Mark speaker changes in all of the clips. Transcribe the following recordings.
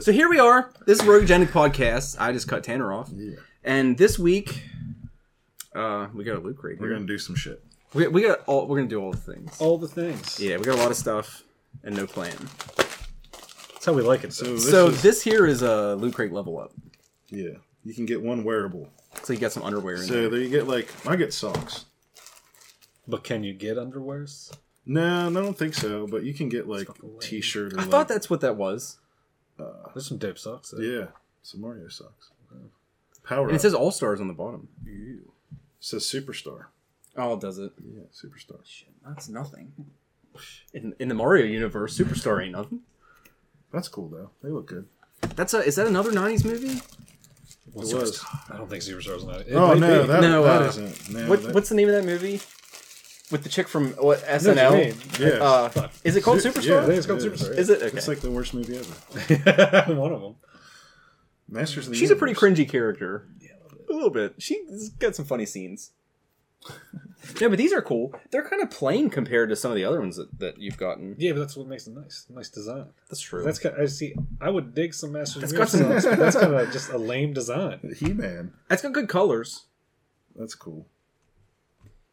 Speaker 1: So here we are. This is Rogenic Podcast. I just cut Tanner off.
Speaker 2: Yeah.
Speaker 1: And this week, uh, we got a loot crate.
Speaker 2: We're
Speaker 1: here.
Speaker 2: gonna do some shit.
Speaker 1: We, we got all. We're gonna do all the things.
Speaker 3: All the things.
Speaker 1: Yeah, we got a lot of stuff and no plan.
Speaker 3: That's how we like it.
Speaker 2: So this
Speaker 1: so
Speaker 2: is,
Speaker 1: this here is a loot crate level up.
Speaker 2: yeah, you can get one wearable.
Speaker 1: So you got some underwear in
Speaker 2: So
Speaker 1: there.
Speaker 2: there you get like I get socks.
Speaker 3: but can you get underwears?
Speaker 2: No, no, I don't think so. But you can get like
Speaker 3: fucking lame.
Speaker 2: t-shirt. Or,
Speaker 1: I
Speaker 2: like,
Speaker 1: thought that's what that was.
Speaker 3: There's some dope socks. There.
Speaker 2: Yeah, some Mario socks. Power.
Speaker 1: And
Speaker 2: up.
Speaker 1: it says All Stars on the bottom.
Speaker 2: It says superstar.
Speaker 1: Oh, does it?
Speaker 2: Yeah, superstar.
Speaker 1: That's nothing. In, in the Mario universe, Superstar ain't nothing.
Speaker 2: That's cool though. They look good.
Speaker 1: That's a. Is that another '90s movie?
Speaker 3: Well,
Speaker 2: It
Speaker 3: Superstar-
Speaker 2: was.
Speaker 3: I don't think Superstars on it. It
Speaker 2: Oh
Speaker 3: might
Speaker 2: no,
Speaker 3: be.
Speaker 2: that,
Speaker 1: No,
Speaker 2: that
Speaker 1: uh,
Speaker 2: isn't. No,
Speaker 1: what,
Speaker 2: that-
Speaker 1: What's the name of that movie? With the chick from what,
Speaker 3: I know what you
Speaker 1: SNL.
Speaker 3: mean.
Speaker 2: Yeah,
Speaker 1: Uh, is it called
Speaker 2: Su-
Speaker 1: Superstar?
Speaker 3: yeah. it's called Superstar,
Speaker 1: Is it? Okay.
Speaker 2: It's like the worst movie ever.
Speaker 3: One of them.
Speaker 2: Masters of the
Speaker 1: She's a pretty
Speaker 2: Universe.
Speaker 1: cringy character. A little bit. She's got some funny scenes. no, but these are cool. They're kind of plain compared to some of the other ones that, that you've gotten.
Speaker 3: Yeah, but that's what makes them nice. Nice design.
Speaker 1: That's true.
Speaker 3: That's kind of, I see. I would dig some Masters.
Speaker 1: That's
Speaker 3: That's
Speaker 1: got some-
Speaker 3: socks, but that's kind of just a lame design.
Speaker 2: He-Man.
Speaker 1: That's got good colors.
Speaker 2: That's cool.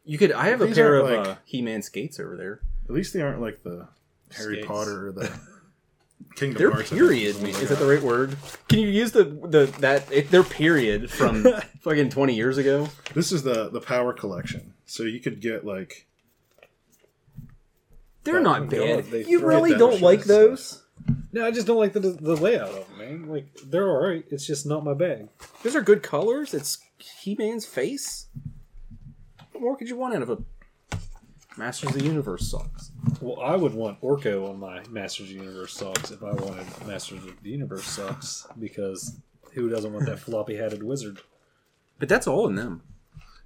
Speaker 1: You could. I have a
Speaker 2: These
Speaker 1: pair of
Speaker 2: aren't like-
Speaker 1: uh, He-Man skates over there.
Speaker 2: At least they aren't like the Harry
Speaker 3: Skates.
Speaker 2: Potter or the Kingdom
Speaker 1: They're
Speaker 2: Hearts.
Speaker 1: period.
Speaker 2: Oh my
Speaker 1: Is that
Speaker 2: God.
Speaker 1: the right word? Can you use the the that it, their period from fucking twenty years ago?
Speaker 2: This is the the Power Collection. So you could get like
Speaker 1: They're
Speaker 2: Oh
Speaker 1: not
Speaker 2: my
Speaker 1: bad.
Speaker 3: God, they
Speaker 1: you
Speaker 3: throw
Speaker 1: really
Speaker 2: that
Speaker 1: don't
Speaker 2: shit
Speaker 1: like
Speaker 2: stuff.
Speaker 1: those.
Speaker 3: No, I just don't like the the layout of them, man. Like they're all right. It's just not my bag.
Speaker 1: Those are good colors. It's He-Man's face. What more could you want out of a Masters of the Universe socks?
Speaker 3: Well, I would want Orko on my Masters of the Universe socks if I wanted Masters of the Universe socks because who doesn't want that floppy headed wizard?
Speaker 1: But that's all in them.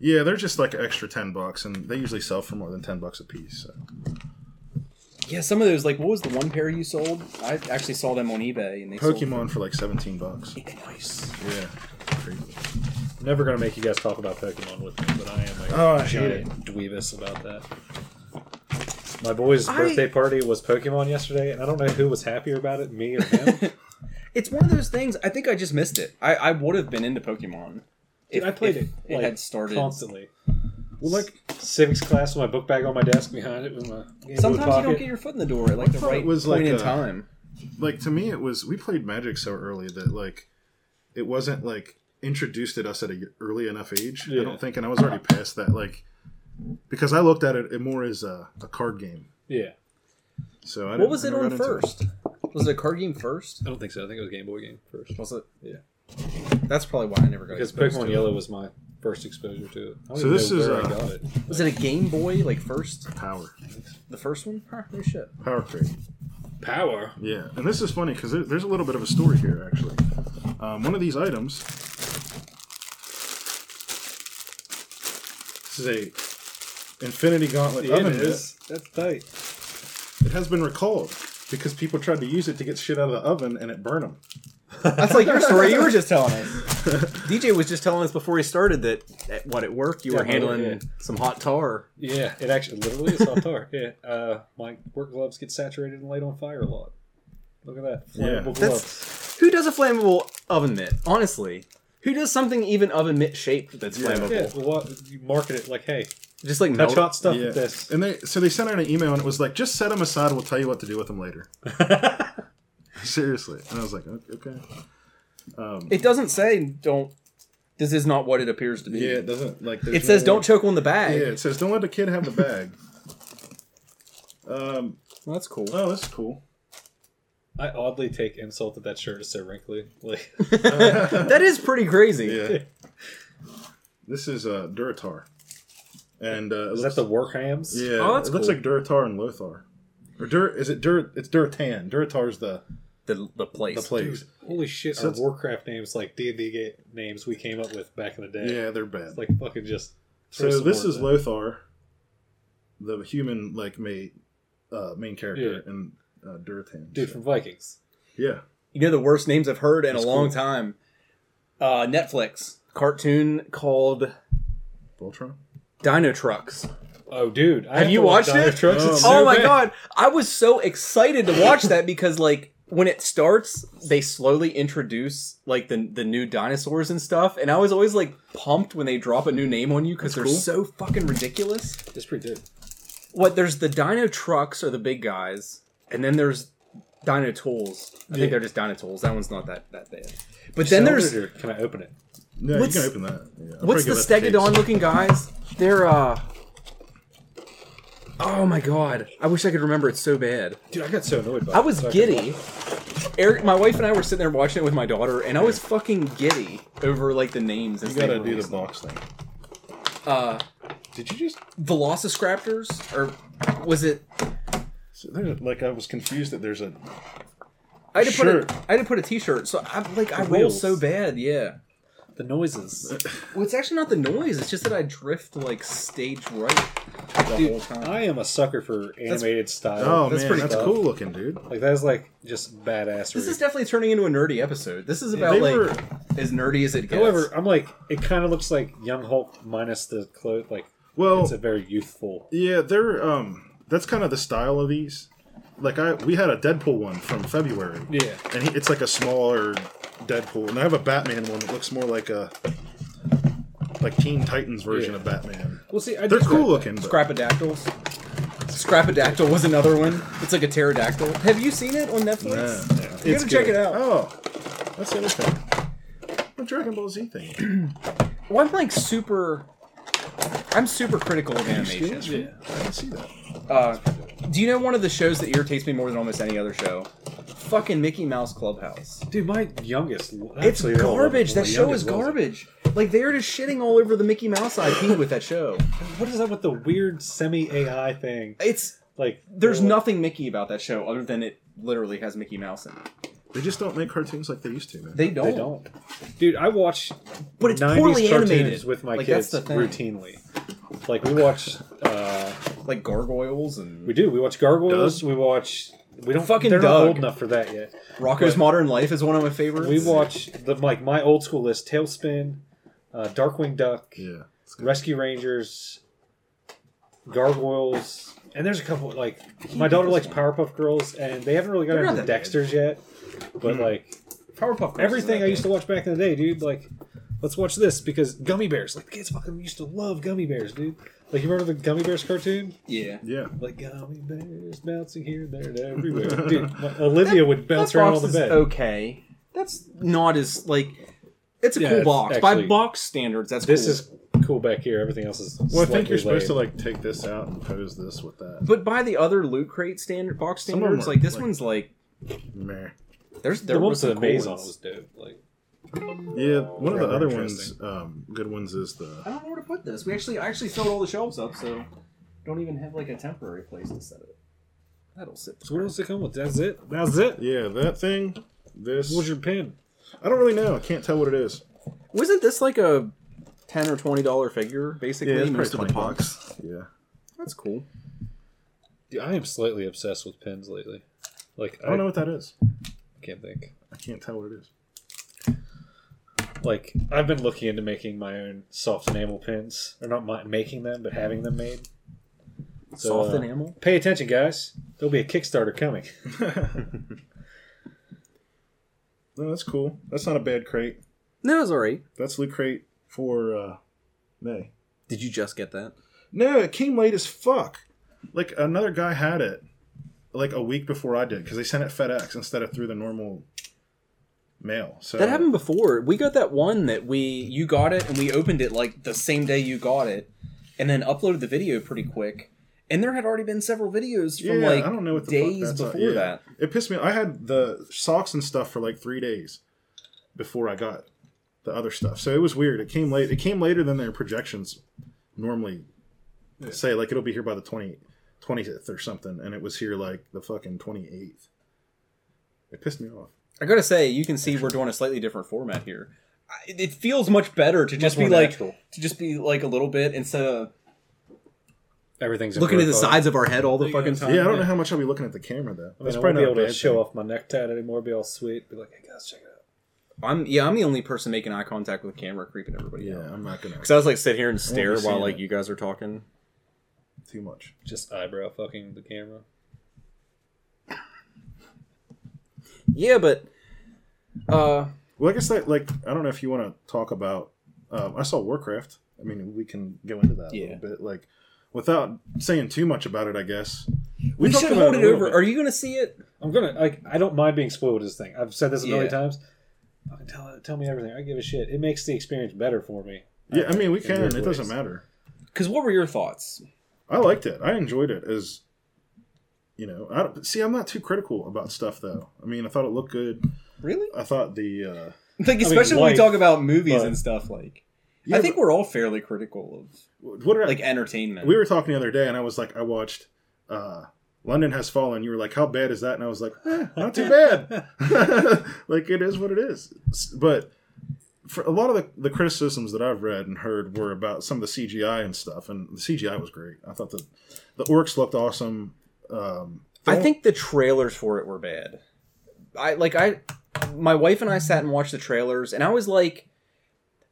Speaker 2: yeah, they're just like an extra ten bucks, and they usually sell for more than ten bucks a piece. So.
Speaker 1: Yeah, some of those. Like, what was the one pair you sold? I actually saw them on eBay, and they
Speaker 2: Pokemon for like seventeen bucks.
Speaker 1: Nice.
Speaker 2: Yeah.
Speaker 3: Never gonna make you guys talk about Pokemon with me, but I am like
Speaker 2: Oh, I
Speaker 3: a
Speaker 2: hate
Speaker 3: giant dweebus about that. My boy's
Speaker 1: I-
Speaker 3: birthday party was Pokemon yesterday, and I don't know who was happier about it, me or him.
Speaker 1: It's one of those things. I think I just missed it. I, I would have been into Pokemon.
Speaker 3: Dude, I played it.
Speaker 1: It
Speaker 3: like,
Speaker 1: had started.
Speaker 3: constantly. Well, like civics class, with my book bag on my desk behind it with my. Game Boy
Speaker 1: Sometimes you don't
Speaker 3: Pocket.
Speaker 1: get your foot in the door at like the
Speaker 2: thought it
Speaker 1: right
Speaker 2: was
Speaker 1: point
Speaker 2: like
Speaker 1: in
Speaker 2: a-
Speaker 1: time.
Speaker 2: Like to me, it was we played Magic so early that like it wasn't like introduced at us at a early enough age. I
Speaker 3: Yeah.
Speaker 2: don't think, and I was already past that. Like because I looked at it, it more as a, a card game.
Speaker 3: Yeah,
Speaker 2: So I
Speaker 1: What
Speaker 2: didn't-
Speaker 1: was
Speaker 2: I
Speaker 1: it
Speaker 2: never
Speaker 1: on
Speaker 2: got into
Speaker 1: first? Was it a card game first?
Speaker 3: I don't think so. I think it was Game Boy game first.
Speaker 1: Was it?
Speaker 3: Yeah.
Speaker 1: That's probably why I never got
Speaker 3: Because
Speaker 1: exposed
Speaker 3: Pokemon
Speaker 1: to it.
Speaker 3: Yellow was my first exposure to it. I don't
Speaker 2: So
Speaker 3: even
Speaker 2: this
Speaker 3: know
Speaker 2: is,
Speaker 3: where I
Speaker 2: uh,
Speaker 3: got it.
Speaker 1: Was it a Game Boy like first?
Speaker 2: Power,
Speaker 1: The first one? Huh, no shit.
Speaker 2: power crate.
Speaker 3: Power.
Speaker 2: Yeah, and this is funny because there, there's a little bit of a story here, actually. Um, one of these items. This is a Infinity Gauntlet
Speaker 3: Yeah,
Speaker 2: oven
Speaker 3: it is. That's tight.
Speaker 2: mitt. It has been recalled because people tried to use it to get shit out of the oven and it burned them.
Speaker 1: That's like your story you were just telling us. DJ was just telling us before he started that at what at work you were
Speaker 3: Yeah,
Speaker 1: handling
Speaker 3: yeah.
Speaker 1: some hot tar.
Speaker 3: Yeah, it actually literally is hot tar. Yeah, uh, my work gloves get saturated and laid on fire a lot. Look at that
Speaker 2: Yeah.
Speaker 3: flammable gloves.
Speaker 1: That's who does a flammable oven mitt? Honestly. Who does something even oven mitt shaped that's
Speaker 2: Yeah.
Speaker 1: flammable?
Speaker 3: Yeah, well, what, you market it like, hey,
Speaker 1: Just like
Speaker 3: touch
Speaker 1: melt.
Speaker 3: hot stuff
Speaker 2: Yeah.
Speaker 3: with this.
Speaker 2: And they so they sent out an email and it was like, just set them aside. We'll tell you what to do with them later. Seriously, and I was like, "O- okay.
Speaker 1: It doesn't say don't. This is not what it appears to be.
Speaker 2: Yeah, it doesn't like.
Speaker 1: it says don't choke on the bag.
Speaker 2: Yeah, it says don't let the kid have the bag. um.
Speaker 1: Well, that's cool.
Speaker 2: Oh, that's cool.
Speaker 3: I oddly take insult that that shirt is so wrinkly. Like,
Speaker 1: that is pretty crazy.
Speaker 2: Yeah. this is uh, Duratar. And uh, it
Speaker 3: is
Speaker 2: looks-
Speaker 3: that the work hams?
Speaker 2: Yeah,
Speaker 1: Oh, that's
Speaker 2: it looks
Speaker 1: cool.
Speaker 2: like Duratar and Lothar. Or Dur is it Dur? It's Duratan. Duratar's the
Speaker 1: The the place.
Speaker 2: the plays.
Speaker 3: Holy shit,
Speaker 2: So
Speaker 3: our
Speaker 2: it's-
Speaker 3: Warcraft names, like D&D ga- names we came up with back in the day.
Speaker 2: Yeah, they're bad.
Speaker 3: It's like fucking just. throw
Speaker 2: so
Speaker 3: some
Speaker 2: this
Speaker 3: more
Speaker 2: is
Speaker 3: in.
Speaker 2: Lothar, the human like main uh, main character,
Speaker 3: Yeah.
Speaker 2: and uh, Duratan.
Speaker 3: Dude
Speaker 2: So,
Speaker 3: from Vikings.
Speaker 2: yeah,
Speaker 1: You know the worst names I've heard in
Speaker 3: That's
Speaker 1: a long
Speaker 3: cool.
Speaker 1: time. Uh, Netflix cartoon called
Speaker 2: Voltron.
Speaker 1: Dino Trucks.
Speaker 3: Oh, dude. I
Speaker 1: Have you
Speaker 3: to watch
Speaker 1: watched
Speaker 3: Dino
Speaker 1: it?
Speaker 3: Trucks.
Speaker 2: Oh,
Speaker 3: It's
Speaker 1: oh
Speaker 3: so
Speaker 1: my
Speaker 3: bad.
Speaker 1: god, I was so excited to watch that because like when it starts, they slowly introduce like the the new dinosaurs and stuff, and I was always like pumped when they drop a new name on you because they're
Speaker 2: cool.
Speaker 1: so fucking ridiculous.
Speaker 3: It's pretty good.
Speaker 1: What there's the Dino Trucks are the big guys, and then there's Dino Tools. I
Speaker 3: Yeah.
Speaker 1: think they're just Dino Tools. That one's not that that bad. But then there's
Speaker 3: Or can I open it?
Speaker 2: No,
Speaker 1: What's-
Speaker 2: you can open that. Yeah, I'll
Speaker 1: what's
Speaker 2: probably
Speaker 1: the
Speaker 2: give that to
Speaker 1: Stegodon
Speaker 2: Capes.
Speaker 1: looking guys? They're uh. Oh my god! I wish I could remember it so bad.
Speaker 3: Dude, I got so annoyed by
Speaker 1: I
Speaker 3: it.
Speaker 1: was
Speaker 3: So could-
Speaker 1: giddy. Eric, my wife and I were sitting there watching it with my daughter, and I was fucking giddy over like the names.
Speaker 2: You gotta do the box thing.
Speaker 1: uh,
Speaker 2: Did you just?
Speaker 1: Velociraptors, or was it?
Speaker 2: So there's like I was confused that there's a.
Speaker 1: I had to
Speaker 2: Sure.
Speaker 1: put a, I had to put a T-shirt, so I like I
Speaker 3: The
Speaker 1: roll
Speaker 3: wheels.
Speaker 1: so bad. Yeah.
Speaker 3: The noises.
Speaker 1: Well, it's actually not the noise. It's just that I drift like stage right the
Speaker 3: Dude,
Speaker 1: whole time.
Speaker 3: I am a sucker for animated style.
Speaker 2: Oh
Speaker 1: That's
Speaker 2: man,
Speaker 1: pretty
Speaker 2: that's
Speaker 3: tough.
Speaker 2: cool looking, dude.
Speaker 3: Like that is like just badassery.
Speaker 1: this is definitely turning into a nerdy episode. This is about
Speaker 2: They
Speaker 1: like
Speaker 2: were-
Speaker 1: as nerdy as it gets.
Speaker 3: However, I'm like it kind of looks like Young Hulk minus the clothes. Like
Speaker 2: Well,
Speaker 3: it's a very youthful.
Speaker 2: yeah, they're um. That's kind of the style of these. Like I, we had a Deadpool one from February,
Speaker 3: Yeah.
Speaker 2: and he, it's like a smaller Deadpool, and I have a Batman one that looks more like a like Teen Titans version
Speaker 3: Yeah.
Speaker 2: of Batman.
Speaker 3: Well, see, I
Speaker 2: They're
Speaker 3: just-
Speaker 2: cool looking. but-
Speaker 1: Scrapadactyls. Scrapadactyl was another one. It's like a pterodactyl. Have you seen it on Netflix?
Speaker 2: Yeah.
Speaker 1: You
Speaker 2: It's
Speaker 1: gotta check
Speaker 2: good.
Speaker 1: it out.
Speaker 2: Oh, that's the other thing. The Dragon Ball Z thing.
Speaker 1: Well, I'm like super. I'm super critical of animation.
Speaker 3: Yeah.
Speaker 2: I didn't see that.
Speaker 1: Uh, do you know one of the shows that irritates me more than almost any other show? Fucking Mickey Mouse Clubhouse.
Speaker 3: Dude, my youngest.
Speaker 1: It's
Speaker 3: actually, I don't love it,
Speaker 1: garbage.
Speaker 3: but
Speaker 1: That
Speaker 3: my
Speaker 1: show is
Speaker 3: youngest loves it.
Speaker 1: garbage. Like they are just shitting all over the Mickey Mouse IP with that show.
Speaker 3: What is up with the weird semi AI thing?
Speaker 1: It's
Speaker 3: Like,
Speaker 1: there's
Speaker 3: they're like-
Speaker 1: nothing Mickey about that show other than it literally has Mickey Mouse in it.
Speaker 2: They just don't make cartoons like they used to, man.
Speaker 1: They don't.
Speaker 3: They don't. Dude, I watch
Speaker 1: But it's
Speaker 3: 90s
Speaker 1: poorly
Speaker 3: cartoons
Speaker 1: animated
Speaker 3: with my
Speaker 1: Like, that's
Speaker 3: kids
Speaker 1: the thing.
Speaker 3: routinely. Like we watch, uh,
Speaker 1: Like gargoyles and
Speaker 3: we do. We watch Gargoyles.
Speaker 2: Doug?
Speaker 3: We watch. We don't.
Speaker 1: Fucking
Speaker 3: they're
Speaker 1: Doug.
Speaker 3: not old enough for that yet.
Speaker 1: Rocco's
Speaker 3: But-
Speaker 1: Modern Life is one of my favorites.
Speaker 3: We watch the like my old school list: Tailspin, uh, Darkwing Duck,
Speaker 2: Yeah. It's good.
Speaker 3: Rescue Rangers, Gargoyles, and there's a couple like my daughter likes Powerpuff Girls, and they haven't really
Speaker 1: They're Hmm.
Speaker 3: gotten
Speaker 1: not
Speaker 3: into
Speaker 1: that bad.
Speaker 3: Dexter's yet. But like
Speaker 1: Powerpuff Girls.
Speaker 3: everything I used to watch back in the day, dude. Like, let's watch this because gummy bears. Like the kids fucking used to love gummy bears, dude. Like you remember the gummy bears cartoon?
Speaker 1: Yeah.
Speaker 2: Yeah.
Speaker 3: Like gummy bears bouncing here, there, and everywhere, dude. like, Olivia would bounce around on the
Speaker 1: is
Speaker 3: bed.
Speaker 1: okay. That's not as like. It's a
Speaker 3: Yeah,
Speaker 1: cool
Speaker 3: it's
Speaker 1: box by
Speaker 3: actually-
Speaker 1: box standards. That's
Speaker 3: This
Speaker 1: cool.
Speaker 3: is cool back here. Everything else is.
Speaker 2: Well, I think you're supposed to like take this out and pose this with that.
Speaker 1: But by the other loot crate standard box
Speaker 2: Some of 'em
Speaker 1: standards,
Speaker 2: are,
Speaker 1: like this
Speaker 2: like-
Speaker 1: one's like
Speaker 2: Meh.
Speaker 1: there's there
Speaker 3: The one
Speaker 1: was
Speaker 3: with the
Speaker 1: some
Speaker 3: maze
Speaker 1: cool
Speaker 3: on it
Speaker 1: ones.
Speaker 3: was dope. Like,
Speaker 2: Yeah, one of the
Speaker 3: Rather
Speaker 2: other ones,
Speaker 3: interesting.
Speaker 2: um, good ones is the
Speaker 1: I don't know where to put this. We actually I actually filled all the shelves up, so don't even have like a temporary place to set it. That'll sit.
Speaker 3: so what else they come with? That's it. That's it.
Speaker 2: yeah that thing. This
Speaker 3: What was your pin?
Speaker 2: I don't really know. I can't tell what it is.
Speaker 1: Wasn't this like a ten or twenty dollar figure basically? most of the box.
Speaker 2: Yeah,
Speaker 1: That's cool.
Speaker 3: Dude, I am slightly obsessed with pins lately. Like,
Speaker 2: I don't know what that is.
Speaker 3: can't think.
Speaker 2: I can't tell what it is.
Speaker 3: like I've been looking into making my own soft enamel pins, or not my, making them, but having them made. So,
Speaker 1: Soft
Speaker 3: uh,
Speaker 1: enamel.
Speaker 3: Pay attention, guys. There'll be a Kickstarter coming.
Speaker 2: No, that's cool. That's not a bad crate.
Speaker 1: No, it's alright.
Speaker 2: That's loot crate for uh, May.
Speaker 1: Did you just get that?
Speaker 2: No, it came late as fuck. Like another guy had it, like a week before I did, because they sent it FedEx instead of through the normal mail. So
Speaker 1: That happened before. We got that one that we you got it and we opened it like the same day you got it, and then uploaded the video pretty quick. And there had already been several videos from
Speaker 2: yeah,
Speaker 1: like
Speaker 2: I don't know what the fuck
Speaker 1: days
Speaker 2: that's all-
Speaker 1: before
Speaker 2: yeah.
Speaker 1: that.
Speaker 2: It pissed me. I had the socks and stuff for like three days before I got the other stuff. So it was weird. It came late. It came later than their projections normally say. Like it'll be here by the 20, 20th or something, and it was here like the fucking twenty eighth. It pissed me off.
Speaker 1: I gotta say, you can see we're doing a slightly different format here. I- It feels much better to just be
Speaker 3: more
Speaker 1: like
Speaker 3: natural.
Speaker 1: to just be like a little bit instead of
Speaker 3: Everything's in
Speaker 1: looking at the
Speaker 3: profile.
Speaker 1: sides of our head all the
Speaker 3: uh, Yeah.
Speaker 1: fucking time.
Speaker 2: Yeah, I don't know how much I'll be looking at the camera though.
Speaker 3: I
Speaker 2: That's
Speaker 3: mean, I won't
Speaker 2: probably
Speaker 3: be
Speaker 2: not a
Speaker 3: able to
Speaker 2: bad
Speaker 3: show
Speaker 2: thing.
Speaker 3: off my necktie anymore. Be all sweet. Be like, hey guys, check it out.
Speaker 1: I'm yeah, I'm the only person making eye contact with the camera, creeping everybody
Speaker 2: Yeah,
Speaker 1: out.
Speaker 2: I'm not gonna
Speaker 1: Because I was like sit here and
Speaker 2: be
Speaker 1: stare while
Speaker 2: seeing
Speaker 1: like
Speaker 2: it.
Speaker 1: you guys are talking.
Speaker 2: too much.
Speaker 3: Just eyebrow fucking the camera.
Speaker 1: Yeah, but uh,
Speaker 2: Well, I guess that like I don't know if you want to talk about. Um, I saw Warcraft. I mean, we can go into that a
Speaker 1: Yeah.
Speaker 2: little bit, like without saying too much about it. I guess
Speaker 1: we,
Speaker 2: talked
Speaker 1: should
Speaker 2: about
Speaker 1: hold
Speaker 2: a
Speaker 1: it
Speaker 2: little
Speaker 1: over.
Speaker 2: bit.
Speaker 1: Are you going to see it?
Speaker 3: I'm gonna like I don't mind being spoiled with this thing. I've said this a million
Speaker 1: Yeah.
Speaker 3: times. Fucking Tell, tell me everything. I give a shit. It makes the experience better for me.
Speaker 2: yeah, I mean, we
Speaker 3: In
Speaker 2: can.
Speaker 3: weird
Speaker 2: It
Speaker 3: ways.
Speaker 2: doesn't matter.
Speaker 1: Because what were your thoughts?
Speaker 2: I liked it. I enjoyed it. As you know, I don't, see. I'm not too critical about stuff though. I mean, I thought it looked good.
Speaker 1: Really?
Speaker 2: I thought the uh,
Speaker 1: Like, especially when we
Speaker 3: life,
Speaker 1: talk about movies
Speaker 3: but-
Speaker 1: and stuff. Like,
Speaker 2: yeah,
Speaker 1: I think we're all fairly critical
Speaker 2: but what
Speaker 1: of
Speaker 2: did I,
Speaker 1: like entertainment.
Speaker 2: we were talking the other day, and I was like, I watched uh, London Has Fallen. You were like, how bad is that? And I was like, eh, not too bad. like it is what it is. S- But for a lot of the, the criticisms that I've read and heard were about some of the CGI and stuff, and the CGI was great. I thought the the orcs looked awesome. Um,
Speaker 1: I think the trailers for it were bad. I like I my wife and I sat and watched the trailers and I was like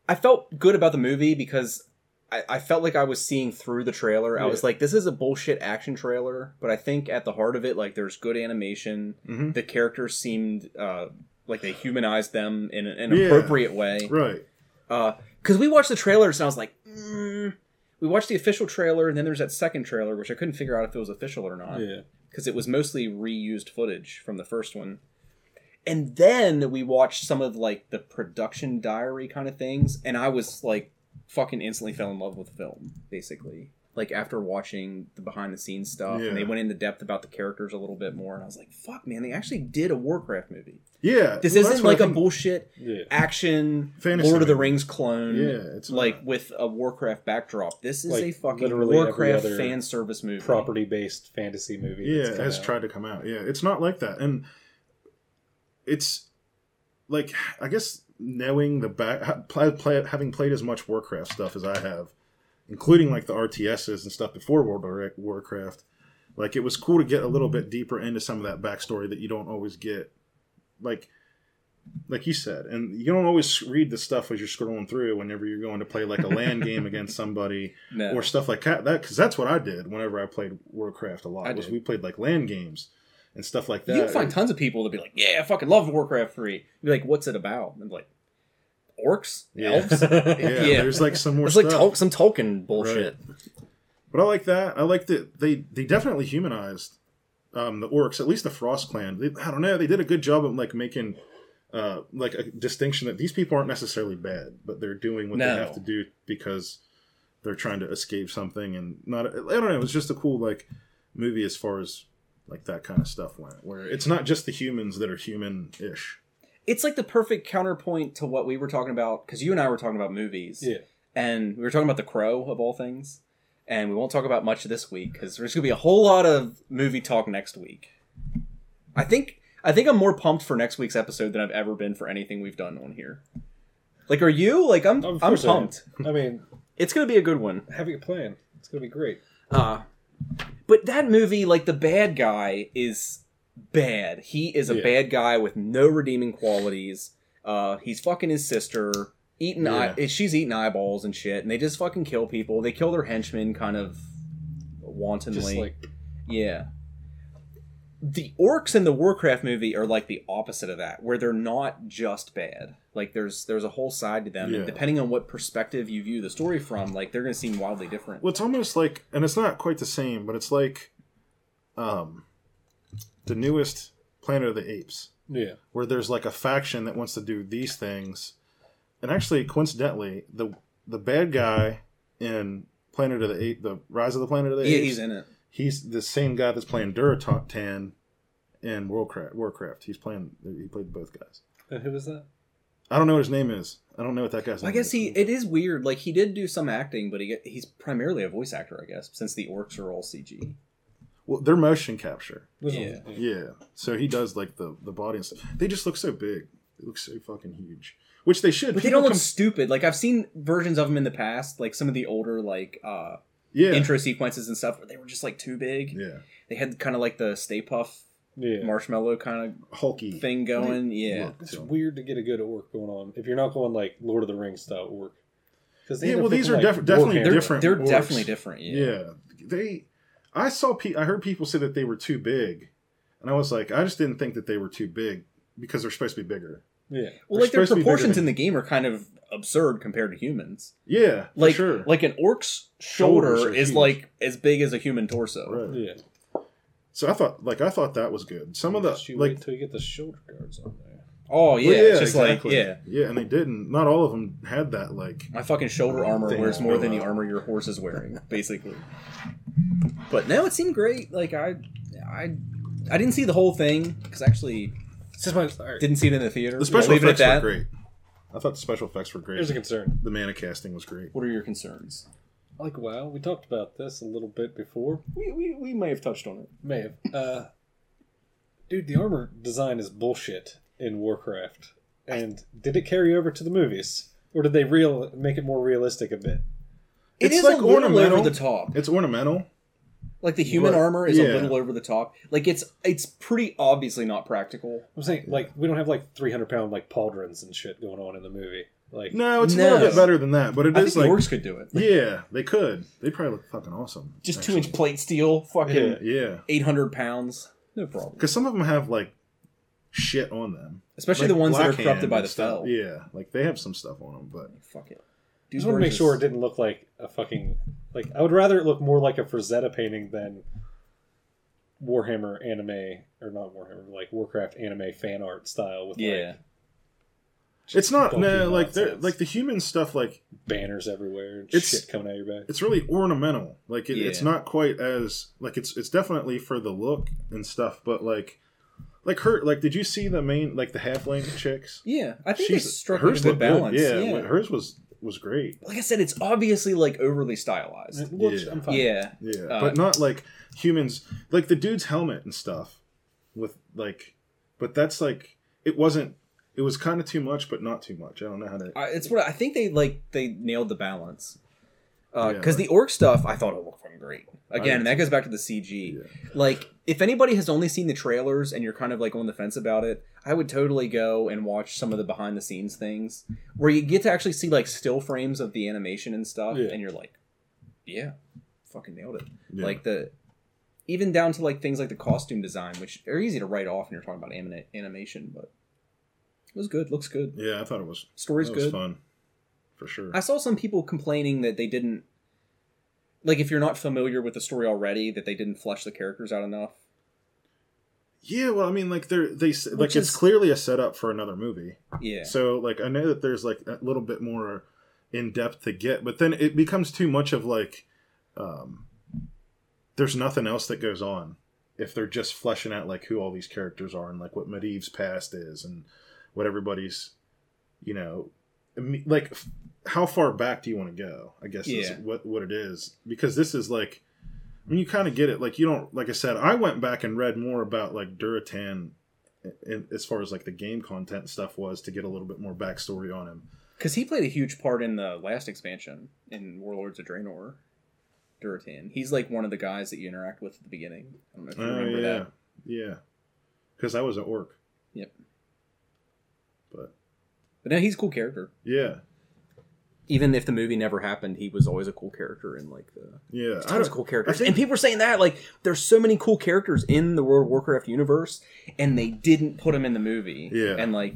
Speaker 1: I felt good about the movie because I, I felt like I was seeing through the trailer. I was
Speaker 3: Yeah.
Speaker 1: like, this is a bullshit action trailer, but I think at the heart of it, like there's good animation.
Speaker 3: Mm-hmm.
Speaker 2: Mhm.
Speaker 1: The characters seemed uh like they humanized them in an, an
Speaker 2: Yeah.
Speaker 1: appropriate way.
Speaker 2: right.
Speaker 1: Because we watched the trailers and I was like, mm. we watched the official trailer and then there's that second trailer, which I couldn't figure out if it was official or not
Speaker 3: Yeah.
Speaker 1: because it was mostly reused footage from the first one. And then we watched some of like the production diary kind of things, and I was like fucking instantly fell in love with the film, basically. Like after watching the behind the scenes stuff,
Speaker 2: Yeah.
Speaker 1: and they went into depth about the characters a little bit more, and I was like, fuck man, they actually did a Warcraft movie.
Speaker 2: Yeah.
Speaker 1: This
Speaker 2: well, that's
Speaker 1: isn't
Speaker 2: what I
Speaker 1: like a
Speaker 2: think-
Speaker 1: bullshit
Speaker 3: Yeah.
Speaker 1: action
Speaker 2: Fantasy
Speaker 1: Lord of the
Speaker 2: movie.
Speaker 1: Rings clone.
Speaker 2: Yeah, it's not.
Speaker 1: like with a Warcraft backdrop. This is
Speaker 3: Like,
Speaker 1: a fucking
Speaker 3: literally every
Speaker 1: Warcraft
Speaker 3: other
Speaker 1: fan service movie.
Speaker 3: Property based fantasy movie.
Speaker 2: yeah
Speaker 3: that's
Speaker 2: it
Speaker 3: come
Speaker 2: has
Speaker 3: out.
Speaker 2: tried to come out yeah it's not like that and it's like i guess knowing the back ha- play, play, having played as much warcraft stuff as i have including like the rts's and stuff before world of warcraft like it was cool to get a little bit deeper into some of that backstory that you don't always get like like you said and you don't always read the stuff as you're scrolling through whenever you're going to play like a land game against somebody
Speaker 1: No.
Speaker 2: or stuff like that. Because that's what I did whenever I played Warcraft a lot.
Speaker 1: I
Speaker 2: was
Speaker 1: did.
Speaker 2: we played like land games and stuff like that.
Speaker 1: you can find tons of people that be like, "Yeah, I fucking love Warcraft 3." Be like, "What's it about?" And be like, orcs,
Speaker 2: Yeah.
Speaker 1: elves.
Speaker 2: yeah,
Speaker 1: yeah.
Speaker 2: there's like some more
Speaker 1: It's like
Speaker 2: stuff.
Speaker 1: Tol- some Tolkien bullshit.
Speaker 2: but I like that. I like that they they definitely humanized um, the orcs. At least the Frost Clan. They, I don't know. They did a good job of like making. Uh, like a distinction that these people aren't necessarily bad, but they're doing what
Speaker 1: No.
Speaker 2: they have to do because they're trying to escape something and not. I don't know. It was just a cool like movie as far as like that kind of stuff went, where it's not just the humans that are human ish.
Speaker 1: It's like the perfect counterpoint to what we were talking about because you and I were talking about movies,
Speaker 3: Yeah.
Speaker 1: and we were talking about The Crow of all things, and we won't talk about much this week because there's gonna be a whole lot of movie talk next week. I think I think I'm more pumped for next week's episode than I've ever been for anything we've done on here. Like, are you? Like, I'm
Speaker 3: Of
Speaker 1: I'm
Speaker 3: course I am.
Speaker 1: pumped.
Speaker 3: I mean,
Speaker 1: It's gonna be a good one.
Speaker 3: having a plan. It's gonna be great.
Speaker 1: Uh, but that movie, like the bad guy, is bad. He is a
Speaker 3: Yeah.
Speaker 1: bad guy with no redeeming qualities. Uh, he's fucking his sister, eating
Speaker 2: Yeah.
Speaker 1: eye- she's eating eyeballs and shit, and they just fucking kill people. They kill their henchmen kind of wantonly.
Speaker 3: Just like
Speaker 1: Yeah. The orcs in the Warcraft movie are like the opposite of that, where they're not just bad. Like there's there's a whole side to them,
Speaker 2: Yeah.
Speaker 1: and depending on what perspective you view the story from, like they're going to seem wildly different.
Speaker 2: Well, it's almost like, and it's not quite the same, but it's like, um, the newest Planet of the Apes,
Speaker 3: yeah.
Speaker 2: where there's like a faction that wants to do these things, and actually, coincidentally, the the bad guy in Planet of the Ape, the Rise of the Planet of the
Speaker 1: Yeah,
Speaker 2: Apes,
Speaker 1: he's in it.
Speaker 2: he's the same guy that's playing Duratan in Warcraft. Warcraft, he's playing. He played both guys.
Speaker 3: And Uh, who was that?
Speaker 2: I don't know what his name is. I don't know what that guy's.
Speaker 1: I
Speaker 2: name
Speaker 1: guess
Speaker 2: is.
Speaker 1: he. It is weird. Like he did do some acting, but he get- he's primarily a voice actor, I guess, since the orcs are all CG.
Speaker 2: Well, they're motion capture.
Speaker 3: This
Speaker 1: Yeah.
Speaker 3: one.
Speaker 2: Yeah. So he does like the the body and stuff. They just look so big. They look so fucking huge. Which they should.
Speaker 1: But they
Speaker 2: People
Speaker 1: don't look
Speaker 2: com-
Speaker 1: stupid. Like I've seen versions of him in the past, like some of the older like uh
Speaker 2: yeah.
Speaker 1: intro sequences and stuff, where they were just like too big.
Speaker 2: yeah.
Speaker 1: They had kind of like the Stay Puff
Speaker 3: Yeah.
Speaker 1: marshmallow kind
Speaker 2: Hulky
Speaker 1: of thing going. Yeah.
Speaker 2: look
Speaker 3: It's
Speaker 2: to 'em.
Speaker 3: weird to get a good orc going on if you're not going like Lord of the Rings style orc. 'Cause they
Speaker 2: Yeah,
Speaker 3: end up
Speaker 2: well, these
Speaker 3: looking
Speaker 2: are def- definitely
Speaker 3: warhammer.
Speaker 1: They're,
Speaker 2: different
Speaker 1: they're
Speaker 2: orcs.
Speaker 1: definitely different. Yeah.
Speaker 2: Yeah. They. I saw. Pe- I heard people say that they were too big, and I was like, I just didn't think that they were too big because they're supposed to be bigger.
Speaker 3: Yeah.
Speaker 1: Well,
Speaker 2: They're
Speaker 1: like their
Speaker 2: supposed to be bigger
Speaker 1: proportions
Speaker 2: than-
Speaker 1: in the game are kind of absurd compared to humans.
Speaker 2: Yeah, for
Speaker 1: Like
Speaker 2: sure.
Speaker 1: like an orc's
Speaker 2: Shoulders
Speaker 1: shoulder
Speaker 2: are
Speaker 1: is
Speaker 2: huge.
Speaker 1: like as big as a human torso.
Speaker 2: right.
Speaker 3: Yeah.
Speaker 2: So I thought like I thought that was good. Some of the
Speaker 3: Just you
Speaker 2: like
Speaker 3: wait till you get the shoulder guards on there.
Speaker 1: Oh yeah,
Speaker 2: well,
Speaker 1: it's just like yeah.
Speaker 2: yeah, and they didn't. Not all of them had that like
Speaker 1: My fucking shoulder armor
Speaker 2: Thing
Speaker 1: wears
Speaker 2: is
Speaker 1: more
Speaker 2: built
Speaker 1: than the
Speaker 2: up.
Speaker 1: armor your horse is wearing, basically. But no, it seemed great. Like I, I, I didn't see the whole thing because actually
Speaker 3: Since my all right,
Speaker 1: didn't see it in the theater.
Speaker 2: the special
Speaker 1: We'll leave it at
Speaker 2: effects were
Speaker 1: that.
Speaker 2: great. I thought the special effects were great.
Speaker 3: here's a concern.
Speaker 2: the mana casting was great.
Speaker 1: What are your concerns?
Speaker 3: Like WoW, we talked about this a little bit before.
Speaker 1: We, we, we may have touched on it.
Speaker 3: May have. Uh, dude, the armor design is bullshit in Warcraft. And did it carry over to the movies, or did they real make it more realistic a bit?
Speaker 1: It's
Speaker 2: It's
Speaker 1: like
Speaker 2: like
Speaker 1: a little
Speaker 2: ornamental.
Speaker 1: over the top.
Speaker 2: It's ornamental.
Speaker 1: Like the human
Speaker 2: Right.
Speaker 1: armor is a
Speaker 2: Yeah.
Speaker 1: little over the top. Like it's it's pretty obviously not practical.
Speaker 3: I'm saying like we don't have like 300 pound like pauldrons and shit going on in the movie. Like
Speaker 2: No, it's a
Speaker 1: No.
Speaker 2: little bit better than that, but it
Speaker 1: I
Speaker 2: is
Speaker 1: think the
Speaker 2: like
Speaker 1: orcs could do it.
Speaker 2: yeah, they could. They probably look fucking awesome.
Speaker 1: Just two
Speaker 2: actually.
Speaker 1: inch plate steel, fucking
Speaker 3: Yeah.
Speaker 2: Yeah,
Speaker 1: eight hundred pounds, no problem.
Speaker 2: because some of them have like shit on them,
Speaker 1: Especially the
Speaker 2: Like
Speaker 1: ones that are
Speaker 2: Blackhand
Speaker 1: corrupted by
Speaker 2: and
Speaker 1: the
Speaker 2: stuff.
Speaker 1: fell.
Speaker 2: Yeah, like they have some stuff on them, but
Speaker 1: Fuck it.
Speaker 3: I just want to make sure it didn't look like a fucking like I would rather it look more like a Frazetta painting than Warhammer anime or not Warhammer like Warcraft anime fan art style with
Speaker 1: Yeah.
Speaker 3: like
Speaker 2: it's not
Speaker 3: Don't
Speaker 2: no
Speaker 3: do
Speaker 2: like they're
Speaker 3: nonsense.
Speaker 2: like the human stuff like
Speaker 3: banners everywhere and
Speaker 2: It's-
Speaker 3: shit coming out of your back.
Speaker 2: it's really ornamental like it, it's
Speaker 1: Yeah.
Speaker 2: not quite as like it's it's definitely for the look and stuff but like like her like did you see the main like the halfling chicks
Speaker 1: Yeah, I think they struck a good
Speaker 2: looked
Speaker 1: balance.
Speaker 2: yeah,
Speaker 1: yeah.
Speaker 2: hers was was great
Speaker 1: Like I said, it's obviously like overly stylized.
Speaker 3: It looks-
Speaker 2: Yeah.
Speaker 3: I'm fine.
Speaker 1: Yeah.
Speaker 2: yeah
Speaker 1: Uh,
Speaker 2: but not like humans like the dude's helmet and stuff with like but that's like it wasn't it was kind of too much but not too much i don't know how to
Speaker 1: I, it's what I think they like. They nailed the balance because
Speaker 2: Yeah,
Speaker 1: the orc stuff I thought it looked fucking great.
Speaker 2: I-
Speaker 1: Again, and that goes back to the CG.
Speaker 2: Yeah.
Speaker 1: Like, if anybody has only seen the trailers and you're kind of like on the fence about it, I would totally go and watch some of the behind the scenes things where you get to actually see like still frames of the animation and stuff,
Speaker 3: Yeah.
Speaker 1: and you're like, yeah, fucking nailed it.
Speaker 2: Yeah.
Speaker 1: Like the even down to like things like the costume design, which are easy to write off when you're talking about anima- animation, but it was good. Looks good.
Speaker 2: yeah i thought it was
Speaker 1: Story's
Speaker 2: that was
Speaker 1: good.
Speaker 2: fun for sure
Speaker 1: I saw some people complaining that they didn't like if you're not familiar with the story already that they didn't flesh the characters out enough.
Speaker 2: Yeah, well, I mean, like they're they s- like
Speaker 1: Which
Speaker 2: it's
Speaker 1: is-
Speaker 2: clearly a setup for another movie.
Speaker 1: Yeah.
Speaker 2: So like I know that there's like a little bit more in depth to get, but then it becomes too much of like, um, there's nothing else that goes on if they're just fleshing out like who all these characters are and like what Medivh's past is and what everybody's, you know, I mean, like f- how far back do you want to go? I guess
Speaker 1: Yeah.
Speaker 2: is what what it is because this is like I mean, you kind of get it. Like you don't, like I said, I went back and read more about like Duratan, in, as far as like the game content and stuff was to get a little bit more backstory on him.
Speaker 1: Cuz he played a huge part in the last expansion in Warlords of Draenor. Duratan. He's like one of the guys that you interact with at the beginning. I don't know if you
Speaker 2: Oh
Speaker 1: remember
Speaker 2: yeah,
Speaker 1: that.
Speaker 2: yeah, because I was an orc.
Speaker 1: Yep.
Speaker 2: But
Speaker 1: But no, he's a cool character.
Speaker 2: yeah,
Speaker 1: Even if the movie never happened, he was always a cool character in like the
Speaker 2: yeah, I
Speaker 1: tons
Speaker 2: don't,
Speaker 1: of cool characters.
Speaker 2: I think-
Speaker 1: and people were saying that like there's so many cool characters in the World of Warcraft universe, and they didn't put them in the movie.
Speaker 2: Yeah.
Speaker 1: and like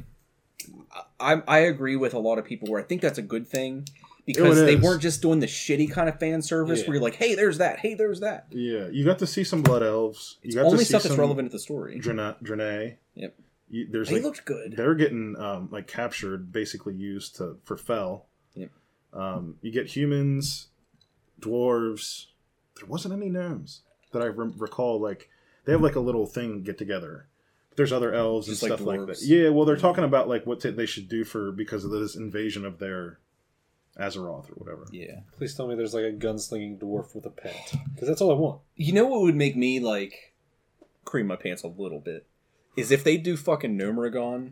Speaker 1: I I agree with a lot of people where I think that's a good thing because
Speaker 2: it
Speaker 1: they
Speaker 2: is.
Speaker 1: weren't just doing the shitty kind of fan service
Speaker 3: Yeah.
Speaker 1: where you're like, hey, there's that, hey, there's that.
Speaker 2: yeah. You got to see some blood elves.
Speaker 1: It's
Speaker 2: you got
Speaker 1: only
Speaker 2: to see
Speaker 1: stuff that's
Speaker 2: some
Speaker 1: relevant to the story.
Speaker 2: Drena- Draenei.
Speaker 1: Yep.
Speaker 2: You, there's
Speaker 1: They
Speaker 2: like
Speaker 1: looked good.
Speaker 2: they're getting um, like captured, basically used to for fell.
Speaker 1: Yep.
Speaker 2: Um, you get humans, dwarves. There wasn't any gnomes that I rem recall. Like they have like a little thing get together. There's other elves
Speaker 1: Just
Speaker 2: and
Speaker 1: like
Speaker 2: stuff like,
Speaker 1: dwarves.
Speaker 2: that. Yeah, well, they're talking about like what t- they should do for because of this invasion of their Azeroth or whatever.
Speaker 1: Yeah.
Speaker 3: Please tell me there's like a gunslinging dwarf with a pet because that's all I want.
Speaker 1: You know what would make me like cream my pants a little bit is if they do fucking Numeragon.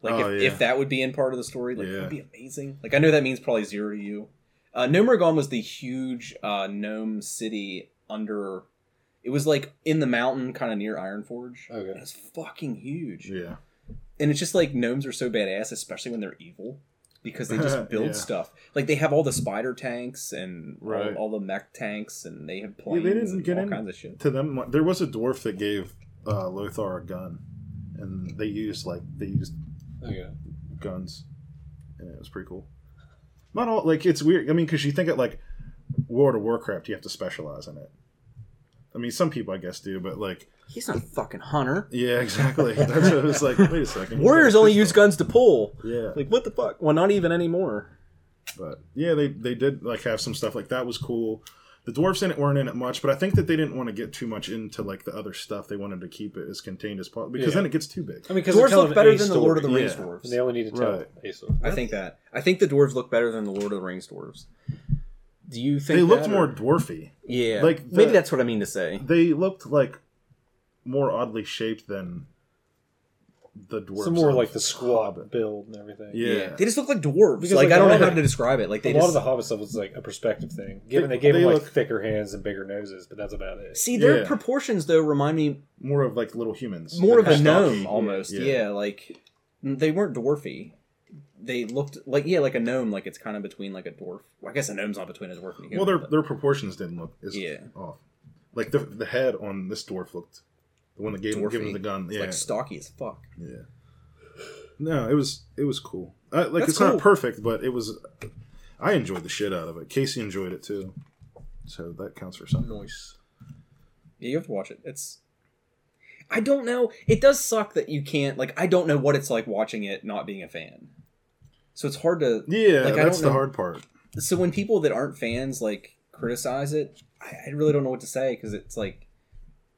Speaker 1: Like
Speaker 2: Oh,
Speaker 1: if,
Speaker 2: yeah.
Speaker 1: if that would be in part of the story, like
Speaker 2: Yeah.
Speaker 1: that'd be amazing. Like I know that means probably zero to you. Uh, Numeragon was the huge uh, gnome city under. It was like in the mountain, kind of near Ironforge.
Speaker 3: Okay.
Speaker 1: It was fucking huge,
Speaker 2: Yeah,
Speaker 1: and it's just like gnomes are so badass, especially when they're evil, because they just build
Speaker 2: Yeah.
Speaker 1: stuff. Like they have all the spider tanks and all-
Speaker 2: Right.
Speaker 1: all, the mech tanks, and they have
Speaker 2: Yeah, they
Speaker 1: planes
Speaker 2: didn't
Speaker 1: and
Speaker 2: get
Speaker 1: all
Speaker 2: in-
Speaker 1: kinds of shit.
Speaker 2: to them, there was a dwarf that gave uh, Lothar a gun, and and they used like they used
Speaker 3: Okay.
Speaker 2: guns, and it was pretty cool. Not all like it's weird. I mean, because you think it like World of Warcraft, you have to specialize in it. I mean, some people I guess do, but like,
Speaker 1: He's not a fucking hunter.
Speaker 2: yeah, exactly. That's what I was like. Wait a second,
Speaker 1: Warriors only use guns to pull.
Speaker 2: Yeah,
Speaker 1: Like what the fuck? Well, not even anymore.
Speaker 2: but yeah, they they did like have some stuff like that was cool. The dwarfs in it weren't in it much, but I think that they didn't want to get too much into like the other stuff. They wanted to keep it as contained as possible because
Speaker 3: Yeah.
Speaker 2: then it gets too big.
Speaker 3: I mean, because
Speaker 1: Dwarves look better than the Lord of the
Speaker 2: story.
Speaker 1: Rings
Speaker 2: Yeah.
Speaker 1: dwarves.
Speaker 3: They only need to tell
Speaker 2: Right.
Speaker 3: a story.
Speaker 1: I think that. I think the dwarves look better than the Lord of the Rings dwarves. Do you think
Speaker 2: They looked
Speaker 1: that,
Speaker 2: more
Speaker 1: or-
Speaker 2: dwarfy.
Speaker 1: Yeah,
Speaker 2: like
Speaker 1: like
Speaker 2: the-
Speaker 1: maybe that's what I mean to say.
Speaker 2: They looked like more oddly shaped than the dwarves.
Speaker 3: Some more
Speaker 2: of
Speaker 3: like the squad
Speaker 2: Hobbit.
Speaker 3: build and everything.
Speaker 2: Yeah.
Speaker 1: they just look like dwarves.
Speaker 3: Because,
Speaker 1: like,
Speaker 3: like,
Speaker 1: I don't
Speaker 3: a
Speaker 1: know
Speaker 3: lot
Speaker 1: how
Speaker 3: of-
Speaker 1: to describe it. Like
Speaker 3: A
Speaker 1: they
Speaker 3: lot of
Speaker 1: just
Speaker 3: the Hobbit stuff was like a perspective thing. Given
Speaker 2: They-
Speaker 3: they, gave
Speaker 2: they
Speaker 3: them like
Speaker 2: look-
Speaker 3: thicker hands and bigger noses, but that's about it.
Speaker 1: see their
Speaker 2: Yeah.
Speaker 1: proportions though remind me
Speaker 2: more of like little humans.
Speaker 1: more of
Speaker 2: Like
Speaker 1: a
Speaker 2: stocky.
Speaker 1: gnome almost.
Speaker 2: Yeah.
Speaker 1: Yeah. like they weren't dwarfy. They looked like yeah, like a gnome. Like it's kind of between like a dwarf. Well, I guess a gnome's not between a dwarf and a human.
Speaker 2: Well, their
Speaker 1: but-
Speaker 2: their proportions didn't look as
Speaker 1: Yeah.
Speaker 2: off. Like the the head on this dwarf looked the one that gave him, gave him
Speaker 1: Dwarfy.
Speaker 2: the gun.
Speaker 1: it's
Speaker 2: Yeah,
Speaker 1: like stocky as fuck.
Speaker 2: yeah. No, it was it was cool. Uh, like
Speaker 1: That's
Speaker 2: it's not
Speaker 1: cool.
Speaker 2: perfect, but it was. I enjoyed the shit out of it. Casey enjoyed it too, so that counts for something.
Speaker 3: Noise.
Speaker 1: Yeah, you have to watch it. It's I don't know. It does suck that you can't like I don't know what it's like watching it not being a fan. So it's hard to
Speaker 2: Yeah,
Speaker 1: Like, I
Speaker 2: that's
Speaker 1: don't
Speaker 2: the
Speaker 1: know-
Speaker 2: hard part.
Speaker 1: so when people that aren't fans like criticize it, I, I really don't know what to say because it's like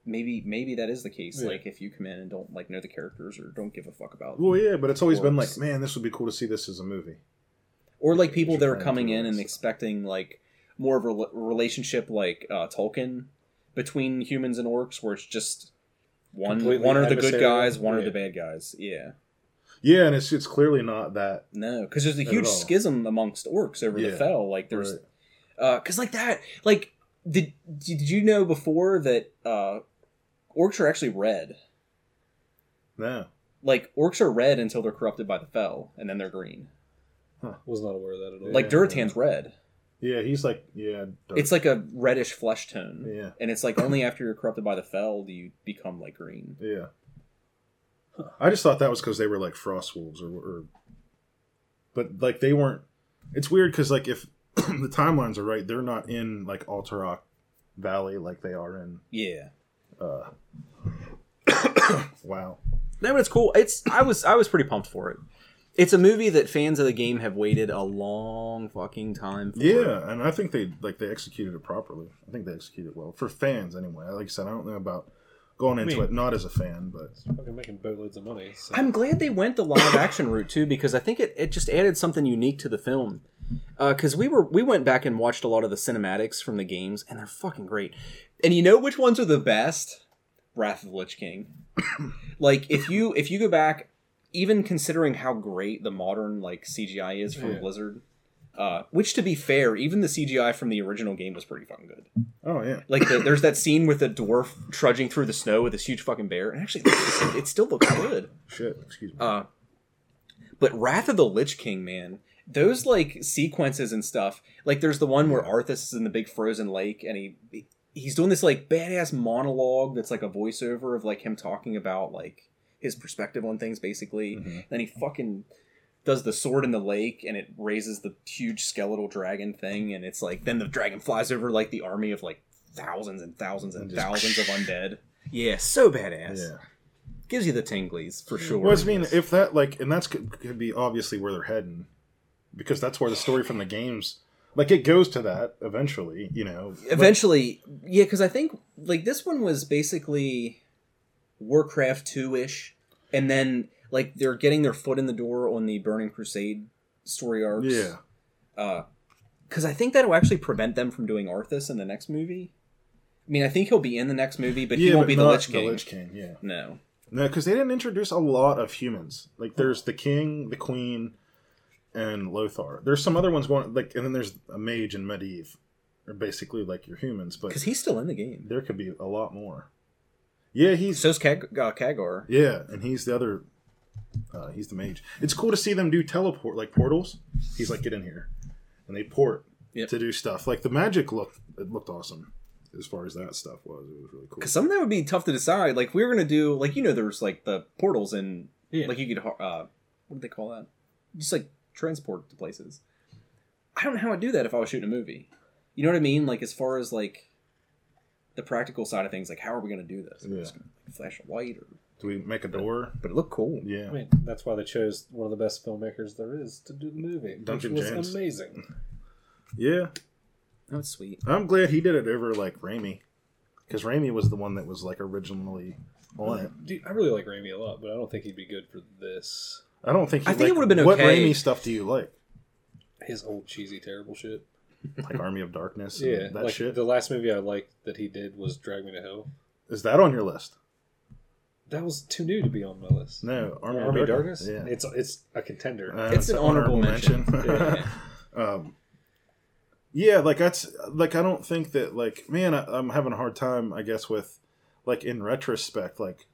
Speaker 1: maybe maybe that is the case.
Speaker 3: Yeah.
Speaker 1: Like if you come in and don't like know the characters or don't give a fuck about
Speaker 2: Well, yeah, but it's always been like,
Speaker 1: Works.
Speaker 2: man, this would be cool to see this as a movie.
Speaker 1: or like people
Speaker 2: Just
Speaker 1: that are
Speaker 2: trying
Speaker 1: coming
Speaker 2: to
Speaker 1: in and
Speaker 2: realize.
Speaker 1: expecting like more of a rela- relationship like uh, Tolkien between humans and orcs, where it's just one
Speaker 3: Completely
Speaker 1: one are the good
Speaker 3: adversarial.
Speaker 1: guys, one are
Speaker 3: Yeah.
Speaker 1: the bad guys. Yeah,
Speaker 2: Yeah, and it's it's clearly not that.
Speaker 1: no, because there's a
Speaker 2: Not at
Speaker 1: huge
Speaker 2: all.
Speaker 1: schism amongst orcs over
Speaker 2: Yeah.
Speaker 1: the fell. Like there's
Speaker 2: Right.
Speaker 1: because like that like did did you know before that uh orcs are actually red
Speaker 2: No,
Speaker 1: like orcs are red until they're corrupted by the fell and then they're green
Speaker 3: Was not aware of that at all.
Speaker 1: like
Speaker 2: Yeah.
Speaker 1: duratan's red
Speaker 2: yeah, he's like, yeah, dark.
Speaker 1: it's like a reddish flesh tone
Speaker 2: yeah,
Speaker 1: and it's like only after you're corrupted by the fell do you become like green
Speaker 2: yeah. I just thought that was because they were like frost wolves, or, or, but like they weren't. It's weird because like if the timelines are right, they're not in like Alterac Valley like they are in.
Speaker 1: yeah
Speaker 2: uh Wow.
Speaker 1: no but it's cool it's i was i was pretty pumped for it it's a movie that fans of the game have waited a long fucking time for
Speaker 2: Yeah, and I think they like they executed it properly. I think they executed it well for fans anyway. Like I said, I don't know about going into
Speaker 3: mean-
Speaker 2: it not as a fan, but
Speaker 3: fucking making boatloads of money. So.
Speaker 1: I'm glad they went the live action route too because I think it, it just added something unique to the film. Because we were we went back and watched a lot of the cinematics from the games and they're fucking great. And you know which ones are the best? Wrath of the Lich King. like if you if you go back, even considering how great the modern like CGI is from
Speaker 3: Yeah.
Speaker 1: Blizzard, uh, which to be fair, even the CGI from the original game was pretty fucking good.
Speaker 2: oh yeah.
Speaker 1: Like the, there's that scene with the dwarf trudging through the snow with this huge fucking bear, and actually it still looks good.
Speaker 2: Shit, excuse me.
Speaker 1: Uh, but Wrath of the Lich King, man, those like sequences and stuff. Like, there's the one where Arthas is in the big frozen lake, and he he- he's doing this like badass monologue that's like a voiceover of like him talking about like his perspective on things, basically.
Speaker 2: Mhm.
Speaker 1: Then he fucking does the sword in the lake, and it raises the huge skeletal dragon thing, and it's like then the dragon flies over like the army of like thousands and thousands and,
Speaker 2: And just
Speaker 1: thousands of undead. Yeah, so badass.
Speaker 2: Yeah.
Speaker 1: Gives you the tinglies for sure.
Speaker 2: Well, I mean, if that like, and that's could, could be obviously where they're heading, because that's where the story from the games, like, it goes to that eventually. You know,
Speaker 1: eventually yeah because i think like this one was basically warcraft 2-ish and then like they're getting their foot in the door on the burning crusade story
Speaker 2: But-
Speaker 1: arcs
Speaker 2: yeah,
Speaker 1: because i think that'll actually prevent them from doing arthas in the next movie i mean i think he'll be in the next movie but
Speaker 2: yeah,
Speaker 1: he won't
Speaker 2: but
Speaker 1: be the
Speaker 2: not
Speaker 1: lich king
Speaker 2: The Lich King, yeah.
Speaker 1: no
Speaker 2: No, because they didn't introduce a lot of humans. Like there's the king, the queen, and Lothar. There's some other ones going like, and then there's a mage and Medivh, are basically like your humans, but
Speaker 1: because he's still in the game
Speaker 2: there could be a lot more. Yeah, he's
Speaker 1: so's Kag- uh, kagar
Speaker 2: yeah, and he's the other. Uh, he's the mage. It's cool to see them do teleport like portals. He's like, get in here, and they port
Speaker 1: Yep.
Speaker 2: to do stuff. Like the magic looked it looked awesome. as far as that stuff was. It was really cool.
Speaker 1: Because some of that would be tough to decide. Like, we were going to do, like, you know, there's, like, the portals and,
Speaker 3: Yeah.
Speaker 1: like, you could, har- uh, what do they call that? Just, like, transport to places. I don't know how I'd do that if I was shooting a movie. You know what I mean? Like, as far as, like, the practical side of things, like, how are we going to do this? Are we
Speaker 2: Yeah.
Speaker 1: just gonna, like, flash a light or.
Speaker 2: Do we make a door?
Speaker 1: But it looked cool.
Speaker 2: Yeah.
Speaker 3: I mean, that's why they chose one of the best filmmakers there is to do the movie,
Speaker 2: Duncan
Speaker 3: which was
Speaker 2: James.
Speaker 3: amazing.
Speaker 2: Yeah.
Speaker 1: That was sweet.
Speaker 2: I'm glad he did it over like Raimi, because Raimi was the one that was like originally on it.
Speaker 3: Dude, I really like Raimi a lot, but I don't think he'd be good for this.
Speaker 2: I don't think. He,
Speaker 1: I think it
Speaker 2: like-
Speaker 1: would've been
Speaker 2: What
Speaker 1: okay.
Speaker 2: Raimi stuff do you like?
Speaker 3: His old cheesy, terrible shit.
Speaker 2: Like Army of Darkness. and
Speaker 3: Yeah,
Speaker 2: That
Speaker 3: like
Speaker 2: shit.
Speaker 3: the last movie I liked that he did was Drag Me to Hell.
Speaker 2: Is that on your list?
Speaker 3: That was too new to be on my list.
Speaker 2: No. Army,
Speaker 3: Army,
Speaker 2: of
Speaker 3: of
Speaker 2: Darkness.
Speaker 3: Darkness. It's it's a contender.
Speaker 2: Uh,
Speaker 1: It's an honorable mention.
Speaker 2: yeah. um, yeah, like that's like I don't think that like man, I, I'm having a hard time, I guess, with like in retrospect, like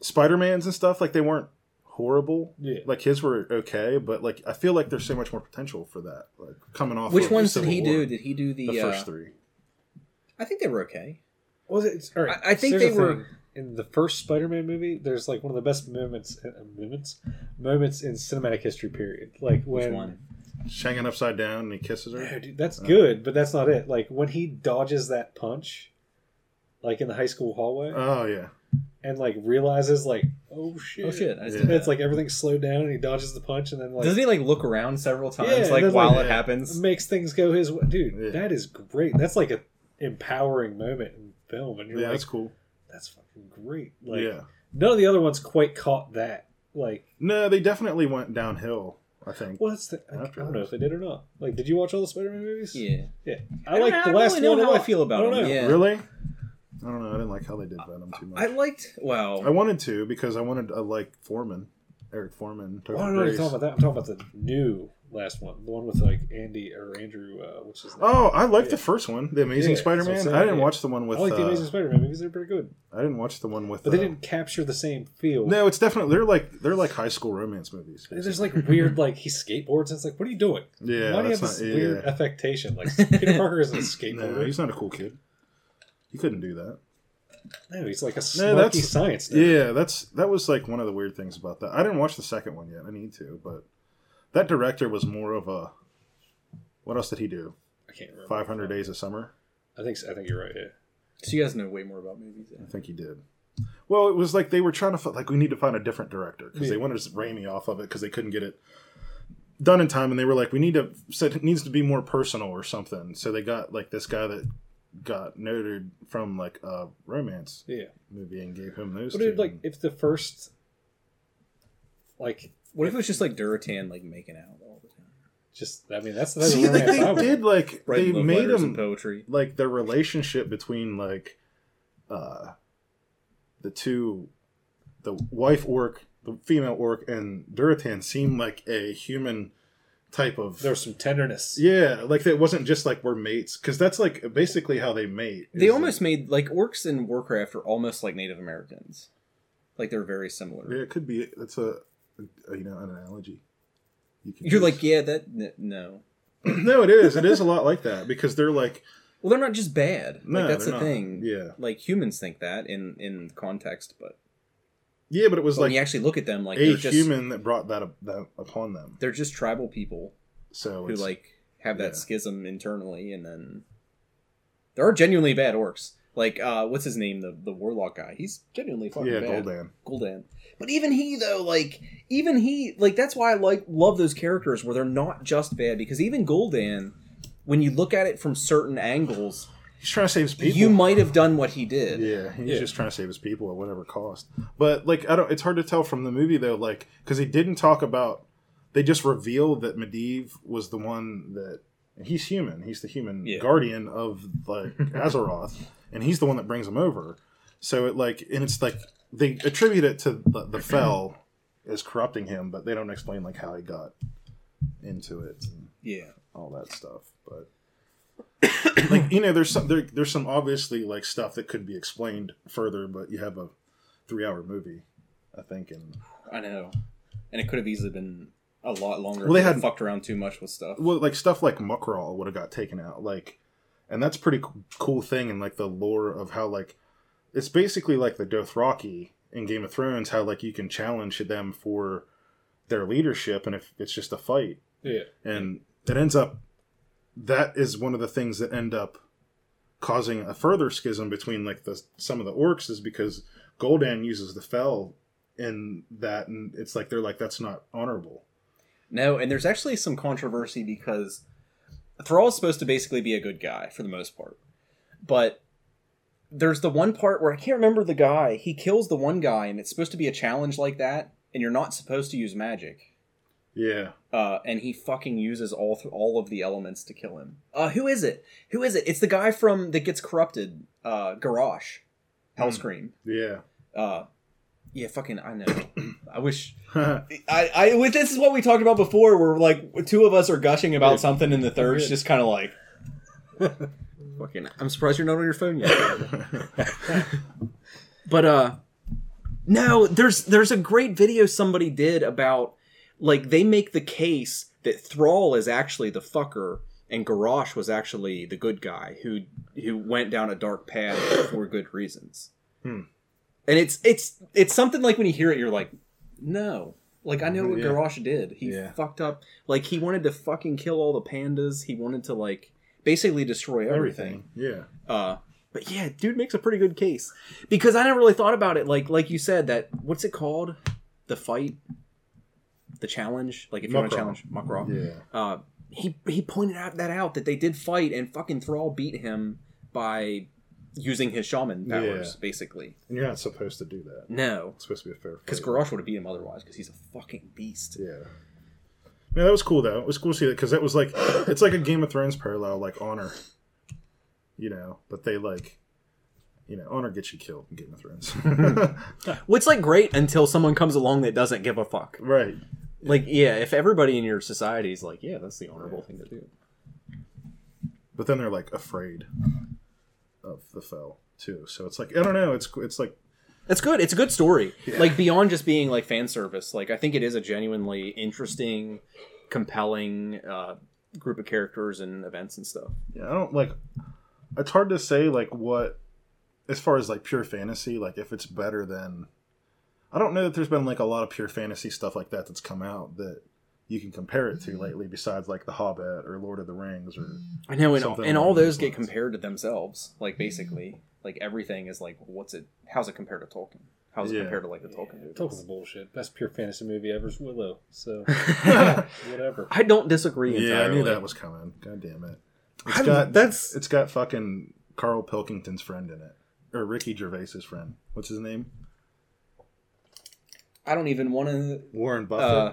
Speaker 2: Spider Mans and stuff. Like they weren't horrible.
Speaker 3: yeah,
Speaker 2: Like his were okay, but like I feel like there's so much more potential for that. Like coming off.
Speaker 1: Which
Speaker 2: of
Speaker 1: ones did
Speaker 2: Civil
Speaker 1: he
Speaker 2: War,
Speaker 1: do? Did he do the.
Speaker 2: The
Speaker 1: uh,
Speaker 2: first three.
Speaker 1: I think they were okay.
Speaker 3: was it? All right.
Speaker 1: I- I think
Speaker 3: here's
Speaker 1: they
Speaker 3: the
Speaker 1: were-
Speaker 3: thing. in the first Spider-Man movie. There's like one of the best moments, uh, moments, moments in cinematic history. Period. Like when.
Speaker 1: Which one?
Speaker 2: She's hanging upside down and he kisses
Speaker 3: Yeah,
Speaker 2: her.
Speaker 3: dude, that's good, but that's not it. Like when he dodges that punch, like in the high school hallway,
Speaker 2: Oh yeah,
Speaker 3: and like realizes, like, oh shit,
Speaker 1: Oh, shit. I just did
Speaker 2: Yeah.
Speaker 3: And it's
Speaker 1: that.
Speaker 3: like everything's slowed down, and he dodges the punch, and then like
Speaker 1: Doesn't he like look around several
Speaker 3: Yeah,
Speaker 1: times,
Speaker 3: it
Speaker 1: like
Speaker 3: does,
Speaker 1: while
Speaker 2: like-
Speaker 1: it happens?
Speaker 3: makes things go his way. Dude,
Speaker 2: Yeah.
Speaker 3: that is great. That's like a empowering moment in film, and you're
Speaker 2: yeah,
Speaker 3: like,
Speaker 2: that's
Speaker 3: that's,
Speaker 2: cool.
Speaker 3: fucking great. Like
Speaker 2: yeah,
Speaker 3: none of the other ones quite caught that. Like,
Speaker 2: no, they definitely went downhill. I think.
Speaker 3: what's the? I, I
Speaker 2: After
Speaker 3: don't
Speaker 2: that.
Speaker 3: know if they did or not. Like, did you watch all the Spider-Man movies?
Speaker 1: Yeah.
Speaker 3: I like
Speaker 1: don't-
Speaker 3: the
Speaker 1: I
Speaker 3: last
Speaker 1: don't really
Speaker 3: one.
Speaker 1: know
Speaker 3: a
Speaker 1: how I
Speaker 3: lot.
Speaker 1: feel about
Speaker 3: don't
Speaker 1: them,
Speaker 3: know.
Speaker 1: yeah.
Speaker 2: Really? I don't know. I didn't like how they did Venom too much.
Speaker 1: I liked. Wow.
Speaker 2: I wanted to because I wanted I like Foreman, Eric Foreman. Topher
Speaker 3: Oh, no, no, you're
Speaker 2: Grace.
Speaker 3: talking about that. I'm talking about the new last one, the one with like Andy or Andrew, uh, which is
Speaker 2: Oh, I liked
Speaker 3: Yeah.
Speaker 2: the first one, The Amazing
Speaker 3: Yeah, so
Speaker 2: Spider-Man.
Speaker 3: same,
Speaker 2: I didn't
Speaker 3: yeah.
Speaker 2: watch the one with.
Speaker 3: I like the
Speaker 2: uh,
Speaker 3: Amazing Spider-Man movies; they're pretty good,
Speaker 2: I didn't watch the one with.
Speaker 3: but they
Speaker 2: uh,
Speaker 3: didn't capture the same feel.
Speaker 2: No, it's definitely they're like they're like high school romance movies.
Speaker 3: There's like weird, like he skateboards. And it's like, what are you doing?
Speaker 2: Yeah,
Speaker 3: Why do you
Speaker 2: that's
Speaker 3: have this
Speaker 2: not-
Speaker 3: weird
Speaker 2: yeah.
Speaker 3: affectation? Like Peter Parker isn't
Speaker 2: No,
Speaker 3: skateboarding.
Speaker 2: he's not a cool kid. He couldn't do that.
Speaker 3: No, he's like a snarky
Speaker 2: No, that's-
Speaker 3: science. nerd.
Speaker 2: Yeah, that's that was like one of the weird things about that. I didn't watch the second one yet. I need to, but that director was more of a. What else did he do?
Speaker 3: I can't remember.
Speaker 2: Five Hundred Days of Summer.
Speaker 3: I think so- I think you're right. Yeah.
Speaker 1: So you guys know way more about movies.
Speaker 2: I think he did. Well, it was like they were trying to fi- like we need to find a different director because they
Speaker 3: Yeah.
Speaker 2: wanted Raimi off of it because they couldn't get it done in time, and they were like, we need to said it needs to be more personal or something. So they got like this guy that got noted from like a romance
Speaker 3: Yeah.
Speaker 2: movie and gave him those.
Speaker 3: But
Speaker 2: Two.
Speaker 3: dude, like, if the first, like,
Speaker 1: What if it was just like Duratan like making out all the time?
Speaker 3: just I mean, that's that's
Speaker 2: see,
Speaker 3: the
Speaker 2: like
Speaker 3: romance I
Speaker 2: they
Speaker 3: would-
Speaker 2: did like
Speaker 1: Writing
Speaker 2: they
Speaker 1: love
Speaker 2: made
Speaker 1: letters and
Speaker 2: him
Speaker 1: poetry.
Speaker 2: like the relationship between like uh the two the wife orc the female orc and duratan seem like a human type of
Speaker 3: There was some tenderness.
Speaker 2: yeah like it wasn't just like we're mates because that's like basically how they mate is
Speaker 1: They
Speaker 2: that-
Speaker 1: almost made like orcs in Warcraft are almost like Native Americans. Like they're very similar.
Speaker 2: yeah it could be that's a, a you know an analogy you can
Speaker 1: You're
Speaker 2: use.
Speaker 1: like, yeah, that n- no.
Speaker 2: no it is it is a lot like that because they're like
Speaker 1: Well, they're not just bad.
Speaker 2: no
Speaker 1: like that's the
Speaker 2: they're not.
Speaker 1: thing.
Speaker 2: yeah
Speaker 1: Like humans think that in in context, but,
Speaker 2: yeah but it was
Speaker 1: but when
Speaker 2: like
Speaker 1: you actually look at them, like
Speaker 2: a
Speaker 1: they're just
Speaker 2: human that brought that, up, that upon them
Speaker 1: they're just tribal people
Speaker 2: so
Speaker 1: who
Speaker 2: it's,
Speaker 1: like have that
Speaker 2: yeah.
Speaker 1: schism internally and then there are genuinely bad orcs like uh what's his name the the warlock guy he's genuinely fucking
Speaker 2: yeah
Speaker 1: bad
Speaker 2: goldan
Speaker 1: Gul'dan. but even he though like even he like that's why i like love those characters where they're not just bad because even Gul'dan, when you look at it from certain angles
Speaker 2: He's trying to save his people.
Speaker 1: you might have done what he did
Speaker 2: Yeah, he's
Speaker 3: Yeah.
Speaker 2: just trying to save his people at whatever cost. But like, I don't. It's hard to tell from the movie though, like because he didn't talk about. They just revealed that Medivh was the one that and he's human. He's the human
Speaker 1: Yeah.
Speaker 2: guardian of like Azeroth, and he's the one that brings him over. So it like, and it's like they attribute it to the, the Fell as corrupting him, but they don't explain like how he got into it. And,
Speaker 1: yeah
Speaker 2: all that stuff. But like you know, there's some there, there's some obviously like stuff that could be explained further, but you have a three hour movie, I think, and
Speaker 1: i know and it could have easily been a lot longer
Speaker 2: Well, they
Speaker 1: if
Speaker 2: had-
Speaker 1: fucked around too much with stuff
Speaker 2: well, like stuff like Muckral would have got taken out, like. and that's pretty c- cool thing in like the lore of how like it's basically like the Dothraki in Game of Thrones, how like you can challenge them for their leadership, and if it's just a fight,
Speaker 3: Yeah.
Speaker 2: and it ends up that is one of the things that end up causing a further schism between like the some of the orcs is because Goldan uses the fell in that, and it's like they're like that's not honorable.
Speaker 1: No, and there's actually some controversy because Thrall is supposed to basically be a good guy for the most part. But there's the one part where I can't remember the guy. He kills the one guy, and it's supposed to be a challenge like that, and you're not supposed to use magic.
Speaker 2: Yeah,
Speaker 1: Uh, and he fucking uses all th- all of the elements to kill him. Uh, who is it? Who is it? It's the guy from that gets corrupted. Uh, Garrosh, Hellscream.
Speaker 2: yeah.
Speaker 1: Uh, yeah, fucking I know. I wish I, I with- this is what we talked about before where like two of us are gushing about something and the third's just kind of like fucking I'm surprised you're not on your phone yet. but uh no, there's there's a great video somebody did about like they make the case that Thrall is actually the fucker and Garrosh was actually the good guy who who went down a dark path for good reasons.
Speaker 2: Hmm.
Speaker 1: And it's it's it's something like when you hear it you're like no. Like I know what
Speaker 2: Yeah.
Speaker 1: Garrosh did. He
Speaker 2: Yeah.
Speaker 1: fucked up. Like he wanted to fucking kill all the pandas. He wanted to like basically destroy everything.
Speaker 2: Yeah.
Speaker 1: Uh, but yeah, dude makes a pretty good case because I never really thought about it. Like like you said, that what's it called? The fight, the challenge. Like if you want to
Speaker 2: Muckra.
Speaker 1: challenge Muckra,
Speaker 2: Yeah.
Speaker 1: uh, he he pointed out that out that they did fight and fucking Thrall beat him by using his shaman powers
Speaker 2: Yeah.
Speaker 1: basically.
Speaker 2: And you're not supposed to do that.
Speaker 1: No,
Speaker 2: It's supposed to be a fair fight.
Speaker 1: because Garrosh would have beat him otherwise because he's a fucking beast.
Speaker 2: Yeah. Man, that was cool though. It was cool to see that because that was like it's like a Game of Thrones parallel, like honor. You know, but they like, you know, honor gets you killed in Game of Thrones.
Speaker 1: What's like great until someone comes along that doesn't give a fuck.
Speaker 2: right.
Speaker 1: Like yeah, if everybody in your society is like yeah, that's the honorable thing to do.
Speaker 2: But then they're like afraid of the fell too. So it's like I don't know. It's it's like
Speaker 1: It's good. It's a good story. Like beyond just being like fan service, like I think it is a genuinely interesting, compelling uh, group of characters and events and stuff.
Speaker 2: Yeah, I don't like. It's hard to say like what, as far as like pure fantasy, like if it's better than. I don't know that there's been like a lot of pure fantasy stuff like that that's come out that you can compare it to lately, besides like The Hobbit or Lord of the Rings or.
Speaker 1: I know, and,
Speaker 2: Something
Speaker 1: and all
Speaker 2: along those
Speaker 1: those get
Speaker 2: lines.
Speaker 1: compared to themselves. Like basically, like everything is like, what's it? How's it compared to Tolkien? How's it
Speaker 2: Yeah.
Speaker 1: compared to like the Tolkien movies?
Speaker 3: Tolkien's bullshit. Best pure fantasy movie ever is Willow. So whatever.
Speaker 1: I don't disagree.
Speaker 2: yeah, I
Speaker 1: entirely.
Speaker 2: knew that was coming. God damn it! It's
Speaker 1: I'm-
Speaker 2: got
Speaker 1: that's
Speaker 2: it's got fucking Carl Pilkington's friend in it, or Ricky Gervais's friend. What's his name?
Speaker 1: I don't even want to.
Speaker 2: Warren Buffett.
Speaker 1: Uh,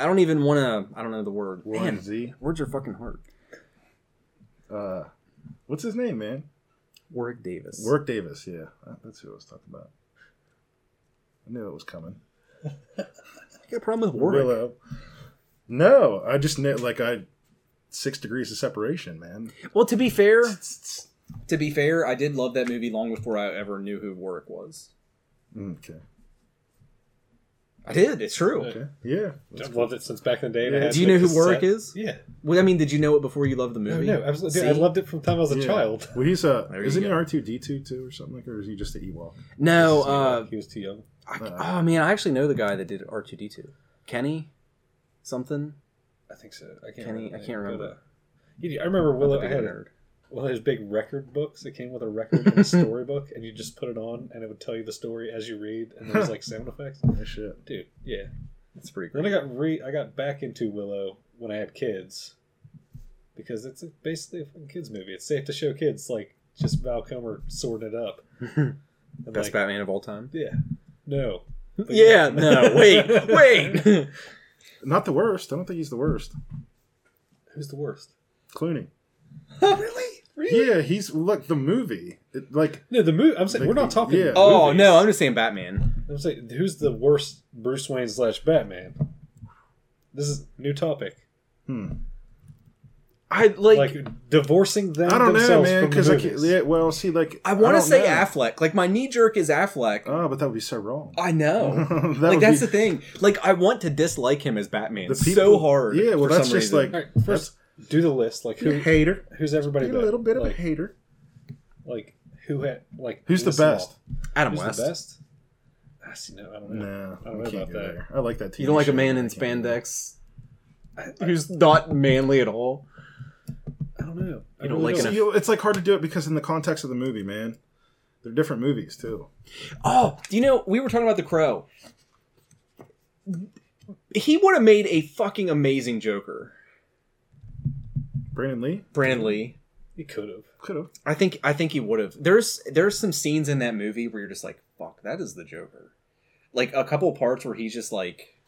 Speaker 1: I don't even want to. I don't know the word.
Speaker 2: Warren
Speaker 1: Man,
Speaker 2: Z.
Speaker 1: words are fucking hard.
Speaker 2: Uh, what's his name, man?
Speaker 1: Warwick Davis.
Speaker 2: Work Davis, yeah. Uh, That's who I was talking about. I knew it was coming.
Speaker 1: I got a problem with Warwick.
Speaker 2: Willow. No, I just knew, like, I. Six degrees of separation, man.
Speaker 1: Well, to be fair, to be fair, I did love that movie long before I ever knew who Warwick was.
Speaker 2: Okay.
Speaker 1: I did. It's true.
Speaker 2: Okay. Yeah.
Speaker 3: I've loved it since back in the day. and I
Speaker 2: Yeah.
Speaker 3: had
Speaker 1: Do you
Speaker 3: the
Speaker 1: know who
Speaker 3: cassette.
Speaker 1: Warwick is?
Speaker 3: Yeah.
Speaker 1: Well, I mean, did you know it before you loved the
Speaker 3: No,
Speaker 1: movie?
Speaker 3: no. Absolutely. Dude, I
Speaker 1: See?
Speaker 3: loved it from the time I was a
Speaker 2: Yeah.
Speaker 3: child.
Speaker 2: Well, he's a.
Speaker 1: There you
Speaker 2: Isn't he
Speaker 1: go.
Speaker 2: R two D two too or something like, or is he just an Ewok?
Speaker 1: No, uh,
Speaker 3: he was too young.
Speaker 1: I,
Speaker 2: Uh,
Speaker 1: oh man, I actually know the guy that did R two D two, Kenny, something.
Speaker 3: I think so. I
Speaker 1: Kenny-
Speaker 3: can't.
Speaker 1: I
Speaker 3: remember the
Speaker 1: can't
Speaker 3: name,
Speaker 1: remember.
Speaker 3: but, uh, you- I remember Willow. I
Speaker 1: big
Speaker 3: had
Speaker 1: nerd.
Speaker 3: one of those big record books that came with a record and a storybook, and you just put it on, and it would tell you the story as you read, and there was like sound effects.
Speaker 2: Oh, shit.
Speaker 3: Dude, yeah.
Speaker 1: That's pretty
Speaker 3: Then
Speaker 1: great.
Speaker 3: I got re I got back into Willow when I had kids, because it's basically a fucking kids movie. It's safe to show kids like just Val Kilmer sorting it up. And,
Speaker 1: Best
Speaker 3: like,
Speaker 1: Batman of all time.
Speaker 3: Yeah. No. But
Speaker 1: Yeah. No. Wait. Wait.
Speaker 2: Not the worst. I don't think he's the worst.
Speaker 3: Who's the worst?
Speaker 2: Clooney.
Speaker 1: really? Really?
Speaker 2: Yeah, he's look the movie. It, like
Speaker 3: No, the movie. I'm saying
Speaker 2: Like
Speaker 3: we're not
Speaker 2: the-
Speaker 3: talking.
Speaker 2: yeah.
Speaker 1: Oh
Speaker 3: movies.
Speaker 1: no! I'm just saying Batman.
Speaker 3: I'm saying, who's the worst Bruce Wayne slash Batman? This is new topic.
Speaker 1: I like.
Speaker 3: Like, divorcing them.
Speaker 2: I don't know,
Speaker 3: themselves
Speaker 2: man.
Speaker 3: from the
Speaker 2: Because like
Speaker 3: movies.
Speaker 2: yeah, well, see, like
Speaker 1: I want to
Speaker 2: don't
Speaker 1: say
Speaker 2: know.
Speaker 1: Affleck. Like my knee jerk is Affleck.
Speaker 2: Oh, but that would be so wrong.
Speaker 1: I know.
Speaker 2: That
Speaker 1: Oh. like
Speaker 2: would
Speaker 1: that's
Speaker 2: be-
Speaker 1: the thing. Like I want to dislike him as Batman
Speaker 2: the people,
Speaker 1: so hard.
Speaker 2: Yeah, well,
Speaker 1: for
Speaker 2: that's
Speaker 1: some
Speaker 2: just
Speaker 1: reason.
Speaker 2: like
Speaker 3: All right, first-
Speaker 2: that's-
Speaker 3: do the list like
Speaker 2: You
Speaker 3: who
Speaker 2: hater.
Speaker 3: who's everybody
Speaker 2: You're
Speaker 3: been?
Speaker 2: a little bit of
Speaker 3: like,
Speaker 2: a hater.
Speaker 3: like who had like
Speaker 2: Who's the
Speaker 3: list them all.
Speaker 2: best?
Speaker 1: Adam
Speaker 3: Who's
Speaker 1: West.
Speaker 3: the best? I see no, I don't know.
Speaker 2: Nah,
Speaker 3: I don't
Speaker 2: we
Speaker 3: know
Speaker 2: can't
Speaker 3: about
Speaker 2: go
Speaker 3: that.
Speaker 2: there. I like that. TV
Speaker 1: You don't like a
Speaker 2: show,
Speaker 1: man
Speaker 2: but
Speaker 1: in
Speaker 2: I can't go there.
Speaker 1: spandex who's not manly at all.
Speaker 3: I don't know. I
Speaker 1: You don't
Speaker 3: really
Speaker 1: like
Speaker 2: So
Speaker 1: an-
Speaker 2: you, it's like hard to do it because in the context of the movie, man, they're different movies too.
Speaker 1: Oh, do you know we were talking about the crow? He would have made a fucking amazing Joker,
Speaker 2: Brandon Lee
Speaker 1: Brandon Lee.
Speaker 3: He could have.
Speaker 2: could have.
Speaker 1: I think I think he would have. There's there's some scenes in that movie where you're just like, fuck, that is the Joker. Like a couple parts where he's just like,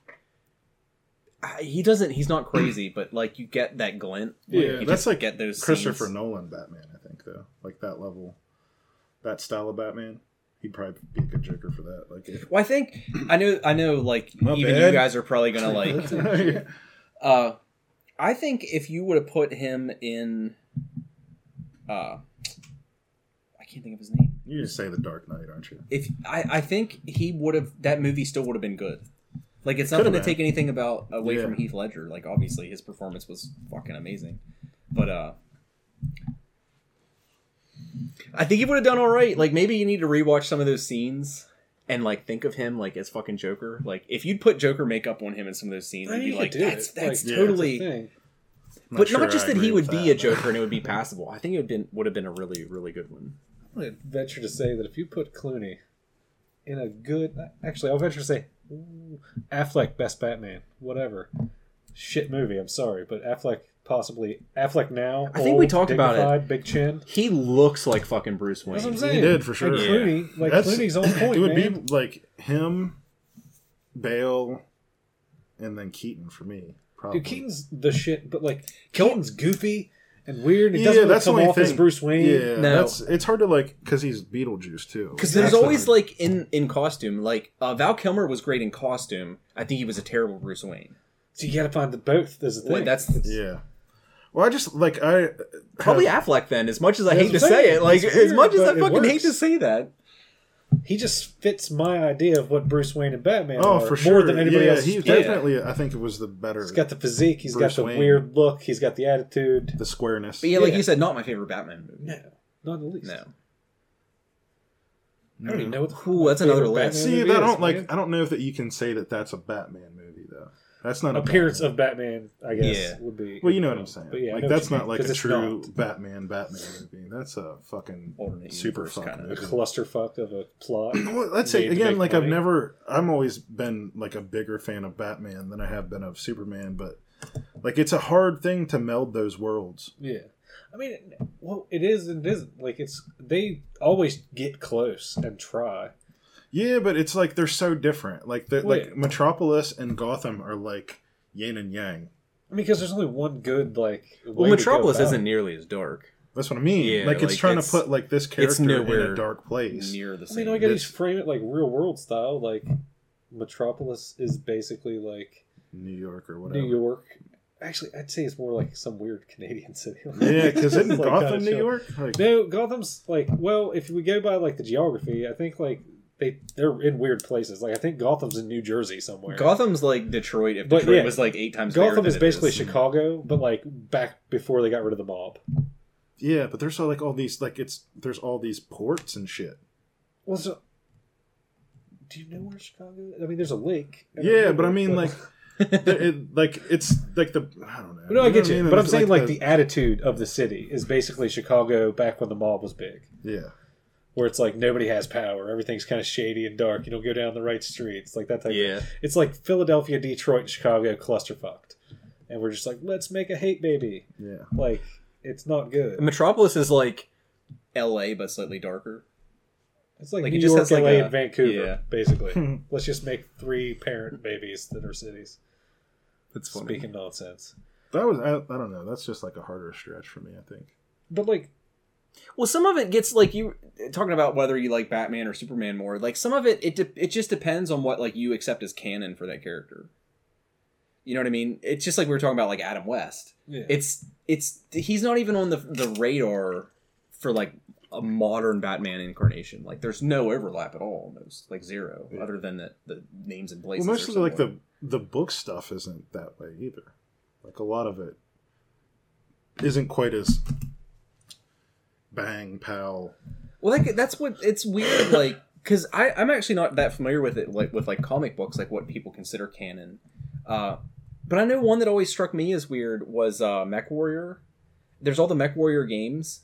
Speaker 1: I- he doesn't. He's not crazy, but like you get that glint. where
Speaker 2: Yeah,
Speaker 1: you
Speaker 2: that's
Speaker 1: just
Speaker 2: like
Speaker 1: get those
Speaker 2: Christopher
Speaker 1: scenes.
Speaker 2: Nolan Batman, I think though, like that level, that style of Batman, he'd probably be a good Joker for that. Like, if,
Speaker 1: Well, I think I know. I know. Like
Speaker 2: My
Speaker 1: even you
Speaker 2: bad.
Speaker 1: guys are probably gonna like. Uh, I think if you would have put him in, uh, I can't think of his name.
Speaker 2: you just say the Dark Knight, aren't you?
Speaker 1: If I, I think he would have that movie still would have been good. Like it's
Speaker 2: Coulda
Speaker 1: nothing to
Speaker 2: been.
Speaker 1: take anything about away
Speaker 2: Yeah.
Speaker 1: from Heath Ledger. Like obviously his performance was fucking amazing, but uh. I think he would have done all right. Like maybe you need to rewatch some of those scenes and like think of him like as fucking Joker. Like if you'd put Joker makeup on him in some of those scenes,
Speaker 3: I
Speaker 1: I'd
Speaker 3: think
Speaker 1: be
Speaker 3: he
Speaker 1: like,
Speaker 3: could do it.
Speaker 1: that's that's
Speaker 2: Like, yeah, it's a
Speaker 1: totally
Speaker 3: Thing.
Speaker 2: I'm
Speaker 1: but
Speaker 2: sure
Speaker 1: not just
Speaker 2: I
Speaker 1: that
Speaker 2: agree
Speaker 1: he would
Speaker 2: with
Speaker 1: be
Speaker 2: that,
Speaker 1: a
Speaker 2: but-
Speaker 1: Joker and it would be passable. I think it would been would have been a really really good one.
Speaker 3: I'm gonna venture to say that if you put Clooney in a good, actually, I'll venture to say ooh, Affleck best Batman, whatever shit movie. I'm sorry, but Affleck possibly Affleck now.
Speaker 1: I think we
Speaker 3: old,
Speaker 1: talked about it.
Speaker 3: dignified, Big chin.
Speaker 1: He looks like fucking Bruce
Speaker 3: That's what I'm
Speaker 1: Wayne.
Speaker 3: saying.
Speaker 2: did, for sure.
Speaker 3: And Clooney, like
Speaker 2: That's-
Speaker 3: Clooney's on point,
Speaker 2: It would
Speaker 3: man.
Speaker 2: be like him, Bale, and then Keaton for me. Probably.
Speaker 3: Dude, Keaton's the shit, but like
Speaker 1: Kill-
Speaker 3: Keaton's goofy and weird. and It
Speaker 2: Yeah,
Speaker 3: doesn't really
Speaker 2: that's the
Speaker 3: come
Speaker 2: only
Speaker 3: off as
Speaker 2: thing.
Speaker 3: Bruce Wayne.
Speaker 2: Yeah,
Speaker 1: No.
Speaker 2: that's it's hard to like because he's Beetlejuice too.
Speaker 1: Because
Speaker 2: Like,
Speaker 1: there's
Speaker 2: that's
Speaker 1: always
Speaker 2: the-
Speaker 1: like in in costume, like uh, Val Kilmer was great in costume. I think he was a terrible Bruce Wayne.
Speaker 3: So you gotta find the both. There's a thing.
Speaker 1: Wait, that's
Speaker 2: yeah. Well, I just like I
Speaker 1: probably Affleck then. As much as I
Speaker 3: That's
Speaker 1: hate to
Speaker 3: what I'm
Speaker 1: say
Speaker 3: saying.
Speaker 1: it, like
Speaker 3: It's
Speaker 1: as much
Speaker 3: weird,
Speaker 1: as I
Speaker 3: but it
Speaker 1: fucking hate
Speaker 3: works.
Speaker 1: to say that,
Speaker 3: he just fits my idea of what Bruce Wayne and Batman.
Speaker 2: Oh,
Speaker 3: are,
Speaker 2: for
Speaker 3: more
Speaker 2: sure.
Speaker 3: than anybody
Speaker 2: yeah,
Speaker 3: else.
Speaker 2: He
Speaker 1: Yeah.
Speaker 2: definitely, I think, it was the better.
Speaker 3: He's got the physique. He's
Speaker 2: Bruce
Speaker 3: got the
Speaker 2: Wayne.
Speaker 3: weird look. He's got the attitude.
Speaker 2: the squareness.
Speaker 1: but yeah, like
Speaker 3: Yeah.
Speaker 1: you said, not my favorite Batman movie.
Speaker 3: No, not the least.
Speaker 1: No,
Speaker 3: I don't even know what the
Speaker 1: Ooh, that's another
Speaker 3: favorite
Speaker 1: list.
Speaker 2: See,
Speaker 3: Batman
Speaker 2: I
Speaker 3: movie
Speaker 2: don't
Speaker 3: is,
Speaker 2: like.
Speaker 3: man.
Speaker 2: I don't know if that you can say that that's a Batman movie though. That's not a
Speaker 3: appearance
Speaker 2: Batman.
Speaker 3: of Batman. I guess
Speaker 1: Yeah.
Speaker 3: would be.
Speaker 2: Well, you know what I'm saying.
Speaker 3: But yeah, I
Speaker 2: like
Speaker 3: know
Speaker 2: that's
Speaker 3: what you
Speaker 2: not
Speaker 3: mean,
Speaker 2: like
Speaker 3: 'cause
Speaker 2: a
Speaker 3: it's
Speaker 2: true
Speaker 3: not
Speaker 2: Batman Batman movie. That's a fucking
Speaker 1: alternate
Speaker 2: super
Speaker 1: universe
Speaker 2: fuck
Speaker 1: kinda.
Speaker 3: a
Speaker 2: movie.
Speaker 3: clusterfuck of a plot.
Speaker 2: Well, let's say
Speaker 3: made to
Speaker 2: again,
Speaker 3: make
Speaker 2: like I've
Speaker 3: money.
Speaker 2: never, I'm always been like a bigger fan of Batman than I have been of Superman, but like it's a hard thing to meld those worlds.
Speaker 3: Yeah. I mean, it- well, it is and it isn't. Like, it's. They always get close and try.
Speaker 2: Yeah, but it's like they're so different. Like they're,
Speaker 3: Well, yeah.
Speaker 2: like Metropolis and Gotham are like yin and yang.
Speaker 3: I mean, because there's only one good, like.
Speaker 1: Well,
Speaker 3: way to go
Speaker 1: Metropolis
Speaker 3: about
Speaker 1: isn't
Speaker 3: it.
Speaker 1: nearly as dark.
Speaker 2: That's what I mean.
Speaker 1: Yeah,
Speaker 2: like it's
Speaker 1: like,
Speaker 2: trying
Speaker 1: it's-
Speaker 2: to put like this
Speaker 1: it's
Speaker 2: character in
Speaker 1: nowhere
Speaker 2: a dark place.
Speaker 1: Near the
Speaker 3: I
Speaker 1: same.
Speaker 3: mean, all you gotta do
Speaker 2: This-
Speaker 3: is frame it like real world style. Like, Metropolis is basically like
Speaker 2: New York or whatever.
Speaker 3: New York. Actually, I'd say it's more like some weird Canadian city.
Speaker 2: Yeah, because
Speaker 3: It's
Speaker 2: isn't
Speaker 3: like kinda
Speaker 2: Gotham New
Speaker 3: chill.
Speaker 2: York? Like,
Speaker 3: No, Gotham's like well, if we go by like the geography, I think like they they're in weird places. Like I think Gotham's in New Jersey somewhere.
Speaker 1: Gotham's like Detroit. If
Speaker 3: But,
Speaker 1: Detroit
Speaker 3: yeah,
Speaker 1: was like eight times bigger
Speaker 3: Gotham
Speaker 1: than
Speaker 3: is
Speaker 1: it
Speaker 3: basically Chicago, but like back before they got rid of the mob.
Speaker 2: yeah, but there's all, like all these like it's there's all these ports and shit.
Speaker 3: Well, so, do you know where Chicago? Is? I mean, there's a lake. don't
Speaker 2: Yeah,
Speaker 3: remember,
Speaker 2: but I mean like there- it, like it's like the I don't know.
Speaker 3: no, I
Speaker 2: know
Speaker 3: get
Speaker 2: what
Speaker 3: you.
Speaker 2: mean?
Speaker 3: But I'm
Speaker 2: It's
Speaker 3: saying like the attitude of the city is basically Chicago back when the mob was big.
Speaker 2: yeah.
Speaker 3: Where it's like nobody has power, everything's kind of shady and dark. You don't go down the right streets, like that type. of
Speaker 1: Yeah,
Speaker 3: It's like Philadelphia, Detroit, and Chicago clusterfucked. And we're just like, let's make a hate baby.
Speaker 2: Yeah,
Speaker 3: Like, it's not good.
Speaker 1: Metropolis is like L.A. but slightly darker.
Speaker 3: It's like,
Speaker 1: Like,
Speaker 3: New
Speaker 1: it just
Speaker 3: York,
Speaker 1: has like
Speaker 3: LA,
Speaker 1: a-
Speaker 3: and Vancouver,
Speaker 1: yeah.
Speaker 3: basically. let's just make three parent babies that are cities.
Speaker 1: That's
Speaker 3: Speaking nonsense.
Speaker 2: that was I, I don't know. That's just like a harder stretch for me. I think.
Speaker 3: But like,
Speaker 1: Well, some of it gets like you talking about whether you like Batman or Superman more. Like some of it, it de- it just depends on what like you accept as canon for that character. You know what I mean? It's just like we were talking about like Adam West.
Speaker 3: yeah.
Speaker 1: It's it's he's not even on the the radar for like a modern Batman incarnation. Like there's no overlap at all, almost like zero,
Speaker 2: Yeah.
Speaker 1: other than the the names and places.
Speaker 2: Well,
Speaker 1: are
Speaker 2: most of the, like
Speaker 1: similar.
Speaker 2: the the book stuff isn't that way either. Like a lot of it isn't quite as bang pal.
Speaker 1: Well, like that's what it's weird, like because I I'm actually not that familiar with it, like with like comic books, like what people consider canon. Uh, but I know one that always struck me as weird was uh, Mech Warrior. There's all the Mech Warrior games.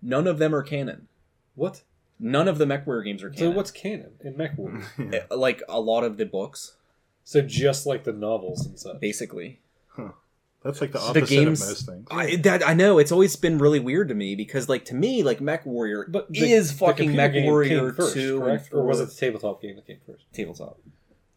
Speaker 1: None of them are canon.
Speaker 3: What?
Speaker 1: None of the Mech Warrior games are
Speaker 3: So
Speaker 1: canon.
Speaker 3: what's canon in MechWarrior?
Speaker 2: Yeah.
Speaker 1: Uh, like a lot of the books,
Speaker 3: so just like the novels and such.
Speaker 1: basically.
Speaker 2: That's like the
Speaker 1: The
Speaker 2: opposite
Speaker 1: games-
Speaker 2: of most things.
Speaker 1: I that I know it's always been really weird to me because like to me like Mech Warrior
Speaker 3: But
Speaker 1: but is
Speaker 3: the
Speaker 1: fucking
Speaker 3: computer
Speaker 1: Mech
Speaker 3: game
Speaker 1: Warrior
Speaker 3: came first,
Speaker 1: two
Speaker 3: correct?
Speaker 1: and
Speaker 3: or was it the tabletop game that came first?
Speaker 1: tabletop?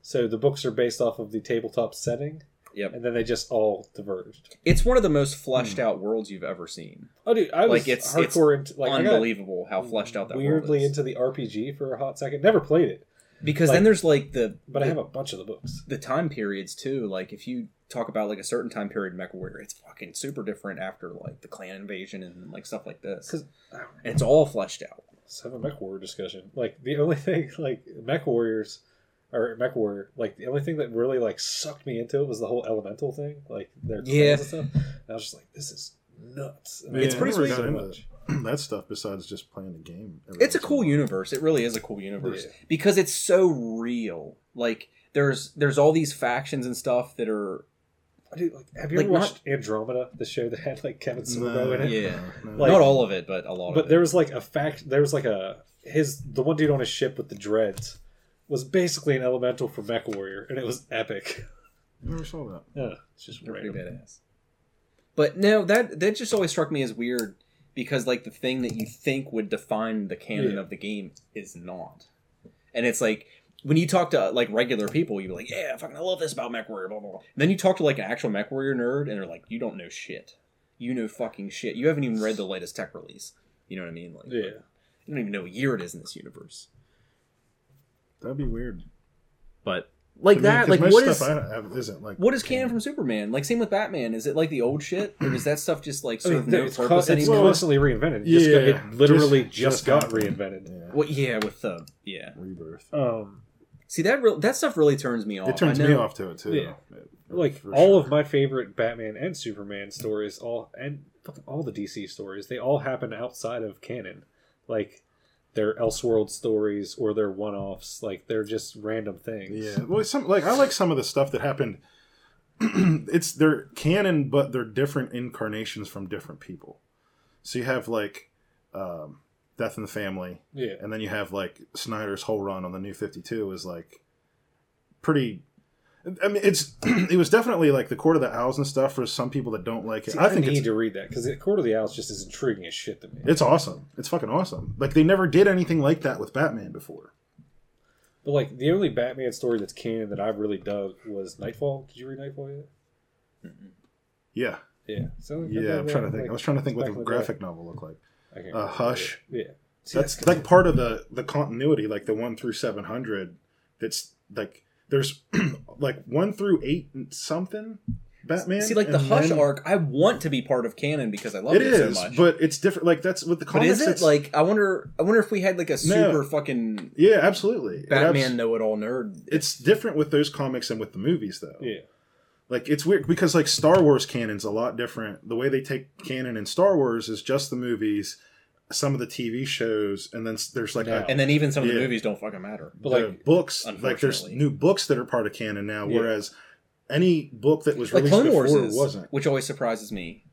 Speaker 3: So the books are based off of the tabletop setting.
Speaker 1: Yep.
Speaker 3: And then they just all diverged.
Speaker 1: It's one of the most
Speaker 3: Hmm.
Speaker 1: fleshed out worlds you've ever seen.
Speaker 3: Oh, dude, I was
Speaker 1: Like, it's- it's
Speaker 3: hardcore into like I got
Speaker 1: Unbelievable how fleshed out that world
Speaker 3: Weirdly
Speaker 1: is.
Speaker 3: into the RPG for a hot second. Never played it,
Speaker 1: because
Speaker 3: like-
Speaker 1: then there's like the
Speaker 3: but
Speaker 1: the,
Speaker 3: I have a bunch of the books.
Speaker 1: the time periods too. Like if you talk about like a certain time period in MechWarrior, it's fucking super different after like the clan invasion and like stuff like this.
Speaker 3: 'Cause-
Speaker 1: And it's all fleshed out.
Speaker 3: Let's have a mech warrior discussion. Like the only thing, like mech warriors or mech warrior, like the only thing that really like sucked me into it was the whole elemental thing, like their clans
Speaker 1: Yeah.
Speaker 3: and stuff. And I was just like, this is nuts. I mean,
Speaker 1: It's
Speaker 2: Yeah, I
Speaker 1: pretty
Speaker 2: never
Speaker 1: sweet.
Speaker 2: got
Speaker 3: So
Speaker 2: into
Speaker 3: much.
Speaker 2: that stuff besides just playing the game. every
Speaker 1: It's a
Speaker 2: once in
Speaker 1: cool
Speaker 2: while.
Speaker 1: universe. It really is a cool universe
Speaker 3: Yeah.
Speaker 1: because it's so real. Like there's there's all these factions and stuff that are
Speaker 3: Dude, like, have you
Speaker 1: Like,
Speaker 3: ever
Speaker 1: not-
Speaker 3: watched Andromeda, the show that had like Kevin Sorbo
Speaker 2: No,
Speaker 3: in it?
Speaker 1: Yeah.
Speaker 2: uh, no, no.
Speaker 3: Like-
Speaker 1: not all of it, but a lot of
Speaker 3: But
Speaker 1: it.
Speaker 3: there was like a fact. There was like a his the one dude on his ship with the dreads was basically an elemental for Mech Warrior, and it was epic.
Speaker 2: I never saw that.
Speaker 3: Yeah, it's just
Speaker 1: They're pretty
Speaker 3: random.
Speaker 1: badass. But no, that that just always struck me as weird because like the thing that you think would define the canon
Speaker 3: Yeah.
Speaker 1: of the game is not. And it's like when you talk to like regular people, you're like, "Yeah, fucking, I love this about MechWarrior." Blah blah. blah. And then you talk to like an actual MechWarrior nerd, and they're like, "You don't know shit. You know fucking shit. You haven't even read the latest tech release. You know what I mean? Like,
Speaker 3: Yeah,
Speaker 1: you don't even know what year it is in this universe."
Speaker 2: That'd be weird.
Speaker 1: But like
Speaker 2: To me,
Speaker 1: that,
Speaker 2: 'cause
Speaker 1: like
Speaker 2: most
Speaker 1: what
Speaker 2: stuff
Speaker 1: is
Speaker 2: I have isn't like
Speaker 1: what is canon from Superman? Like same with Batman. Is it like the old shit, or does that stuff just like
Speaker 3: I
Speaker 1: serve
Speaker 3: mean,
Speaker 1: no
Speaker 3: it's,
Speaker 1: purpose
Speaker 3: con- it's
Speaker 1: anymore?
Speaker 3: constantly reinvented. It just got-
Speaker 2: Yeah,
Speaker 3: it literally
Speaker 2: just- just
Speaker 3: just, got
Speaker 2: happened.
Speaker 3: reinvented.
Speaker 2: yeah,
Speaker 1: Well, yeah, with the yeah.
Speaker 2: rebirth.
Speaker 3: Um,
Speaker 1: See that real that stuff really turns me off.
Speaker 2: It turns
Speaker 1: Oh, I know,
Speaker 2: me off to it too.
Speaker 3: Yeah.
Speaker 2: It-
Speaker 3: like
Speaker 2: for
Speaker 3: all
Speaker 2: sure.
Speaker 3: of my favorite Batman and Superman stories, all and fucking all the DC stories, they all happen outside of canon. Like they're Elseworld stories or they're one-offs. Like they're just random things.
Speaker 2: Yeah, well, some like I like some of the stuff that happened. it's they're canon, but they're different incarnations from different people. So you have like um, Death in the Family,
Speaker 3: yeah.
Speaker 2: and then you have like Snyder's whole run on the New Fifty Two is like pretty. I mean, it's it was definitely like the Court of the Owls and stuff for some people that don't like it.
Speaker 3: See,
Speaker 2: I think
Speaker 3: need
Speaker 2: it's,
Speaker 3: to read that because Court of the Owls just is intriguing as shit to me.
Speaker 2: it's awesome. It's fucking awesome. Like they never did anything like that with Batman before.
Speaker 3: But like the only Batman story that's canon that I've really dug was Nightfall. Did you read Nightfall yet?
Speaker 2: Yeah,
Speaker 3: Yeah. So like,
Speaker 2: yeah. I'm
Speaker 3: that-
Speaker 2: trying to think.
Speaker 3: like-
Speaker 2: I was trying to think what
Speaker 3: back
Speaker 2: the
Speaker 3: in the
Speaker 2: graphic novel looked like.
Speaker 3: I can't
Speaker 2: Uh,
Speaker 3: remember.
Speaker 2: Hush.
Speaker 3: Yeah. See,
Speaker 2: that's like part of the the continuity like the 1 through 700 that's like there's like 1 through 8 and something batman
Speaker 1: See, like the
Speaker 2: and
Speaker 1: Hush
Speaker 2: then-
Speaker 1: arc, I want to be part of canon because I love
Speaker 2: it
Speaker 1: it,
Speaker 2: is
Speaker 1: so much.
Speaker 2: but it's different like that's with the
Speaker 1: but
Speaker 2: comics
Speaker 1: is it
Speaker 2: it's-
Speaker 1: like I wonder? I wonder if we had like a super fucking
Speaker 2: yeah absolutely It abs-
Speaker 1: Batman know-it-all nerd.
Speaker 2: it's different with those comics and with the movies though
Speaker 3: yeah.
Speaker 2: like it's weird because like Star Wars canon's a lot different. The way they take canon in Star Wars is just the movies, some of the TV shows, and then s- there's like a-
Speaker 3: Now.
Speaker 1: and then even some of the
Speaker 2: Yeah.
Speaker 1: movies don't fucking matter.
Speaker 3: But
Speaker 2: the
Speaker 3: like
Speaker 2: books like there's
Speaker 1: unfortunately.
Speaker 2: new books that are part of canon now
Speaker 3: Yeah.
Speaker 2: whereas any book that was
Speaker 1: Like
Speaker 2: released
Speaker 1: Clone Wars
Speaker 2: before
Speaker 1: is,
Speaker 2: wasn't
Speaker 1: which always surprises me.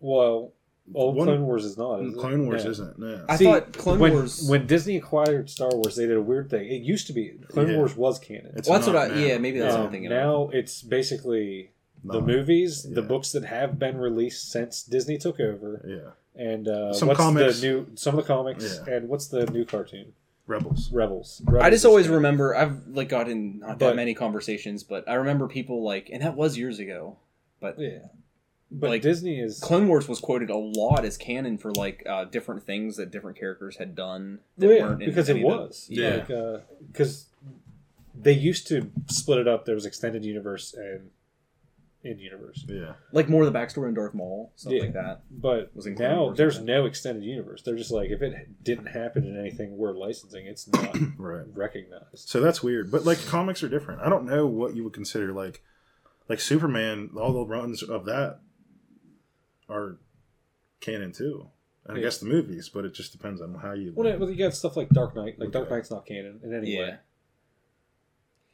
Speaker 3: well, old
Speaker 2: One-
Speaker 3: Clone Wars is not. Is it?
Speaker 2: clone wars
Speaker 3: No.
Speaker 2: isn't no
Speaker 1: I thought Clone
Speaker 3: when,
Speaker 1: Wars-
Speaker 3: when Disney acquired Star Wars, they did a weird thing. It used to be Clone
Speaker 2: Yeah.
Speaker 3: Wars was canon.
Speaker 2: It's
Speaker 1: Well, that's
Speaker 2: not
Speaker 1: what I.
Speaker 2: now.
Speaker 1: Yeah, maybe that's
Speaker 2: Yeah.
Speaker 1: what
Speaker 3: Um,
Speaker 1: I'm thinking. of.
Speaker 3: now it's basically the
Speaker 2: Not.
Speaker 3: movies, the
Speaker 2: Yeah.
Speaker 3: books that have been released since Disney took over,
Speaker 2: yeah
Speaker 3: and uh,
Speaker 2: Some
Speaker 3: what's
Speaker 2: comics.
Speaker 3: the new some of the comics,
Speaker 2: Yeah.
Speaker 3: and what's the new cartoon
Speaker 2: rebels
Speaker 3: Rebels.
Speaker 1: I just
Speaker 3: Rebels
Speaker 1: always
Speaker 3: is canon.
Speaker 1: remember I've like gotten not that
Speaker 3: But-
Speaker 1: many conversations, but I remember people like, and that was years ago. But
Speaker 3: Yeah, but
Speaker 1: Like,
Speaker 3: Disney is
Speaker 1: Clone Wars was quoted a lot as canon for like uh, different things that different characters had done that
Speaker 3: Well, Oh, yeah,
Speaker 1: weren't in
Speaker 3: because
Speaker 1: any
Speaker 3: it
Speaker 1: of the-
Speaker 3: was.
Speaker 1: Yeah.
Speaker 3: Yeah, because they used to split it up. There was extended universe and in universe,
Speaker 2: yeah
Speaker 1: like more of the backstory in Darth Maul, stuff
Speaker 3: Yeah.
Speaker 1: like that.
Speaker 3: but
Speaker 1: Was in Clone
Speaker 3: now
Speaker 1: Wars,
Speaker 3: there's
Speaker 1: yeah.
Speaker 3: no extended universe. They're just like if it didn't happen in anything we're licensing, it's not
Speaker 2: right
Speaker 3: recognized.
Speaker 2: so that's weird but like comics are different i don't know what you would consider like like superman all the runs of that are canon too. And I
Speaker 3: Yeah.
Speaker 2: guess the movies, but it just depends on how you.
Speaker 3: Well, no, well, you got stuff like Dark Knight. Like Dark
Speaker 2: Okay.
Speaker 3: Knight's not canon in any way.
Speaker 1: Yeah.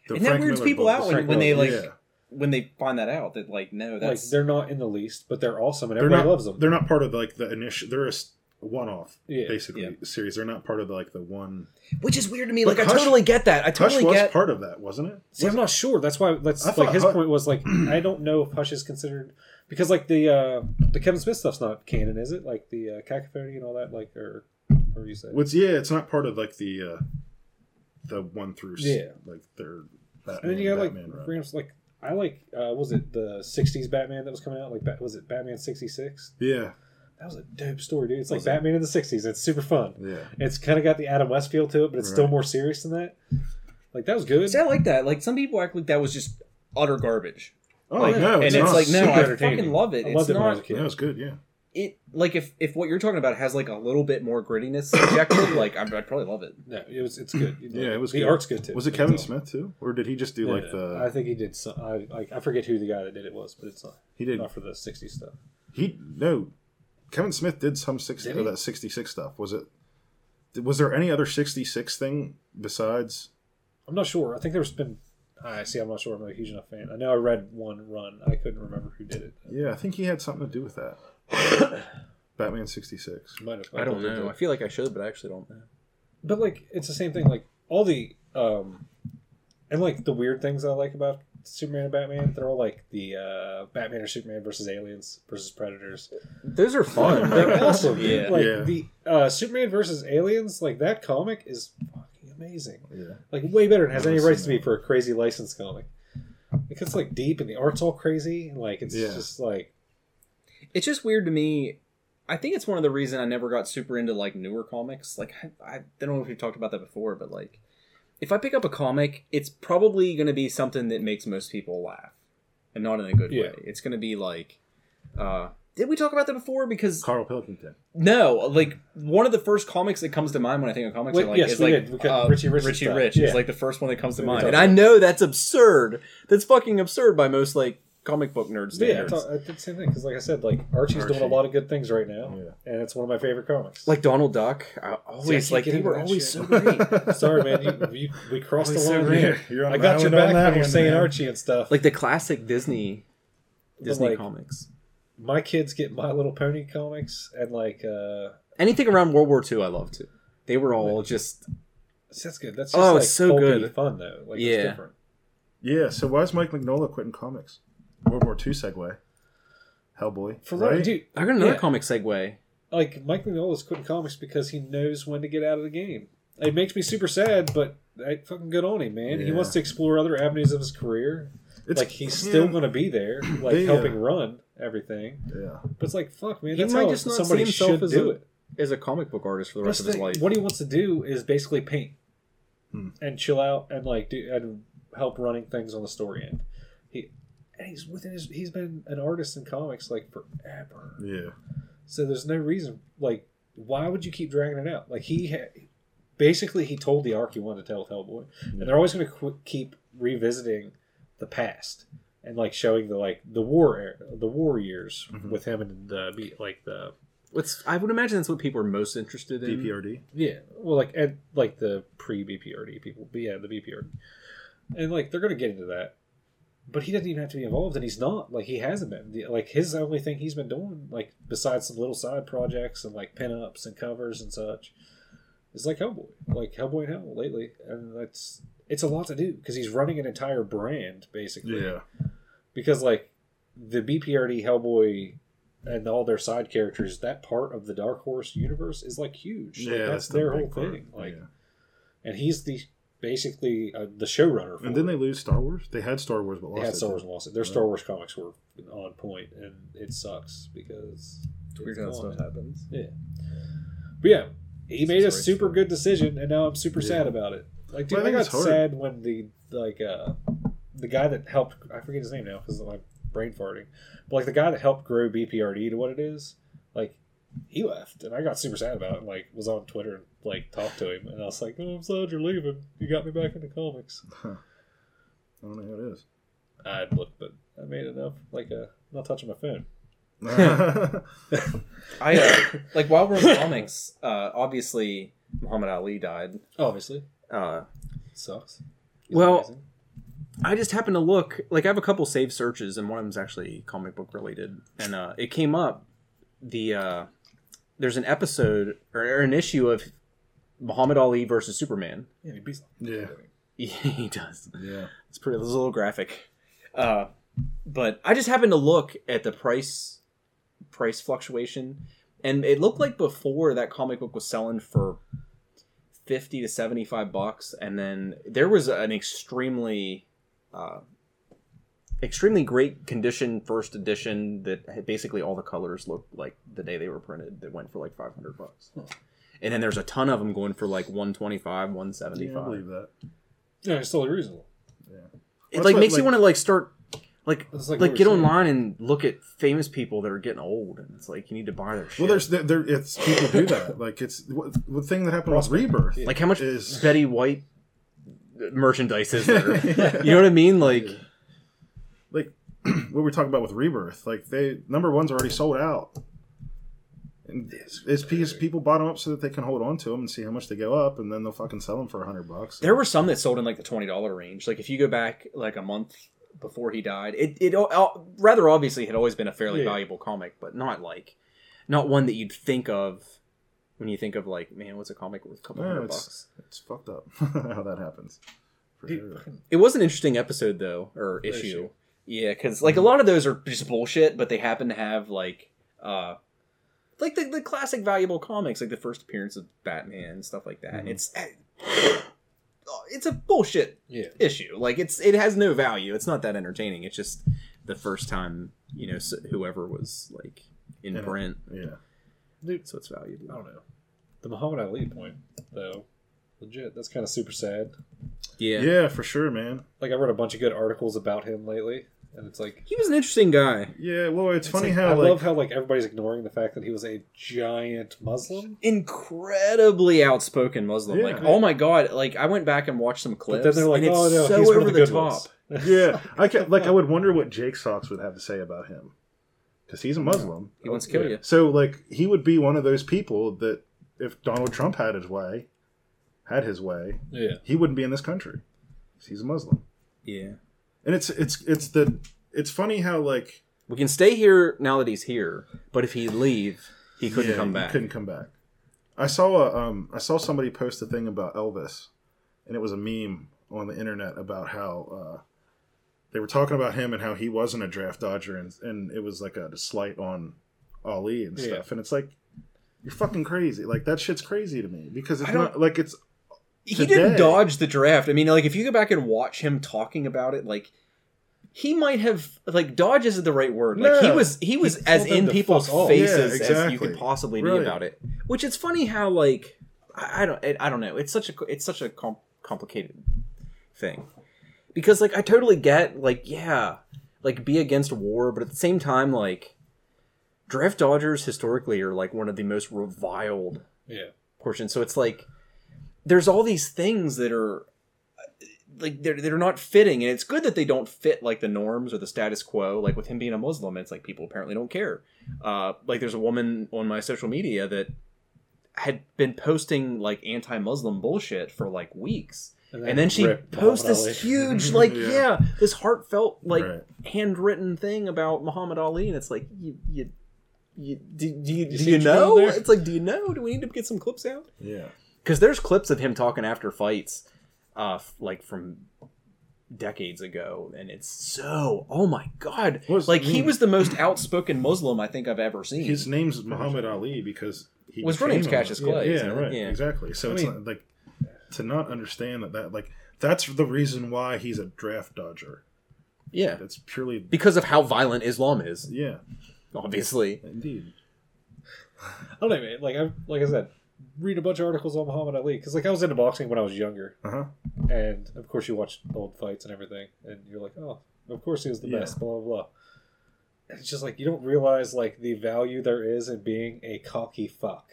Speaker 2: the
Speaker 1: and that
Speaker 2: Frank
Speaker 1: weirds
Speaker 2: Miller
Speaker 1: people
Speaker 2: book-
Speaker 1: out
Speaker 2: the
Speaker 1: when-
Speaker 2: Frank
Speaker 1: when they,
Speaker 2: Miller-
Speaker 1: like, When they find that out, that like no,
Speaker 3: Like
Speaker 1: that's
Speaker 3: they're not in the least, but they're awesome and
Speaker 2: they're
Speaker 3: everybody
Speaker 2: not
Speaker 3: loves them.
Speaker 2: they're not part of like the initial. They're a s- one-off
Speaker 3: Yeah,
Speaker 2: basically
Speaker 1: yeah.
Speaker 2: series. They're not part of like the one.
Speaker 1: which is weird to me.
Speaker 2: But
Speaker 1: Like I
Speaker 2: Hush-
Speaker 1: totally get that. I
Speaker 2: Hush
Speaker 1: totally
Speaker 2: was
Speaker 1: get.
Speaker 2: part of that, wasn't it?
Speaker 3: See, I'm not sure. That's why that's
Speaker 2: I
Speaker 3: like
Speaker 2: thought
Speaker 3: his
Speaker 2: Hu-
Speaker 3: point was like I don't know if Hush is considered because like the uh the Kevin Smith stuff's not canon, is it? Like the uh, cacophony and all that, like or or you say
Speaker 2: What's yeah? It's not part of like the uh the one through s-
Speaker 3: Yeah.
Speaker 2: like their Batman.
Speaker 3: and then you got like
Speaker 2: Batman run.
Speaker 3: Rams like I like uh what was it the '60s Batman that was coming out like Bat- was it Batman '66?
Speaker 2: yeah,
Speaker 3: That was a dope story, dude. It's like
Speaker 2: Was it?
Speaker 3: Batman in the '60s. It's super fun.
Speaker 2: yeah.
Speaker 3: It's kind of got the Adam West feel to it, but it's still
Speaker 2: Right.
Speaker 3: more serious than that. Like that was good.
Speaker 1: See, I like that. Like some people act like that was just utter garbage.
Speaker 2: Oh
Speaker 1: like,
Speaker 2: no,
Speaker 1: and
Speaker 2: it's,
Speaker 1: it's,
Speaker 2: not.
Speaker 1: like no,
Speaker 3: super
Speaker 1: I
Speaker 3: entertaining.
Speaker 1: fucking love it.
Speaker 3: I
Speaker 1: it's
Speaker 3: loved it when I was a
Speaker 1: not
Speaker 3: kid.
Speaker 2: that was good. Yeah,
Speaker 1: it like if if what you're talking about has like a little bit more grittiness subjective, like I'd, I'd probably love it.
Speaker 3: No, it was it's good. You'd
Speaker 2: Yeah,
Speaker 3: like
Speaker 2: it was
Speaker 3: The
Speaker 2: good.
Speaker 3: art's good too.
Speaker 2: was it
Speaker 3: That's
Speaker 2: Kevin
Speaker 3: all.
Speaker 2: Smith too, or did he just do
Speaker 3: No,
Speaker 2: like
Speaker 3: no,
Speaker 2: the?
Speaker 3: no. I think he did some. I like I forget who the guy that did it was, but it's not
Speaker 2: he did.
Speaker 3: not for the '60s stuff.
Speaker 2: He no. Kevin Smith did some sixty
Speaker 3: Did
Speaker 2: or
Speaker 3: he?
Speaker 2: that sixty six stuff. Was it? Was there any other sixty six thing besides?
Speaker 3: I'm not sure. I think there's been. I see. I'm not sure. I'm not a huge enough fan. I know I read one run. I couldn't remember who did it.
Speaker 2: Yeah, I think he had something to do with that. Batman sixty six.
Speaker 3: Might have-
Speaker 1: I don't
Speaker 3: think they
Speaker 1: know. I
Speaker 3: did.
Speaker 1: feel like I should, but I actually don't know.
Speaker 3: But like, it's the same thing. Like all the um, and like the weird things I like about Superman and Batman, they're all like the uh, Batman or Superman versus aliens versus predators.
Speaker 1: Those are
Speaker 2: fun.
Speaker 3: They're awesome.
Speaker 1: Yeah.
Speaker 3: dude. Like
Speaker 2: Yeah.
Speaker 3: the uh, Superman versus aliens, like that comic is fucking amazing.
Speaker 2: Yeah,
Speaker 3: like way better and has
Speaker 2: Never
Speaker 3: any rights to
Speaker 2: seen
Speaker 3: be
Speaker 2: that.
Speaker 3: for a crazy license comic. Because it's like deep and the art's all crazy, and like it's
Speaker 2: Yeah.
Speaker 3: just like
Speaker 1: It's just weird to me. I think it's one of the reasons I never got super into like newer comics. Like I, I don't know if we've talked about that before, but like if I pick up a comic, it's probably going to be something that makes most people laugh, and not in a good
Speaker 3: Yeah.
Speaker 1: way. It's going to be like, uh, did we talk about that before? Because
Speaker 2: Carl Pilkington.
Speaker 1: no, like one of the first comics that comes to mind when I think of comics
Speaker 3: Wait,
Speaker 1: are like
Speaker 3: yes,
Speaker 1: is
Speaker 3: we
Speaker 1: like
Speaker 3: did. We cut
Speaker 1: uh,
Speaker 3: Richie Rich's
Speaker 1: Richie
Speaker 3: stuff.
Speaker 1: Rich
Speaker 3: Yeah.
Speaker 1: is like the first one that comes to
Speaker 3: We
Speaker 1: mind,
Speaker 3: talked
Speaker 1: and I
Speaker 3: about
Speaker 1: know that's absurd. That's fucking absurd by most like comic book nerd
Speaker 3: yeah,
Speaker 1: standards.
Speaker 3: it's all, I did the same thing because like I said, like Archie's doing
Speaker 2: Archie.
Speaker 3: a lot of good things right now,
Speaker 2: Yeah.
Speaker 3: and it's one of my favorite comics.
Speaker 1: like Donald Duck, I
Speaker 3: See, I
Speaker 1: always
Speaker 3: can't
Speaker 1: like
Speaker 3: get
Speaker 1: they
Speaker 3: into
Speaker 1: were
Speaker 3: that
Speaker 1: always
Speaker 3: shit.
Speaker 1: so great.
Speaker 3: sorry, man, you, you, we crossed the
Speaker 2: Always so
Speaker 3: line.
Speaker 2: great.
Speaker 3: here.
Speaker 2: You're on
Speaker 3: I
Speaker 2: an
Speaker 3: got your
Speaker 2: island on
Speaker 3: back
Speaker 2: that
Speaker 3: when you're
Speaker 2: one,
Speaker 3: saying
Speaker 2: man.
Speaker 3: Archie and stuff.
Speaker 1: like the classic Disney
Speaker 3: But,
Speaker 1: Disney
Speaker 3: like,
Speaker 1: comics.
Speaker 3: my kids get My Little Pony comics, and like uh,
Speaker 1: Anything around World War II, I loved too. They were all just
Speaker 3: so that's good. That's just
Speaker 1: Oh,
Speaker 3: like
Speaker 1: it's so
Speaker 3: pulpy
Speaker 1: good.
Speaker 3: fun though. Like
Speaker 1: Yeah.
Speaker 3: it's different.
Speaker 2: Yeah. So why is Mike Mignola quitting comics? World War II segue. Hellboy.
Speaker 3: For
Speaker 2: right?
Speaker 3: right? dude,
Speaker 1: I got another
Speaker 3: Yeah.
Speaker 1: comic segue.
Speaker 3: like Mike Mignola's quitting comics because he knows when to get out of the game. It makes me super sad, but I fucking good on him, man. He
Speaker 2: Yeah.
Speaker 3: wants to explore other avenues of his career.
Speaker 2: It's-
Speaker 3: like he's still
Speaker 2: man,
Speaker 3: going to be there, like
Speaker 2: They, uh,
Speaker 3: helping run everything.
Speaker 2: Yeah.
Speaker 3: But it's like fuck, man.
Speaker 1: He
Speaker 3: That's
Speaker 1: might
Speaker 3: how
Speaker 1: just not see
Speaker 3: somebody
Speaker 1: himself
Speaker 3: should
Speaker 1: as
Speaker 3: do
Speaker 1: a-
Speaker 3: it.
Speaker 1: Is a comic book artist for the
Speaker 3: That's
Speaker 1: rest of his
Speaker 3: the-
Speaker 1: life.
Speaker 3: What he wants to do is basically paint
Speaker 2: Hmm.
Speaker 3: and chill out and like do and help running things on the story end. He and he's within his. He's been an artist in comics like forever.
Speaker 2: Yeah.
Speaker 3: So there's no reason, like, why would you keep dragging it out? Like he, ha- basically, he told the arc he wanted to tell with Hellboy, and they're always going to qu- keep revisiting the past and like showing the like the war era, the war years
Speaker 2: Mhm.
Speaker 3: with him and the be- like the
Speaker 1: What's I would imagine that's what people are most interested in.
Speaker 2: DPRD.
Speaker 3: yeah, well, like and like the pre BPRD people, but yeah, the BPRD, and like they're going to get into that. But he doesn't even have to be involved, and he's not. Like he hasn't been. The- Like his only thing he's been doing, like besides some little side projects and like pinups and covers and such, is like Hellboy, like Hellboy and Hell lately, and that's it's a lot to do because he's running an entire brand basically.
Speaker 2: Yeah.
Speaker 3: Because like the BPRD Hellboy and all their side characters, that part of the Dark Horse universe is like huge. Like,
Speaker 2: Yeah.
Speaker 3: that's,
Speaker 2: the
Speaker 3: their whole
Speaker 2: big part.
Speaker 3: thing. Like
Speaker 2: Yeah.
Speaker 3: and he's the basically uh, the showrunner. For
Speaker 2: and then
Speaker 3: it.
Speaker 2: they lose Star Wars. They had Star Wars, but lost
Speaker 3: They had
Speaker 2: it.
Speaker 3: Star Wars and lost it. Their
Speaker 2: Yeah.
Speaker 3: Star Wars comics were on point, and it sucks because
Speaker 1: It's weird how that
Speaker 3: gone
Speaker 1: stuff
Speaker 3: now.
Speaker 1: happens.
Speaker 3: But yeah, he
Speaker 1: It's
Speaker 3: made
Speaker 1: a
Speaker 3: a
Speaker 1: great
Speaker 3: super
Speaker 1: story.
Speaker 3: good decision, and now I'm super
Speaker 2: Yeah.
Speaker 3: sad about it. Like, dude,
Speaker 2: Well, I
Speaker 3: I,
Speaker 2: think
Speaker 3: got
Speaker 2: it's hard.
Speaker 3: sad when the like uh the guy that helped I forget his name now because I'm brain farting, but like the guy that helped grow BPRD to what it is, like. He left, and I got super sad about it. And, like, was on Twitter and like talked to him, and I was like, "Oh, I'm sad you're leaving. You got me back into comics."
Speaker 2: I don't know who it is.
Speaker 3: I'd look, but I made enough. Like, uh, I'm not touching my phone.
Speaker 1: I uh, like while we're in comics, uh, obviously Muhammad Ali died.
Speaker 3: Obviously,
Speaker 1: Uh,
Speaker 3: sucks.
Speaker 1: Well- I just happened to look like I have a couple save searches, and one of them's actually comic book related, and uh, it came up. The uh, there's an episode or, or an issue of Muhammad Ali versus Superman.
Speaker 4: Yeah, he beats
Speaker 2: yeah.
Speaker 1: he does.
Speaker 2: Yeah.
Speaker 1: It's pretty. It's a little graphic. Uh, but I just happened to look at the price price fluctuation, and it looked like before that comic book was selling for fifty to seventy five bucks, and then there was an extremely uh, extremely great condition first edition that had basically all the colors looked like the day they were printed that went for like 500 bucks and then there's a ton of them going for like 125
Speaker 2: yeah. I
Speaker 1: 175
Speaker 2: believe that.
Speaker 3: Yeah, it's totally reasonable.
Speaker 1: it
Speaker 2: That's
Speaker 1: like
Speaker 2: what,
Speaker 1: makes you
Speaker 2: like-
Speaker 1: want to like start like
Speaker 3: That's
Speaker 1: like,
Speaker 3: like what
Speaker 1: get
Speaker 3: we're saying.
Speaker 1: online and look at famous people that are getting old and it's like you need to buy their shit.
Speaker 2: Well, there's there, there it's people do that. Like it's what, the thing that happened with Rebirth.
Speaker 1: like how much
Speaker 2: is-
Speaker 1: Betty White merchandise is there? you know what I mean? Like
Speaker 2: like what we're talking about with Rebirth. Like they number one's already sold out. And it's, it's because people bought them up so that they can hold on to them and see how much they go up, and then they'll fucking sell them for a hundred bucks.
Speaker 1: there were some that sold in like the twenty dollar range. Like if you go back like a month before he died, it it al- al- rather obviously had always been a fairly
Speaker 3: Yeah.
Speaker 1: valuable comic, but not like not one that you'd think of when you think of like man, what's a comic worth a couple
Speaker 2: Yeah,
Speaker 1: hundred
Speaker 2: it's-
Speaker 1: bucks?
Speaker 2: It's fucked up how that happens. For
Speaker 4: Dude,
Speaker 2: sure.
Speaker 4: fucking-
Speaker 1: It was an interesting episode though, or issue. Mm-hmm.
Speaker 3: Issue.
Speaker 1: Yeah, because like a lot of those are just bullshit, but they happen to have like, uh, like the, the classic valuable comics, like the first appearance of Batman and stuff like that.
Speaker 2: Mhm.
Speaker 1: It's eh, oh, it's a bullshit
Speaker 3: Yeah.
Speaker 1: issue. Like it's it has no value. It's not that entertaining. It's just the first time you know s whoever was like in
Speaker 2: Yeah.
Speaker 1: print,
Speaker 2: Yeah,
Speaker 1: so it's
Speaker 3: I
Speaker 1: valuable.
Speaker 3: don't know. The Muhammad Ali point, though, legit, that's kind of super sad.
Speaker 1: Yeah.
Speaker 2: yeah, for sure, man.
Speaker 3: Like I read a bunch of good articles about him lately, and it's like
Speaker 1: he was an interesting guy.
Speaker 2: Yeah, well, it's, funny
Speaker 3: like,
Speaker 2: how
Speaker 3: I
Speaker 2: like
Speaker 3: love how like everybody's ignoring the fact that he was a giant Muslim.
Speaker 1: incredibly outspoken Muslim.
Speaker 2: Yeah.
Speaker 1: Like, oh my god! Like, I went back and watched some clips,
Speaker 3: But then they're like,
Speaker 1: and it's
Speaker 3: "Oh no,
Speaker 1: so
Speaker 3: he's
Speaker 1: over
Speaker 3: one of the,
Speaker 1: the,
Speaker 3: good
Speaker 1: top.
Speaker 3: ones."
Speaker 2: yeah, I can, like I would wonder what Jake Sox would have to say about him because he's a Muslim.
Speaker 1: He
Speaker 3: Oh,
Speaker 1: wants to kill you.
Speaker 2: So like he would be one of those people that if Donald Trump had his way, had his way,
Speaker 3: yeah,
Speaker 2: he wouldn't be in this country. 'cause He's a Muslim,
Speaker 1: Yeah,
Speaker 2: and it's it's it's the it's funny how like
Speaker 1: we can stay here now that he's here, but if he leave, he couldn't
Speaker 2: yeah,
Speaker 1: come
Speaker 2: he
Speaker 1: back.
Speaker 2: Couldn't come back. I saw a um I saw somebody post a thing about Elvis, and it was a meme on the internet about how uh, they were talking about him and how he wasn't a draft dodger, and and it was like a slight on Ali and
Speaker 3: Yeah.
Speaker 2: stuff, and it's like. You're fucking crazy. Like that shit's crazy to me because it's
Speaker 1: I don't-
Speaker 2: not like it's
Speaker 1: He
Speaker 2: Today-
Speaker 1: didn't dodge the draft. I mean, like, if you go back and watch him talking about it, like. He might have like dodge isn't the right word. Like he
Speaker 2: No.
Speaker 1: was he was
Speaker 3: He
Speaker 1: as
Speaker 3: told them
Speaker 1: in
Speaker 3: to
Speaker 1: people's
Speaker 3: fuck off.
Speaker 1: faces
Speaker 2: Yeah,
Speaker 1: as you could
Speaker 2: exactly.
Speaker 1: possibly be
Speaker 2: Right.
Speaker 1: about it. Which it's funny how like I, I don't I don't know. It's such a it's such a com- complicated thing because like i totally get like yeah like be against war but at the same time like draft dodgers historically are like one of the most reviled
Speaker 3: yeah.
Speaker 1: portions so it's like there's all these things that are uh, like they're, they're not fitting and it's good that they don't fit like the norms or the status quo like with him being a muslim it's like people apparently don't care uh, like there's a woman on my social media that had been posting like anti-muslim bullshit for like weeks and then she
Speaker 3: Rip
Speaker 1: posts
Speaker 3: Muhammad
Speaker 1: this
Speaker 3: Ali.
Speaker 1: huge, like,
Speaker 2: Yeah.
Speaker 1: yeah. this heartfelt, like,
Speaker 2: Right.
Speaker 1: handwritten thing about Muhammad Ali, and it's like, you, you, you do, do you,
Speaker 3: You
Speaker 1: do
Speaker 3: see
Speaker 1: you
Speaker 3: what you done
Speaker 1: know?
Speaker 3: there?
Speaker 1: It's like, do you know? Do we need to get some clips out?
Speaker 2: yeah
Speaker 1: Because there's clips of him talking after fights, uh, f- like from decades ago, and it's so, oh my god,
Speaker 2: What does
Speaker 1: like
Speaker 2: it
Speaker 1: he
Speaker 2: mean?
Speaker 1: was the most outspoken Muslim I think I've ever seen.
Speaker 2: his name's Muhammad Ali because he
Speaker 1: Well, his real name's
Speaker 2: became a-
Speaker 1: Cassius Clay,
Speaker 2: Yeah,
Speaker 1: isn't it?
Speaker 2: right.
Speaker 1: Yeah.
Speaker 2: Exactly. So
Speaker 3: I
Speaker 2: it's
Speaker 3: mean-
Speaker 2: not, like to not understand that that like that's the reason why he's a draft dodger.
Speaker 1: yeah,
Speaker 2: That's purely
Speaker 1: because of how violent Islam is,
Speaker 2: yeah,
Speaker 1: obviously.
Speaker 2: indeed.
Speaker 3: I don't know, man. Like I like I said, read a bunch of articles on Muhammad Ali because like I was into boxing when I was younger,
Speaker 2: Uh huh.
Speaker 3: and of course you watch old fights and everything, and you're like, oh, of course he was the
Speaker 2: Yeah.
Speaker 3: best, blah blah blah. And It's just like you don't realize like the value there is in being a cocky fuck.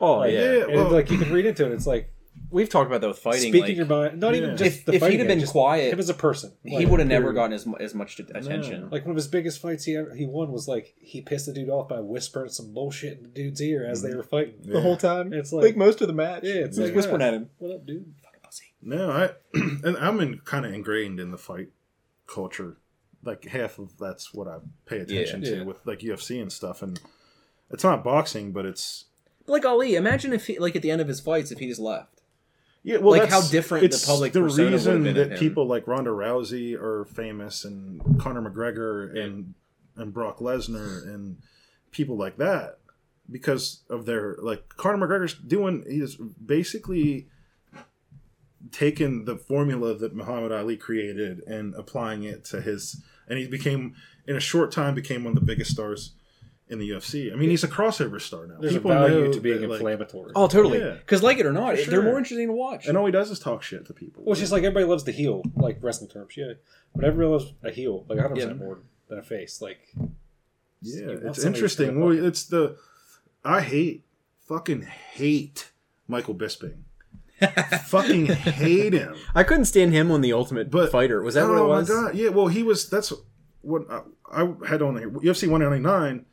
Speaker 1: Oh
Speaker 3: Like,
Speaker 1: yeah.
Speaker 2: Yeah,
Speaker 3: and
Speaker 2: well-
Speaker 3: like you can read into it. It's like
Speaker 1: we've talked about that with fighting.
Speaker 3: Speaking
Speaker 1: like,
Speaker 3: your mind, not even
Speaker 2: Yeah.
Speaker 3: just
Speaker 1: if,
Speaker 3: the
Speaker 1: if
Speaker 3: fighting
Speaker 1: he'd have
Speaker 3: game,
Speaker 1: been
Speaker 3: just
Speaker 1: quiet,
Speaker 3: him as a person.
Speaker 1: he
Speaker 3: like,
Speaker 1: would have never
Speaker 3: period.
Speaker 1: gotten as mu- as much attention.
Speaker 3: Like one of his biggest fights he ever, he won was like he pissed the dude off by whispering some bullshit in the dude's ear as they were fighting
Speaker 2: Mm-hmm. Yeah.
Speaker 4: the whole time.
Speaker 3: It's
Speaker 1: Like
Speaker 3: like,
Speaker 1: most of the match,
Speaker 3: Yeah, it's
Speaker 1: He's
Speaker 3: like,
Speaker 1: whispering
Speaker 3: yeah.
Speaker 1: at him.
Speaker 3: what up, dude?
Speaker 1: Fucking pussy.
Speaker 2: No, I and I'm in kind of ingrained in the fight culture. Like half of that's what I pay attention to
Speaker 3: Yeah.
Speaker 2: with like UFC and stuff, and it's not boxing, but it's
Speaker 1: But like Ali, imagine if he, like at the end of his fights, if he just left.
Speaker 2: yeah. Well,
Speaker 1: Like, how
Speaker 2: that's-
Speaker 1: different the
Speaker 2: it's
Speaker 1: public
Speaker 2: The
Speaker 1: persona would've
Speaker 2: reason
Speaker 1: been of
Speaker 2: that
Speaker 1: him.
Speaker 2: people like Ronda Rousey are famous, and Conor McGregor, and and Brock Lesnar, and people like that, because of their like Conor McGregor's doing. He's basically taken the formula that Muhammad Ali created and applying it to his and he became in a short time became one of the biggest stars in the UFC. I mean, he's a crossover star now.
Speaker 3: There's a value
Speaker 2: know
Speaker 3: to being
Speaker 2: that, like-
Speaker 3: inflammatory.
Speaker 1: Oh, totally.
Speaker 2: Yeah.
Speaker 1: Because like it or not,
Speaker 2: For
Speaker 1: they're
Speaker 2: sure.
Speaker 1: more interesting to watch.
Speaker 2: and all he does is talk shit to people.
Speaker 3: Well, it's just like everybody loves the heel, like wrestling terms, yeah. But everybody loves a heel, like 100 percent more than a face. Like, you
Speaker 2: yeah, it's
Speaker 3: want somebody who's
Speaker 2: interesting.
Speaker 3: gonna
Speaker 2: Well,
Speaker 3: fucking-
Speaker 2: it's the I hate fucking hate Michael Bisping. fucking hate him.
Speaker 1: I couldn't stand him on the Ultimate
Speaker 2: But-
Speaker 1: Fighter. Was that
Speaker 2: oh
Speaker 1: what it was?
Speaker 2: my god! Yeah. Well, he was. That's what I, I had on here. UFC 199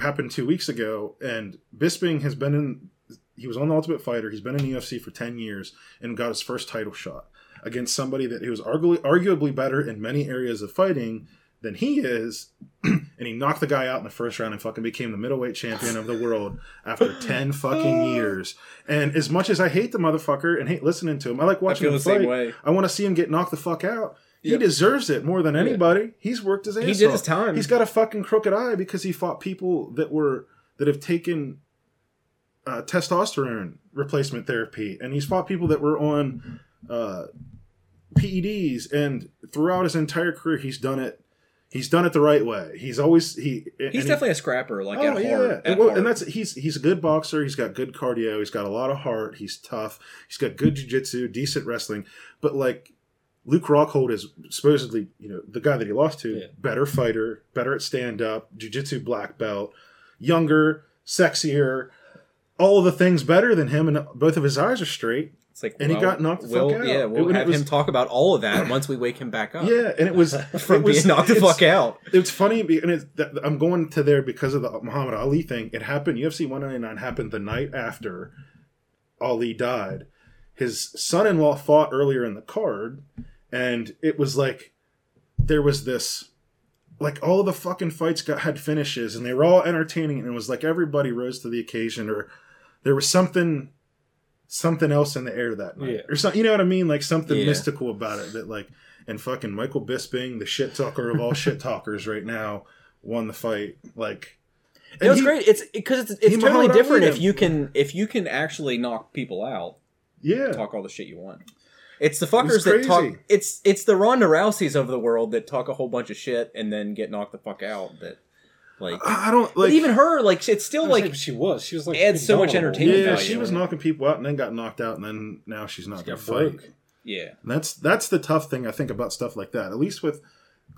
Speaker 2: happened two weeks ago, and Bisping has been in. He was on the Ultimate Fighter. He's been in the UFC for ten years and got his first title shot against somebody that he was arguably, arguably better in many areas of fighting than he is, and he knocked the guy out in the first round and fucking became the middleweight champion of the world after ten fucking years. And as much as I hate the motherfucker and hate listening to him, I like
Speaker 1: I
Speaker 2: watching
Speaker 1: feel
Speaker 2: him
Speaker 1: the
Speaker 2: fight.
Speaker 1: same way.
Speaker 2: I want to see him get knocked the fuck out. He
Speaker 1: Yep.
Speaker 2: deserves it more than anybody. He's worked his ass
Speaker 1: He did
Speaker 2: off.
Speaker 1: his time.
Speaker 2: He's got a fucking crooked eye because he fought people that were that have taken uh, testosterone replacement therapy, and he's fought people that were on uh, PEDs. And throughout his entire career, he's done it. He's done it the right way. He's always he. and
Speaker 1: He's
Speaker 2: he-
Speaker 1: definitely a scrapper, like at heart. at
Speaker 2: and, Oh, well,
Speaker 1: heart.
Speaker 2: and that's he's he's a good boxer. He's got good cardio. He's got a lot of heart. He's tough. He's got good jiu-jitsu, decent wrestling. But like Luke Rockhold is supposedly, you know, the guy that he lost to,
Speaker 3: Yeah.
Speaker 2: better fighter, better at stand up, jiu-jitsu black belt, younger, sexier, all of the things better than him and both of his eyes are straight.
Speaker 1: It's like,
Speaker 2: And he got knocked the
Speaker 1: we'll,
Speaker 2: fuck out.
Speaker 1: Yeah,
Speaker 2: It-
Speaker 1: we'll
Speaker 2: when it
Speaker 1: have
Speaker 2: was-
Speaker 1: him talk about all of that once we wake him back up.
Speaker 2: Yeah, and it was
Speaker 1: Oh. from
Speaker 2: it was-
Speaker 1: being knocked the
Speaker 2: it's-
Speaker 1: fuck out.
Speaker 2: It's funny, be- and it's, that, I'm going to there because of the Muhammad Ali thing. It happened. UFC 199 happened the night after Ali died. His son-in-law fought earlier in the card, and it was like there was this, like all the fucking fights got had finishes, and they were all entertaining, and it was like everybody rose to the occasion, or there was something. Something else in the air that night,
Speaker 3: Yeah.
Speaker 2: or something. You know what I mean? Like something
Speaker 1: Yeah.
Speaker 2: mystical about it. That like and fucking Michael Bisping, the shit talker of all shit talkers right now, won the fight. Like,
Speaker 1: It was
Speaker 2: he-
Speaker 1: great. It's because it's,
Speaker 2: he
Speaker 1: it's totally
Speaker 2: Muhammad Ali
Speaker 1: different if
Speaker 2: him.
Speaker 1: you can if you can actually knock people out,
Speaker 2: Yeah,
Speaker 1: talk all the shit you want. It's the fuckers that
Speaker 2: crazy.
Speaker 1: talk. It's it's the Ronda Rouseys of the world that talk a whole bunch of shit and then get knocked the fuck out. That like,
Speaker 2: I I don't
Speaker 1: but
Speaker 2: like.
Speaker 1: even her, like it's still
Speaker 3: like
Speaker 1: like
Speaker 3: she was, she was like,
Speaker 1: adds so much
Speaker 3: indomitable.
Speaker 1: entertainment
Speaker 2: yeah,
Speaker 1: value.
Speaker 2: she was knocking people out and then got knocked out, and then now she's not
Speaker 3: She
Speaker 2: gonna
Speaker 3: got
Speaker 2: fight.
Speaker 3: broke.
Speaker 1: yeah,
Speaker 2: And that's that's the tough thing I think about stuff like that. At least with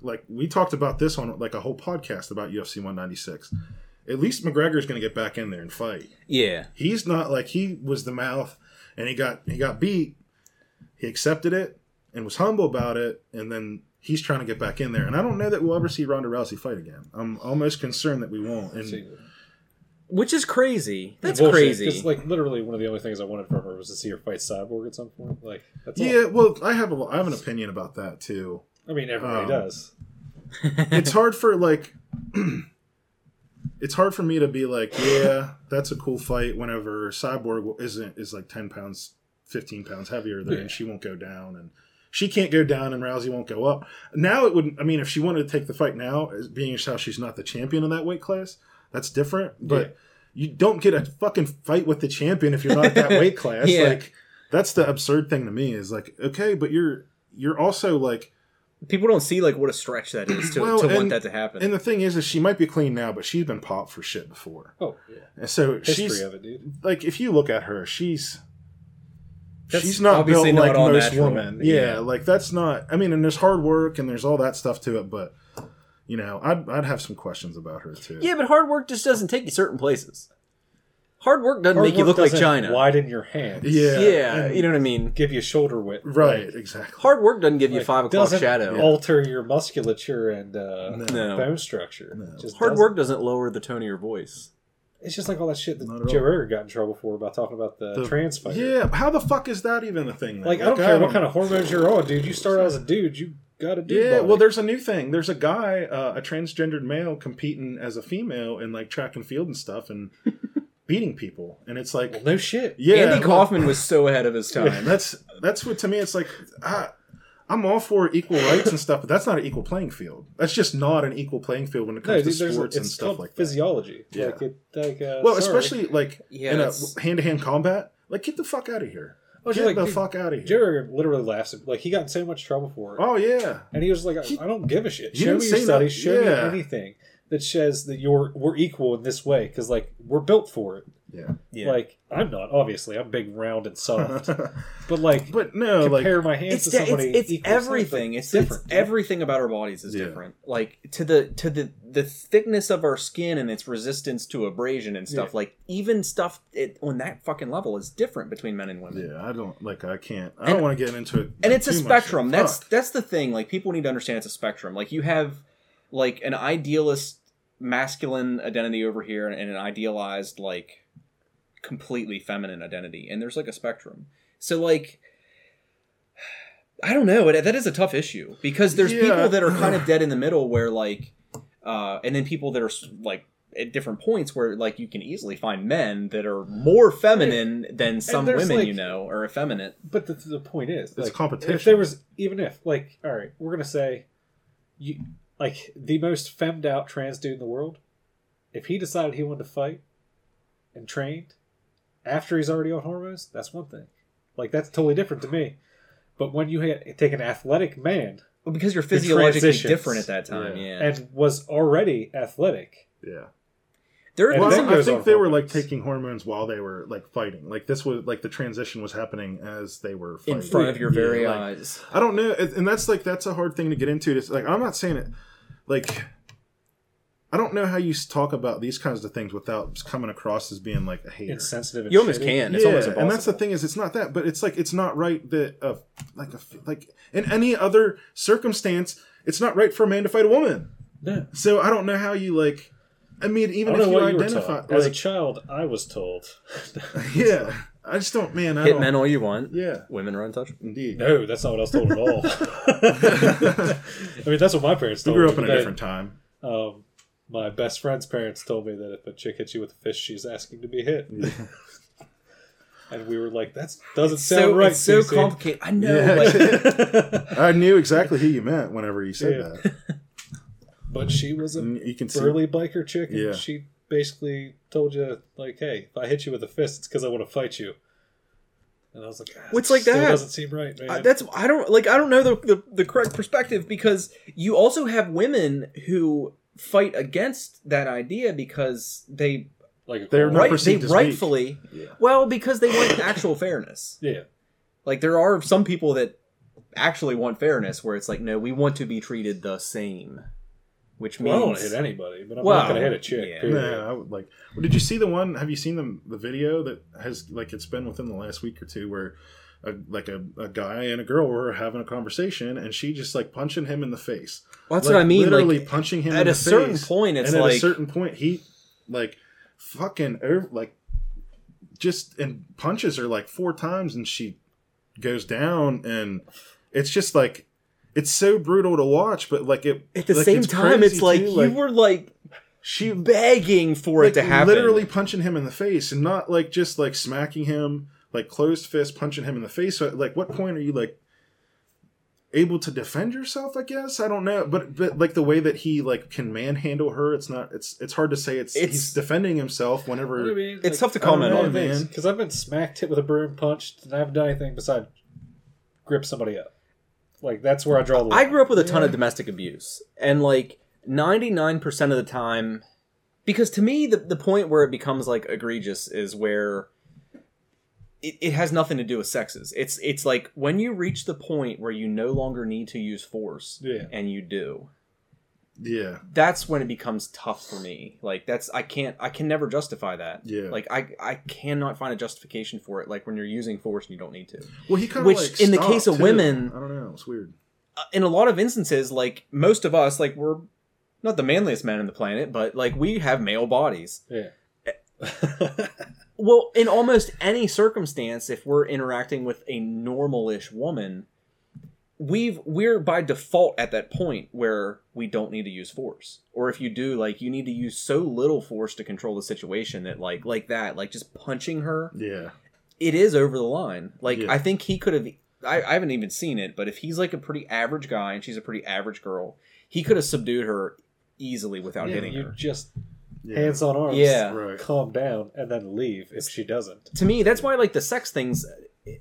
Speaker 2: like we talked about this on like a whole podcast about UFC 196. At least McGregor's gonna get back in there and fight.
Speaker 1: yeah.
Speaker 2: He's not like he was the mouth, and he got he got beat. He accepted it and was humble about it, and then he's trying to get back in there. And I don't know that we'll ever see Ronda Rousey fight again. I'm almost concerned that we won't. And
Speaker 1: Which is crazy. That's
Speaker 3: Bullshit,
Speaker 1: crazy.
Speaker 3: 'cause, like literally, one of the only things I wanted from her was to see her fight Cyborg at some point. Like, that's all.
Speaker 2: yeah, well, I have a, I have an opinion about that too.
Speaker 3: I mean, everybody
Speaker 2: Um,
Speaker 3: does.
Speaker 2: It's hard for like. It's hard for me to be like, yeah, that's a cool fight. Whenever Cyborg isn't is like ten pounds, fifteen pounds heavier than, her, and she won't go down, and she can't go down and Rousey won't go up. Now it would I mean if she wanted to take the fight now, as being as how she's not the champion in that weight class, that's different. But you don't get a fucking fight with the champion if you're not at that weight class.
Speaker 1: Yeah.
Speaker 2: Like that's the absurd thing to me is like, okay, but you're you're also like
Speaker 1: People don't see like what a stretch that is to,
Speaker 2: Well,
Speaker 1: to want
Speaker 2: and-
Speaker 1: that to happen.
Speaker 2: and the thing is is she might be clean now, but she's been popped for shit before.
Speaker 3: Oh, yeah.
Speaker 2: And so
Speaker 3: history
Speaker 2: she's
Speaker 3: of it, dude.
Speaker 2: like if you look at her, she's
Speaker 1: That's
Speaker 2: she's not built
Speaker 1: obviously not
Speaker 2: like
Speaker 1: all
Speaker 2: most
Speaker 1: natural.
Speaker 2: women. Yeah,
Speaker 1: Yeah.
Speaker 2: like that's not. I mean, and there's hard work and there's all that stuff to it, but you know, I'd I'd have some questions about her too.
Speaker 1: yeah, but hard work just doesn't take you certain places. Hard work doesn't
Speaker 3: Hard
Speaker 1: make you
Speaker 3: work
Speaker 1: look like
Speaker 3: doesn't
Speaker 1: China.
Speaker 3: Widen your hands.
Speaker 2: Yeah.
Speaker 1: yeah,
Speaker 2: and-
Speaker 1: you know what I mean.
Speaker 3: Give you shoulder width.
Speaker 2: Right,
Speaker 3: Like,
Speaker 2: exactly.
Speaker 1: Hard work doesn't give you
Speaker 3: like,
Speaker 1: five o'clock
Speaker 3: doesn't
Speaker 1: shadow.
Speaker 3: Alter your musculature and uh,
Speaker 2: No.
Speaker 1: No.
Speaker 3: bone structure.
Speaker 2: No.
Speaker 3: Just
Speaker 1: Hard
Speaker 3: doesn't.
Speaker 1: work doesn't lower the tone of your voice.
Speaker 3: It's just like all that shit that
Speaker 2: Not at
Speaker 3: Joe
Speaker 2: all.
Speaker 3: Rogan got in trouble for about talking about the,
Speaker 2: The-
Speaker 3: trans fighter.
Speaker 2: Yeah, how the fuck is that even a thing? then?
Speaker 3: Like, I don't care what
Speaker 2: know.
Speaker 3: kind of hormones you're on, dude. You start out as a dude, you got a dude.
Speaker 2: Yeah,
Speaker 3: body.
Speaker 2: well, there's a new thing. There's a guy, uh, a transgendered male, competing as a female in like track and field and stuff, and beating people. And it's like,
Speaker 3: Well, no shit.
Speaker 2: yeah,
Speaker 1: Andy
Speaker 2: well,
Speaker 1: Kaufman was so ahead of his time.
Speaker 2: That's that's what to me. It's like, ah, I'm all for equal rights and stuff, but that's not an equal playing field. That's just not an equal playing field when it
Speaker 3: No,
Speaker 2: comes
Speaker 3: dude,
Speaker 2: to
Speaker 3: there's,
Speaker 2: sports
Speaker 3: it's
Speaker 2: and stuff
Speaker 3: called
Speaker 2: like that.
Speaker 3: physiology.
Speaker 2: Yeah.
Speaker 3: Like it, like, uh,
Speaker 2: Well,
Speaker 3: sorry.
Speaker 2: especially like
Speaker 1: Yeah,
Speaker 2: in a
Speaker 1: it's-
Speaker 2: hand to hand combat. Like, get the fuck out of here!
Speaker 3: Oh,
Speaker 2: get
Speaker 3: dude, like,
Speaker 2: the
Speaker 3: dude,
Speaker 2: fuck out of
Speaker 3: Joe
Speaker 2: here!
Speaker 3: Rogan literally laughs. At, like he got in so much trouble for it.
Speaker 2: Oh yeah,
Speaker 3: And he was like,
Speaker 2: He-
Speaker 3: I, I don't give a shit.
Speaker 2: You
Speaker 3: Show
Speaker 2: didn't
Speaker 3: me
Speaker 2: say
Speaker 3: your
Speaker 2: that-
Speaker 3: studies. Show
Speaker 2: yeah.
Speaker 3: me anything that says that you're we're equal in this way because like we're built for it.
Speaker 2: yeah.
Speaker 1: yeah.
Speaker 3: Like I'm not obviously. I'm big, round, and soft. but like
Speaker 2: but no, like
Speaker 3: compare my hands
Speaker 1: it's
Speaker 3: to
Speaker 1: di-
Speaker 3: somebody.
Speaker 1: it's, it's
Speaker 3: equal size,
Speaker 1: everything.
Speaker 3: like,
Speaker 1: It's, different.
Speaker 3: different.
Speaker 1: everything about our bodies is
Speaker 2: Yeah.
Speaker 1: different. Like to the to the the thickness of our skin and its resistance to abrasion and stuff.
Speaker 3: Yeah.
Speaker 1: Like even stuff it, on that fucking level is different between men and women.
Speaker 2: Yeah, I don't like. I can't. I
Speaker 1: And-
Speaker 2: don't want to get into it.
Speaker 1: and
Speaker 2: like,
Speaker 1: it's a
Speaker 2: too much.
Speaker 1: spectrum. That's
Speaker 2: Fuck.
Speaker 1: that's the thing. Like people need to understand it's a spectrum. Like you have like an idealist masculine identity over here and an idealized like completely feminine identity, and there's like a spectrum. So like. I don't know. It, that is a tough issue because there's
Speaker 2: Yeah.
Speaker 1: people that are kind of dead in the middle, where like, uh, and then people that are s- like at different points where like you can easily find men that are more feminine than some
Speaker 3: there's,
Speaker 1: women
Speaker 3: like-
Speaker 1: you know or effeminate.
Speaker 3: But the, the point is,
Speaker 2: It's
Speaker 3: like,
Speaker 2: competition.
Speaker 3: If there was, even if, like, all right, we're gonna say, you like the most femmed out trans dude in the world. If he decided he wanted to fight and trained after he's already on hormones, that's one thing. Like that's totally different to me. But when you ha take an athletic man
Speaker 1: Well, because you're physiologically
Speaker 3: transitions.
Speaker 1: different at that time.
Speaker 2: Yeah.
Speaker 1: Yeah,
Speaker 3: and was already athletic,
Speaker 2: Yeah.
Speaker 1: there are
Speaker 3: and
Speaker 2: Well,
Speaker 1: things
Speaker 3: then
Speaker 2: I- I
Speaker 3: goes
Speaker 2: think
Speaker 3: on
Speaker 2: they were like
Speaker 3: hormones.
Speaker 2: taking hormones while they were like fighting. Like this was like the transition was happening as they were
Speaker 1: in
Speaker 2: fighting.
Speaker 1: front of your
Speaker 2: Yeah,
Speaker 1: very
Speaker 2: like,
Speaker 1: eyes.
Speaker 2: I don't know, and and that's like that's a hard thing to get into. It's like I'm not saying it. Like I don't know how you s- talk about these kinds of things without coming across as being like a hater.
Speaker 3: insensitive. And
Speaker 1: You almost
Speaker 3: shitty.
Speaker 1: can. It's
Speaker 2: yeah,
Speaker 1: almost
Speaker 2: and that's the
Speaker 1: impossible.
Speaker 2: thing is it's not that, but it's like it's not right that uh, like a, f- like in any other circumstance, it's not right for a man to fight a woman.
Speaker 3: No.
Speaker 2: So I don't know how you like. I mean,
Speaker 3: I
Speaker 2: even
Speaker 3: don't
Speaker 2: if
Speaker 3: know
Speaker 2: you
Speaker 3: what you were
Speaker 2: identify,
Speaker 3: taught. As a
Speaker 2: like,
Speaker 3: child, I was told.
Speaker 2: yeah, I just don't, man. I
Speaker 1: Hit
Speaker 2: don't,
Speaker 1: men all you want.
Speaker 2: Yeah,
Speaker 1: Women are untouchable.
Speaker 2: indeed.
Speaker 3: No, that's not what I was told at all. I mean, that's what my parents
Speaker 2: we
Speaker 3: told
Speaker 2: grew
Speaker 3: me.
Speaker 2: up in a
Speaker 3: They-
Speaker 2: different time.
Speaker 3: Um, my best friend's parents told me that if a chick hits you with a fist, she's asking to be hit. and we were like, that doesn't sound
Speaker 1: so
Speaker 3: right.
Speaker 1: it's so
Speaker 3: CC."
Speaker 1: complicated. I know.
Speaker 2: Yeah.
Speaker 1: Like,
Speaker 2: I knew exactly who you meant whenever you said
Speaker 3: Yeah.
Speaker 2: that.
Speaker 3: but she was a
Speaker 2: And you can see.
Speaker 3: burly biker chick, and
Speaker 2: Yeah.
Speaker 3: she basically told you, like, hey, if I hit you with a fist, it's because I want to fight you. And I was like, ah,
Speaker 1: What's like
Speaker 3: still
Speaker 1: that?
Speaker 3: doesn't seem
Speaker 2: Uh,
Speaker 3: right, man.
Speaker 1: I- that's I don't like I don't know the, the the correct perspective because you also have women who fight against that idea because they
Speaker 3: like a
Speaker 2: They're
Speaker 3: call.
Speaker 2: not
Speaker 1: right they
Speaker 2: perceived as weak.
Speaker 1: rightfully
Speaker 2: Yeah.
Speaker 1: well because they want actual fairness.
Speaker 3: Yeah.
Speaker 1: Like there are some people that actually want fairness where it's like no we want to be treated the same, which
Speaker 3: Well, I don't
Speaker 1: means
Speaker 3: want to hit anybody, but I'm
Speaker 1: Well,
Speaker 3: not going to hit a chick.
Speaker 1: yeah.
Speaker 3: period.
Speaker 2: Nah, I would like. Well, did you see the one? Have you seen the the video that has like it's been within the last week or two where, a, like a, a guy and a girl were having a conversation and she just like punching him in the face.
Speaker 1: Well, that's
Speaker 2: Like,
Speaker 1: what I mean.
Speaker 2: Literally
Speaker 1: like,
Speaker 2: punching him
Speaker 1: at
Speaker 2: in
Speaker 1: a
Speaker 2: the
Speaker 1: certain
Speaker 2: face.
Speaker 1: point, it's
Speaker 2: and at
Speaker 1: like
Speaker 2: a certain point he like fucking er- like just and punches her like four times and she goes down and it's just like it's so brutal to watch but like it
Speaker 1: at the
Speaker 2: like,
Speaker 1: same
Speaker 2: it's
Speaker 1: time,
Speaker 2: crazy,
Speaker 1: it's like
Speaker 2: too,
Speaker 1: you were like
Speaker 2: she
Speaker 1: begging for
Speaker 2: like,
Speaker 1: it to happen.
Speaker 2: literally punching him in the face and not like just like smacking him like closed fist punching him in the face so like what point are you like able to defend yourself i guess i don't know but but like the way that he like can manhandle her it's not it's it's hard to say it's,
Speaker 1: It's-
Speaker 2: he's defending himself whenever
Speaker 3: What do you mean?
Speaker 1: It's tough to
Speaker 2: I don't
Speaker 1: comment
Speaker 2: know,
Speaker 1: on.
Speaker 2: man.
Speaker 3: because I've been smacked hit with a broom, punched, and I haven't done anything besides grip somebody up. Like that's where I draw the line.
Speaker 1: I grew up with a ton of domestic abuse, and like ninety nine percent of the time, because to me the the point where it becomes like egregious is where it, it has nothing to do with sexes. It's it's like when you reach the point where you no longer need to use force,
Speaker 3: Yeah.
Speaker 1: and you do.
Speaker 2: Yeah.
Speaker 1: that's when it becomes tough for me. Like that's I can't I can never justify that.
Speaker 2: Yeah.
Speaker 1: Like I I cannot find a justification for it. Like when you're using force and you don't need to.
Speaker 2: Well, he kind of
Speaker 1: Which,
Speaker 2: like,
Speaker 1: in the case
Speaker 2: stopped,
Speaker 1: of women-
Speaker 2: I don't know. It's weird.
Speaker 1: Uh, In a lot of instances, like most of us, like we're not the manliest man on the planet, but like we have male bodies.
Speaker 3: Yeah.
Speaker 1: Well, in almost any circumstance, if we're interacting with a normalish woman, we've we're by default at that point where we don't need to use force. Or if you do, like you need to use so little force to control the situation that like like that, like just punching her,
Speaker 2: Yeah.
Speaker 1: it is over the line. Like
Speaker 2: Yeah.
Speaker 1: I think he could have I, I haven't even seen it, but if he's like a pretty average guy and she's a pretty average girl, he could have subdued her easily without
Speaker 2: Yeah,
Speaker 1: hitting
Speaker 3: you
Speaker 1: her.
Speaker 3: just
Speaker 2: Yeah.
Speaker 3: hands on arms.
Speaker 1: Yeah.
Speaker 2: Right.
Speaker 3: Calm down and then leave if she doesn't.
Speaker 1: to me that's why like the sex things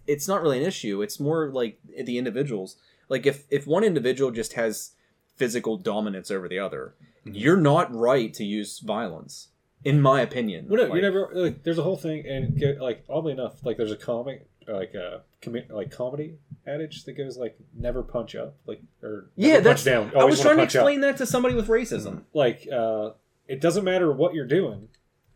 Speaker 1: it's not really an issue it's more like the individuals like if if one individual just has physical dominance over the other
Speaker 2: Mhm.
Speaker 1: you're not right to use violence in my opinion
Speaker 3: Well, no,
Speaker 1: Like,
Speaker 3: you never like. There's a whole thing, and go- like oddly enough, like there's a comic, like a comi- like comedy adage that goes like never punch up, like or
Speaker 1: Yeah,
Speaker 3: never
Speaker 1: that's-
Speaker 3: punch down.
Speaker 1: i was
Speaker 3: always
Speaker 1: trying to
Speaker 3: wanna punch up.
Speaker 1: explain that to somebody with racism
Speaker 3: like uh, it doesn't matter what you're doing.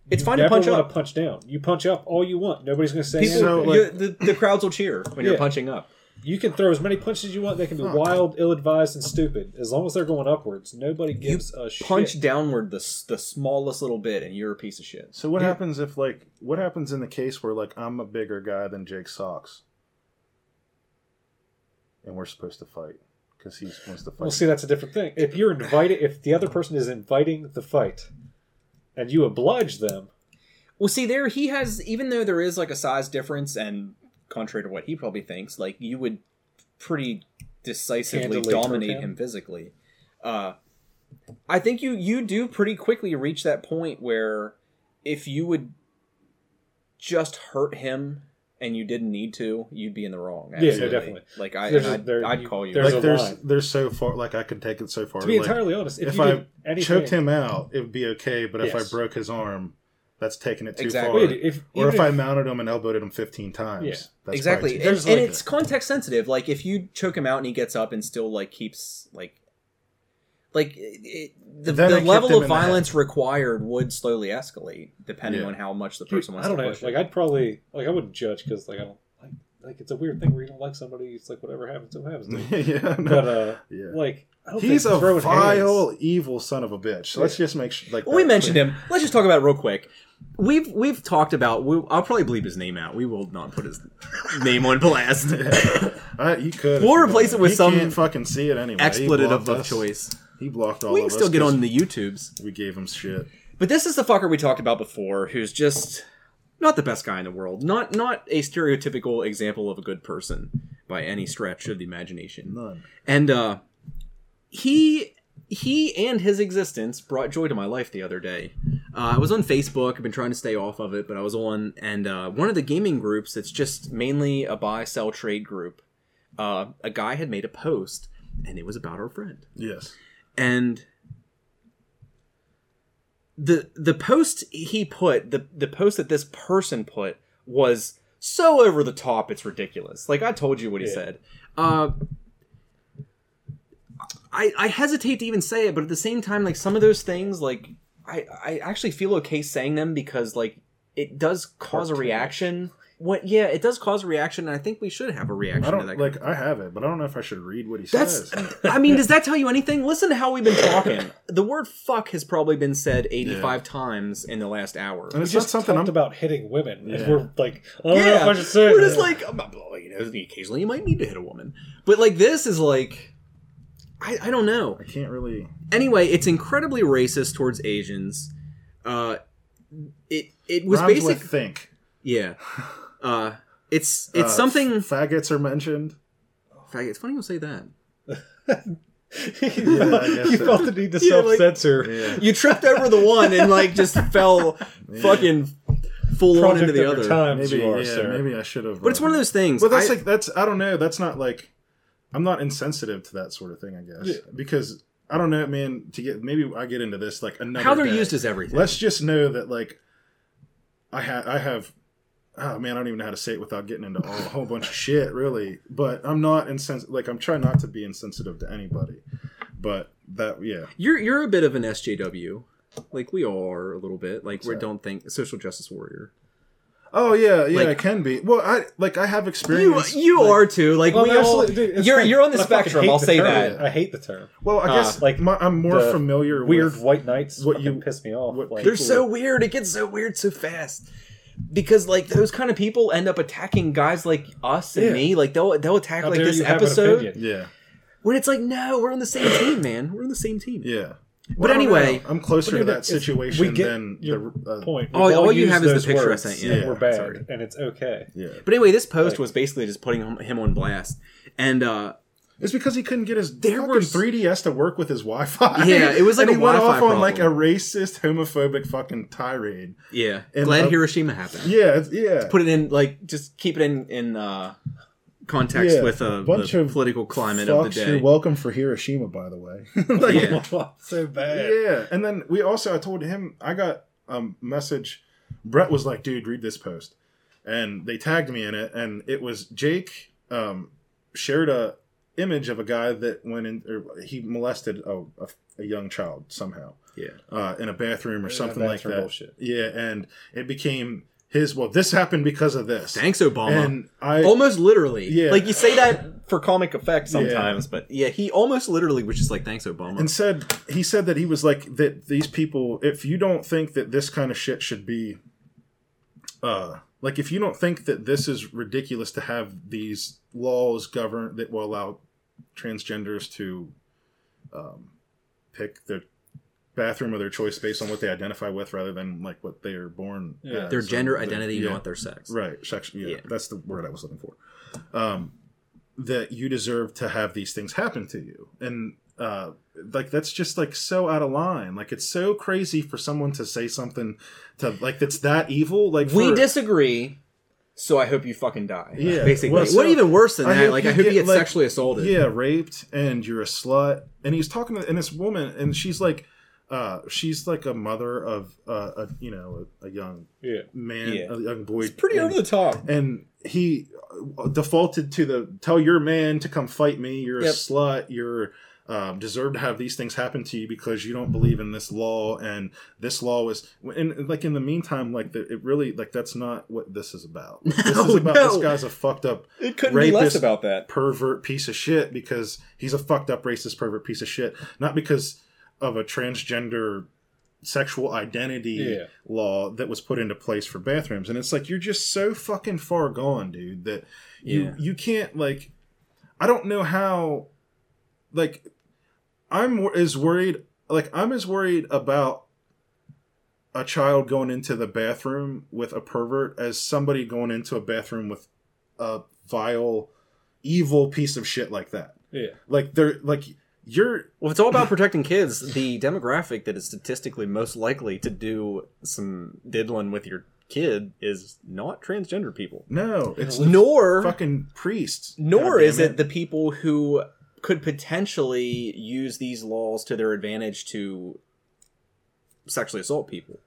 Speaker 1: It's
Speaker 3: You
Speaker 1: fine to
Speaker 3: never
Speaker 1: punch
Speaker 3: wanna
Speaker 1: up.
Speaker 3: punch down. You punch up all you want. Nobody's gonna say
Speaker 1: people
Speaker 3: anything.
Speaker 2: So, like-
Speaker 1: you- the, the crowds will cheer when you're
Speaker 3: Yeah.
Speaker 1: punching up
Speaker 3: You can throw as many punches as you want. They can be
Speaker 2: Huh.
Speaker 3: wild, ill-advised, and stupid. As long as they're going upwards, nobody gives a
Speaker 1: punch
Speaker 3: shit.
Speaker 1: downward the, s- the smallest little bit and you're a piece of shit
Speaker 2: So what
Speaker 3: Yeah.
Speaker 2: happens if like what happens in the case where like I'm a bigger guy than Jake Socks, and we're supposed to fight because he wants to fight?
Speaker 3: Well, see, that's a different thing. If you're invited, if the other person is inviting the fight, and you oblige them,
Speaker 1: Well, see, there he has. Even though there is like a size difference, and contrary to what he probably thinks, like you would pretty decisively
Speaker 3: Handily hurt
Speaker 1: dominate
Speaker 3: him.
Speaker 1: him. physically. Uh, I think you you do pretty quickly reach that point where if you would just hurt him and you didn't need to, you'd be in the wrong.
Speaker 3: Yeah, no,
Speaker 1: absolutely.
Speaker 3: definitely.
Speaker 1: Like I,
Speaker 3: There's a-
Speaker 1: I'd,
Speaker 3: there-
Speaker 1: I'd
Speaker 3: you-
Speaker 1: call you.
Speaker 3: there's
Speaker 2: like
Speaker 3: a
Speaker 2: there's
Speaker 3: line.
Speaker 2: there's so far like I could take it so far.
Speaker 3: to be
Speaker 2: like,
Speaker 3: entirely honest, if,
Speaker 2: if
Speaker 3: you
Speaker 2: I
Speaker 3: did anything,
Speaker 2: choked him out, it would be okay. But if
Speaker 3: Yes.
Speaker 2: I broke his arm, that's taking it too
Speaker 1: Exactly.
Speaker 2: far.
Speaker 3: Wait, if,
Speaker 2: or
Speaker 3: even
Speaker 2: if I mounted him and elbowed him 15 times,
Speaker 3: Yeah.
Speaker 2: that's probably
Speaker 1: exactly,
Speaker 2: too-
Speaker 1: and,
Speaker 3: There's,
Speaker 1: and
Speaker 3: like,
Speaker 1: it's context sensitive. Like if you choke him out and he gets up and still like keeps like like it, it- the,
Speaker 2: Then I
Speaker 1: the
Speaker 2: kicked
Speaker 1: level
Speaker 2: him
Speaker 1: of
Speaker 2: in the head.
Speaker 1: violence required would slowly escalate depending
Speaker 2: Yeah.
Speaker 1: on how much the
Speaker 3: Dude,
Speaker 1: person
Speaker 3: I
Speaker 1: wants
Speaker 3: don't
Speaker 1: to
Speaker 3: know.
Speaker 1: push.
Speaker 3: Like, I'd probably like I wouldn't judge because like I don't like like it's a weird thing where you don't like somebody. It's like whatever happens, it happens. dude.
Speaker 2: yeah, no,
Speaker 3: But uh,
Speaker 2: yeah.
Speaker 3: like I don't
Speaker 2: He's
Speaker 3: think
Speaker 2: a
Speaker 3: throwing
Speaker 2: vile,
Speaker 3: hands-
Speaker 2: evil son of a bitch. So let's just make sure. Like
Speaker 1: we
Speaker 2: that-
Speaker 1: mentioned him. Let's just talk about it real quick. We've we've talked about. We, I'll probably bleep his name out. We will not put his name on blast.
Speaker 2: Uh, you could.
Speaker 1: We'll replace it with
Speaker 2: He
Speaker 1: some
Speaker 2: can't fucking see it anyway. He
Speaker 1: Expletive
Speaker 2: blocked
Speaker 1: of
Speaker 2: us.
Speaker 1: choice.
Speaker 2: He blocked all.
Speaker 1: We can
Speaker 2: of us
Speaker 1: still get
Speaker 2: 'cause
Speaker 1: on the YouTubes.
Speaker 2: We gave him shit.
Speaker 1: But this is the fucker we talked about before, who's just not the best guy in the world. Not not a stereotypical example of a good person by any stretch of the imagination.
Speaker 2: None.
Speaker 1: And uh, he he and his existence brought joy to my life the other day. Uh, I was on Facebook. I've been trying to stay off of it, but I was on and uh, one of the gaming groups. It's just mainly a buy sell trade group. Uh, a guy had made a post, and it was about our friend
Speaker 2: Yes.
Speaker 1: and the the post he put the the post that this person put was so over the top it's ridiculous like i told you what he
Speaker 3: Yeah.
Speaker 1: said uh i i hesitate to even say it but at the same time like some of those things like i i actually feel okay saying them because like it does cause a
Speaker 3: Cartoonish.
Speaker 1: reaction what yeah it does cause a reaction and i think we should have a reaction
Speaker 2: I
Speaker 1: to that
Speaker 2: don't like. I have it, but I don't know if I should read what he
Speaker 1: that's. uh,
Speaker 2: says.
Speaker 1: I mean, does that tell you anything? Listen to how we've been talking. The word "fuck" has probably been said eighty-five times in the last hour.
Speaker 2: And
Speaker 3: We
Speaker 2: it's not
Speaker 3: just
Speaker 2: something
Speaker 3: talked
Speaker 2: I'm.
Speaker 3: about hitting women, and
Speaker 2: Yeah.
Speaker 3: we're like, I don't know if I should say.
Speaker 1: we're
Speaker 3: it.
Speaker 1: just like, um, well, you know, occasionally you might need to hit a woman, but like this is like, I, I don't know.
Speaker 2: I can't really.
Speaker 1: Anyway, it's incredibly racist towards Asians. Uh, it it was
Speaker 2: Rhymes
Speaker 1: basic,
Speaker 2: with think.
Speaker 1: yeah. Uh, it's it's
Speaker 2: Uh,
Speaker 1: something.
Speaker 2: Faggots are mentioned.
Speaker 1: in fact, it's funny you'll say that.
Speaker 2: guess
Speaker 3: you
Speaker 2: so.
Speaker 3: felt the need to
Speaker 1: Yeah, like-
Speaker 3: self censor.
Speaker 2: Yeah.
Speaker 1: You tripped over the one and like just fell fucking full on into the other.
Speaker 3: times
Speaker 2: Maybe.
Speaker 3: you are,
Speaker 2: yeah,
Speaker 3: sir.
Speaker 2: Maybe I should have.
Speaker 1: But it's
Speaker 2: uh,
Speaker 1: one of those things.
Speaker 2: Well, that's
Speaker 1: I-
Speaker 2: like that's I don't know. That's not like I'm not insensitive to that sort of thing. I guess
Speaker 3: Yeah.
Speaker 2: because I don't know, man. To get maybe I get into this like another
Speaker 1: how they're
Speaker 2: day.
Speaker 1: used is everything.
Speaker 2: Let's just know that like I ha- I have. Oh man, I don't even know how to say it without getting into all, a whole bunch of shit, really. But I'm not insensitive. Like I'm trying not to be insensitive to anybody. But that yeah
Speaker 1: You're you're a bit of an SJW, like we all are a little bit. Like we
Speaker 2: that?
Speaker 1: don't think social justice warrior.
Speaker 2: oh yeah yeah
Speaker 1: Like-
Speaker 2: it can be well i like i have
Speaker 1: You
Speaker 2: experience
Speaker 1: you are too. Like
Speaker 3: Well,
Speaker 1: we
Speaker 3: that's
Speaker 1: all.
Speaker 3: like- dude, it's
Speaker 1: you're
Speaker 3: like-
Speaker 1: you're on the
Speaker 3: I fucking
Speaker 1: spectrum.
Speaker 3: hate
Speaker 1: I'll
Speaker 3: the
Speaker 1: say
Speaker 3: term.
Speaker 1: that.
Speaker 3: I hate the term.
Speaker 2: well i
Speaker 1: uh,
Speaker 2: guess
Speaker 3: like,
Speaker 2: like my, i'm more
Speaker 3: the
Speaker 2: familiar
Speaker 3: Weird
Speaker 2: with
Speaker 3: white knights.
Speaker 2: what
Speaker 3: What
Speaker 2: you-
Speaker 3: you piss me off.
Speaker 2: what
Speaker 3: like,
Speaker 1: They're
Speaker 2: people
Speaker 1: so weird. It gets so weird so fast. Because like those kind of people end up attacking guys like us and
Speaker 2: Yeah.
Speaker 1: me. Like they'll they'll attack
Speaker 3: How
Speaker 1: like
Speaker 3: dare
Speaker 1: this
Speaker 3: you have an
Speaker 1: episode
Speaker 3: opinion.
Speaker 2: yeah
Speaker 1: when it's like no, we're on the same team, man. We're on the same team.
Speaker 2: yeah
Speaker 1: But
Speaker 2: I don't
Speaker 1: anyway-
Speaker 2: know. i'm closer to
Speaker 3: Dude,
Speaker 2: that
Speaker 3: it's-
Speaker 2: situation
Speaker 3: we get
Speaker 2: than
Speaker 3: your
Speaker 2: the uh,
Speaker 3: point.
Speaker 1: All-
Speaker 3: We've
Speaker 1: all you
Speaker 3: used
Speaker 1: have is the
Speaker 3: those
Speaker 1: picture I
Speaker 3: words,
Speaker 1: sent you.
Speaker 3: and
Speaker 2: Yeah,
Speaker 3: We're bad,
Speaker 1: sorry.
Speaker 3: and it's okay.
Speaker 2: yeah
Speaker 1: But anyway, this post
Speaker 3: Like-
Speaker 1: was basically just putting him, him on blast, and uh,
Speaker 2: It's because he couldn't get his
Speaker 1: There
Speaker 2: there
Speaker 1: were
Speaker 2: were
Speaker 1: s-
Speaker 2: 3ds to work with his Wi-Fi.
Speaker 1: Yeah, it was like
Speaker 2: and
Speaker 1: a
Speaker 2: he went
Speaker 1: Wi-Fi
Speaker 2: off on like a
Speaker 1: problem.
Speaker 2: racist, homophobic fucking tirade.
Speaker 1: yeah,
Speaker 2: And,
Speaker 1: glad
Speaker 2: uh,
Speaker 1: Hiroshima happened.
Speaker 2: Yeah, it's- yeah.
Speaker 1: put it in like just keep it in in uh context
Speaker 2: Yeah,
Speaker 1: with uh,
Speaker 2: bunch
Speaker 1: the
Speaker 2: of
Speaker 1: political climate
Speaker 2: Fucks,
Speaker 1: of the
Speaker 2: You're
Speaker 1: day
Speaker 2: welcome for Hiroshima, by the way. Like,
Speaker 1: Yeah.
Speaker 3: so bad.
Speaker 2: yeah. And then we also, I told him, I got a message. Brett was like, "Dude, read this post," and they tagged me in it, and it was Jake um, shared a image of a guy that went in, or he molested a, a, a young child somehow.
Speaker 1: Yeah.
Speaker 2: uh, in a bathroom or
Speaker 3: Yeah,
Speaker 2: something like
Speaker 3: bathroom
Speaker 2: that.
Speaker 3: bullshit.
Speaker 2: Yeah, and it became his. Well, this happened because of this.
Speaker 1: thanks obama
Speaker 2: and I
Speaker 1: almost literally
Speaker 2: Yeah.
Speaker 1: like you say that for comic effect sometimes but yeah he almost literally was just like thanks obama
Speaker 2: and said he said that he was like that these people if you don't think that this kind of shit should be uh like if you don't think that this is ridiculous to have these laws govern that will allow transgenders to um pick their bathroom of their choice based on what they identify with rather than like what they are born
Speaker 3: Yeah.
Speaker 2: as
Speaker 1: their
Speaker 2: or
Speaker 1: gender
Speaker 2: their-
Speaker 1: identity
Speaker 2: yeah.
Speaker 1: not their sex
Speaker 2: Right. Section. Yeah,
Speaker 1: Yeah.
Speaker 2: That's the word I was looking for. Um, that you deserve to have these things happen to you. And, uh, like that's just like so out of line. Like it's so crazy for someone to say something to like that's that evil. Like
Speaker 1: we
Speaker 2: for-
Speaker 1: disagree so i hope you fucking die
Speaker 2: Yeah.
Speaker 1: basically
Speaker 2: Well,
Speaker 1: what
Speaker 2: so-
Speaker 1: even worse than
Speaker 2: I
Speaker 1: that
Speaker 2: hope
Speaker 1: like
Speaker 2: you
Speaker 1: i hope you
Speaker 2: get,
Speaker 1: get
Speaker 2: like-
Speaker 1: sexually assaulted
Speaker 2: yeah raped and you're a slut. And he's talking to and this woman and she's like, uh, she's like a mother of uh, a you know a, a young
Speaker 3: Yeah.
Speaker 2: man,
Speaker 1: Yeah.
Speaker 2: a young boy.
Speaker 1: it's pretty
Speaker 2: and-
Speaker 1: over the top
Speaker 2: and he uh, defaulted to the tell your man to come fight me you're a
Speaker 1: Yep.
Speaker 2: slut you're um, deserve to have these things happen to you because you don't believe in this law and this law is and like in the meantime like the, it really like that's not what this is about this is
Speaker 1: No,
Speaker 2: about
Speaker 1: Oh, no.
Speaker 2: this guy's a fucked up
Speaker 1: it couldn't
Speaker 2: be less Rapist-
Speaker 1: about that
Speaker 2: pervert piece of shit because he's a fucked up racist pervert piece of shit not because of a transgender sexual identity
Speaker 3: Yeah.
Speaker 2: law that was put into place for bathrooms and it's like you're just so fucking far gone dude that you
Speaker 1: Yeah.
Speaker 2: you can't like i don't know how like i'm wor- as worried like i'm as worried about a child going into the bathroom with a pervert as somebody going into a bathroom with a vile evil piece of shit like that
Speaker 3: Yeah.
Speaker 2: like they're like you're
Speaker 1: well it's all about protecting kids the demographic that is statistically most likely to do some diddling with your kid is not transgender people
Speaker 2: no it's
Speaker 1: nor
Speaker 2: fucking priests
Speaker 1: nor
Speaker 2: God
Speaker 1: is
Speaker 2: damn
Speaker 1: it the people who could potentially use these laws to their advantage to sexually assault people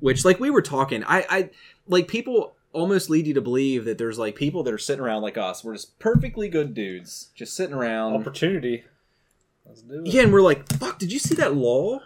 Speaker 1: which like we were talking i i like people almost lead you to believe that there's like people that are sitting around like us we're just perfectly good dudes just sitting around
Speaker 3: Opportunity. Let's do it.
Speaker 1: yeah and we're like fuck did you see that law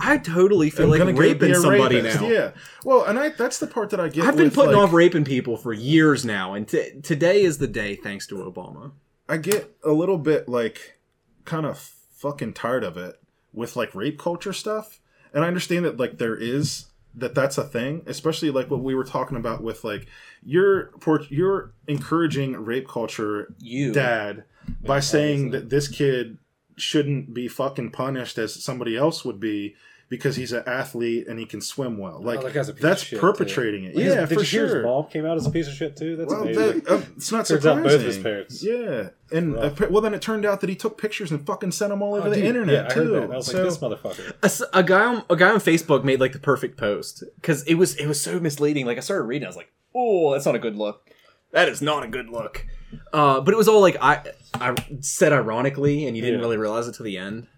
Speaker 1: i totally feel
Speaker 2: I'm gonna
Speaker 1: like
Speaker 2: go be
Speaker 1: raping
Speaker 2: a
Speaker 1: somebody
Speaker 2: rapist.
Speaker 1: now
Speaker 2: yeah well and i that's the part that i get
Speaker 1: I've been
Speaker 2: with,
Speaker 1: putting
Speaker 2: like,
Speaker 1: off raping people for years now, and t- today is the day thanks to Obama.
Speaker 2: I get a little bit like kind of fucking tired of it with like rape culture stuff. And I understand that like there is that that's a thing, especially like what we were talking about with like you're por- you're encouraging rape culture
Speaker 1: You
Speaker 2: dad by saying
Speaker 3: obviously.
Speaker 2: that this kid shouldn't be fucking punished as somebody else would be because he's an athlete and he can swim well. Like
Speaker 3: Oh, that guy's a piece of
Speaker 2: that's
Speaker 3: shit,
Speaker 2: perpetrating it.
Speaker 3: Like, his-
Speaker 2: yeah,
Speaker 3: did
Speaker 2: for
Speaker 3: you hear
Speaker 2: sure.
Speaker 3: His mom came out as a piece of shit too. That's
Speaker 2: Well,
Speaker 3: amazing.
Speaker 2: that, uh, it's not
Speaker 3: Turns out
Speaker 2: surprising.
Speaker 3: both his parents.
Speaker 2: Yeah, and uh,
Speaker 3: Rough.
Speaker 2: pa- well, then it turned out that he took pictures and fucking sent them all over
Speaker 3: Oh,
Speaker 2: the
Speaker 3: dude,
Speaker 2: internet
Speaker 3: yeah, I
Speaker 2: too.
Speaker 3: heard that. and I was
Speaker 2: So-
Speaker 3: like, this motherfucker.
Speaker 1: a, s- a guy on a guy on Facebook made like the perfect post because it was it was so misleading. Like I started reading, I was like, "Oh, that's not a good look. That is not a good look." Uh, but it was all like I I said ironically, and you didn't
Speaker 3: Yeah.
Speaker 1: really realize it till the end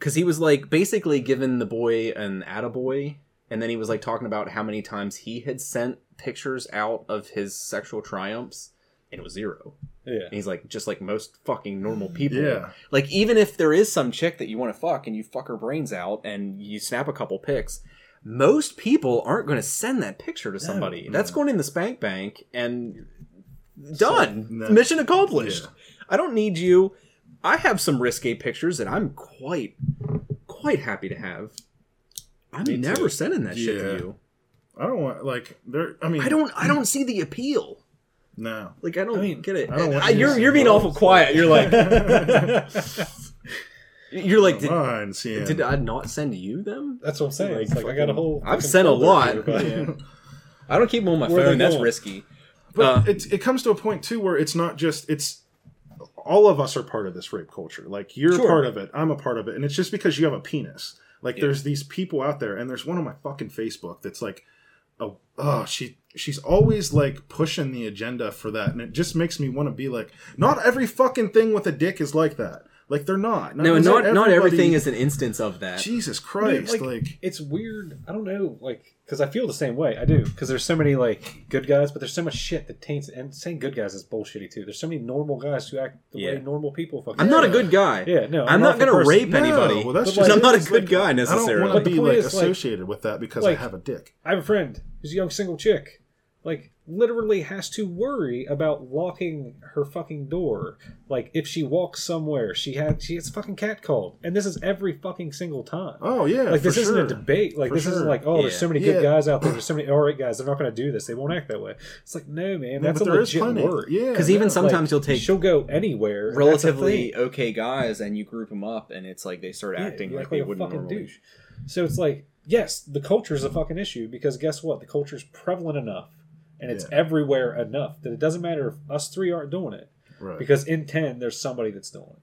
Speaker 1: because he was like basically giving the boy an attaboy, and then he was like talking about how many times he had sent pictures out of his sexual triumphs, and it was zero.
Speaker 3: Yeah.
Speaker 1: And he's like, just like most fucking normal people.
Speaker 2: Yeah.
Speaker 1: Like, even if there is some chick that you want to fuck and you fuck her brains out and you snap a couple pics, most people aren't going to send that picture to somebody. That's going in the spank bank and done.
Speaker 2: no.
Speaker 1: Mission accomplished.
Speaker 2: Yeah.
Speaker 1: I don't need you. I have some risque pictures that I'm quite, quite happy to have. I'm
Speaker 3: Me
Speaker 1: never
Speaker 3: too.
Speaker 1: sending that shit to
Speaker 2: Yeah.
Speaker 1: you.
Speaker 2: I don't want like there. I mean,
Speaker 1: I don't. I don't see the appeal.
Speaker 2: No.
Speaker 1: Like I don't get it.
Speaker 2: I don't want
Speaker 1: I-
Speaker 2: you to
Speaker 1: you're
Speaker 2: see
Speaker 1: you're being
Speaker 2: those.
Speaker 1: awful quiet. You're like you're
Speaker 2: Oh,
Speaker 1: like. Did,
Speaker 2: Mine, CN.
Speaker 1: did I not send you them?
Speaker 3: That's what I'm saying.
Speaker 1: Like,
Speaker 3: It's like I got a
Speaker 1: fucking-
Speaker 3: whole.
Speaker 1: I've
Speaker 3: fucking
Speaker 1: sent a
Speaker 3: folder
Speaker 1: lot.
Speaker 3: here, but-
Speaker 2: Yeah.
Speaker 1: I don't keep them on my
Speaker 3: Where are they
Speaker 1: phone. That's
Speaker 3: going?
Speaker 1: risky.
Speaker 2: But
Speaker 1: Uh,
Speaker 2: it's it comes to a point too where it's not just it's all of us are part of this rape culture. Like you're
Speaker 1: Sure.
Speaker 2: a part of it, I'm a part of it, and it's just because you have a penis. Like there's these people out there, and there's one on my fucking Facebook that's like, oh, oh she she's always like pushing the agenda for that, and it just makes me want to be like, not every fucking thing with a dick is like that. Like they're not.
Speaker 1: No,
Speaker 2: is it
Speaker 1: not not
Speaker 2: everybody-
Speaker 1: everything is an instance of that.
Speaker 2: Jesus
Speaker 3: Dude,
Speaker 2: Christ,
Speaker 3: like,
Speaker 2: like
Speaker 3: it's weird. I don't know, like, because I feel the same way. I do, because there's so many like good guys, but there's so much shit that taints. And saying good guys is bullshitty too. There's so many normal guys who act the
Speaker 1: Yeah.
Speaker 3: way normal people fucking.
Speaker 1: I'm not a
Speaker 3: act.
Speaker 1: good guy.
Speaker 3: Yeah, no,
Speaker 1: I'm not
Speaker 3: a
Speaker 1: gonna
Speaker 3: person.
Speaker 1: rape
Speaker 2: No,
Speaker 1: anybody.
Speaker 2: well, that's
Speaker 1: But
Speaker 2: just-
Speaker 1: I'm not a
Speaker 2: it's
Speaker 1: good
Speaker 2: like,
Speaker 1: guy
Speaker 2: I don't
Speaker 1: necessarily.
Speaker 2: want
Speaker 3: But
Speaker 2: to
Speaker 3: the
Speaker 2: be
Speaker 3: point
Speaker 2: like
Speaker 3: is, like-
Speaker 2: associated with that because
Speaker 3: like-
Speaker 2: I have a dick.
Speaker 3: I have a friend who's a young single chick, like literally has to worry about locking her fucking door. Like if she walks somewhere, she had she gets fucking catcalled, and this is every fucking single time.
Speaker 2: Oh yeah,
Speaker 3: like this
Speaker 2: for
Speaker 3: isn't a
Speaker 2: sure.
Speaker 3: debate. Like
Speaker 2: For
Speaker 3: this isn't
Speaker 2: sure.
Speaker 3: like oh, there's
Speaker 1: Yeah.
Speaker 3: so many good
Speaker 2: Yeah.
Speaker 3: guys out there. There's so many all right guys. They're not going to do this. They won't act that way. It's like no, man. That's
Speaker 2: but
Speaker 3: a
Speaker 2: there is
Speaker 3: legit
Speaker 2: plenty.
Speaker 3: word.
Speaker 2: Yeah,
Speaker 1: Because even
Speaker 2: yeah.
Speaker 1: sometimes
Speaker 3: Like,
Speaker 1: you'll take
Speaker 3: she'll go anywhere. and that's the
Speaker 1: relatively
Speaker 3: thing.
Speaker 1: okay guys and you group them up, and it's like they start
Speaker 3: Yeah,
Speaker 1: acting
Speaker 3: you
Speaker 1: like
Speaker 3: act
Speaker 1: they
Speaker 3: a
Speaker 1: wouldn't
Speaker 3: fucking
Speaker 1: normally.
Speaker 3: douche. So it's like yes, the culture is a fucking issue because guess what? The culture is prevalent enough and it's
Speaker 2: Yeah.
Speaker 3: everywhere enough that it doesn't matter if us three aren't doing it
Speaker 2: Right.
Speaker 3: because in ten there's somebody that's doing it.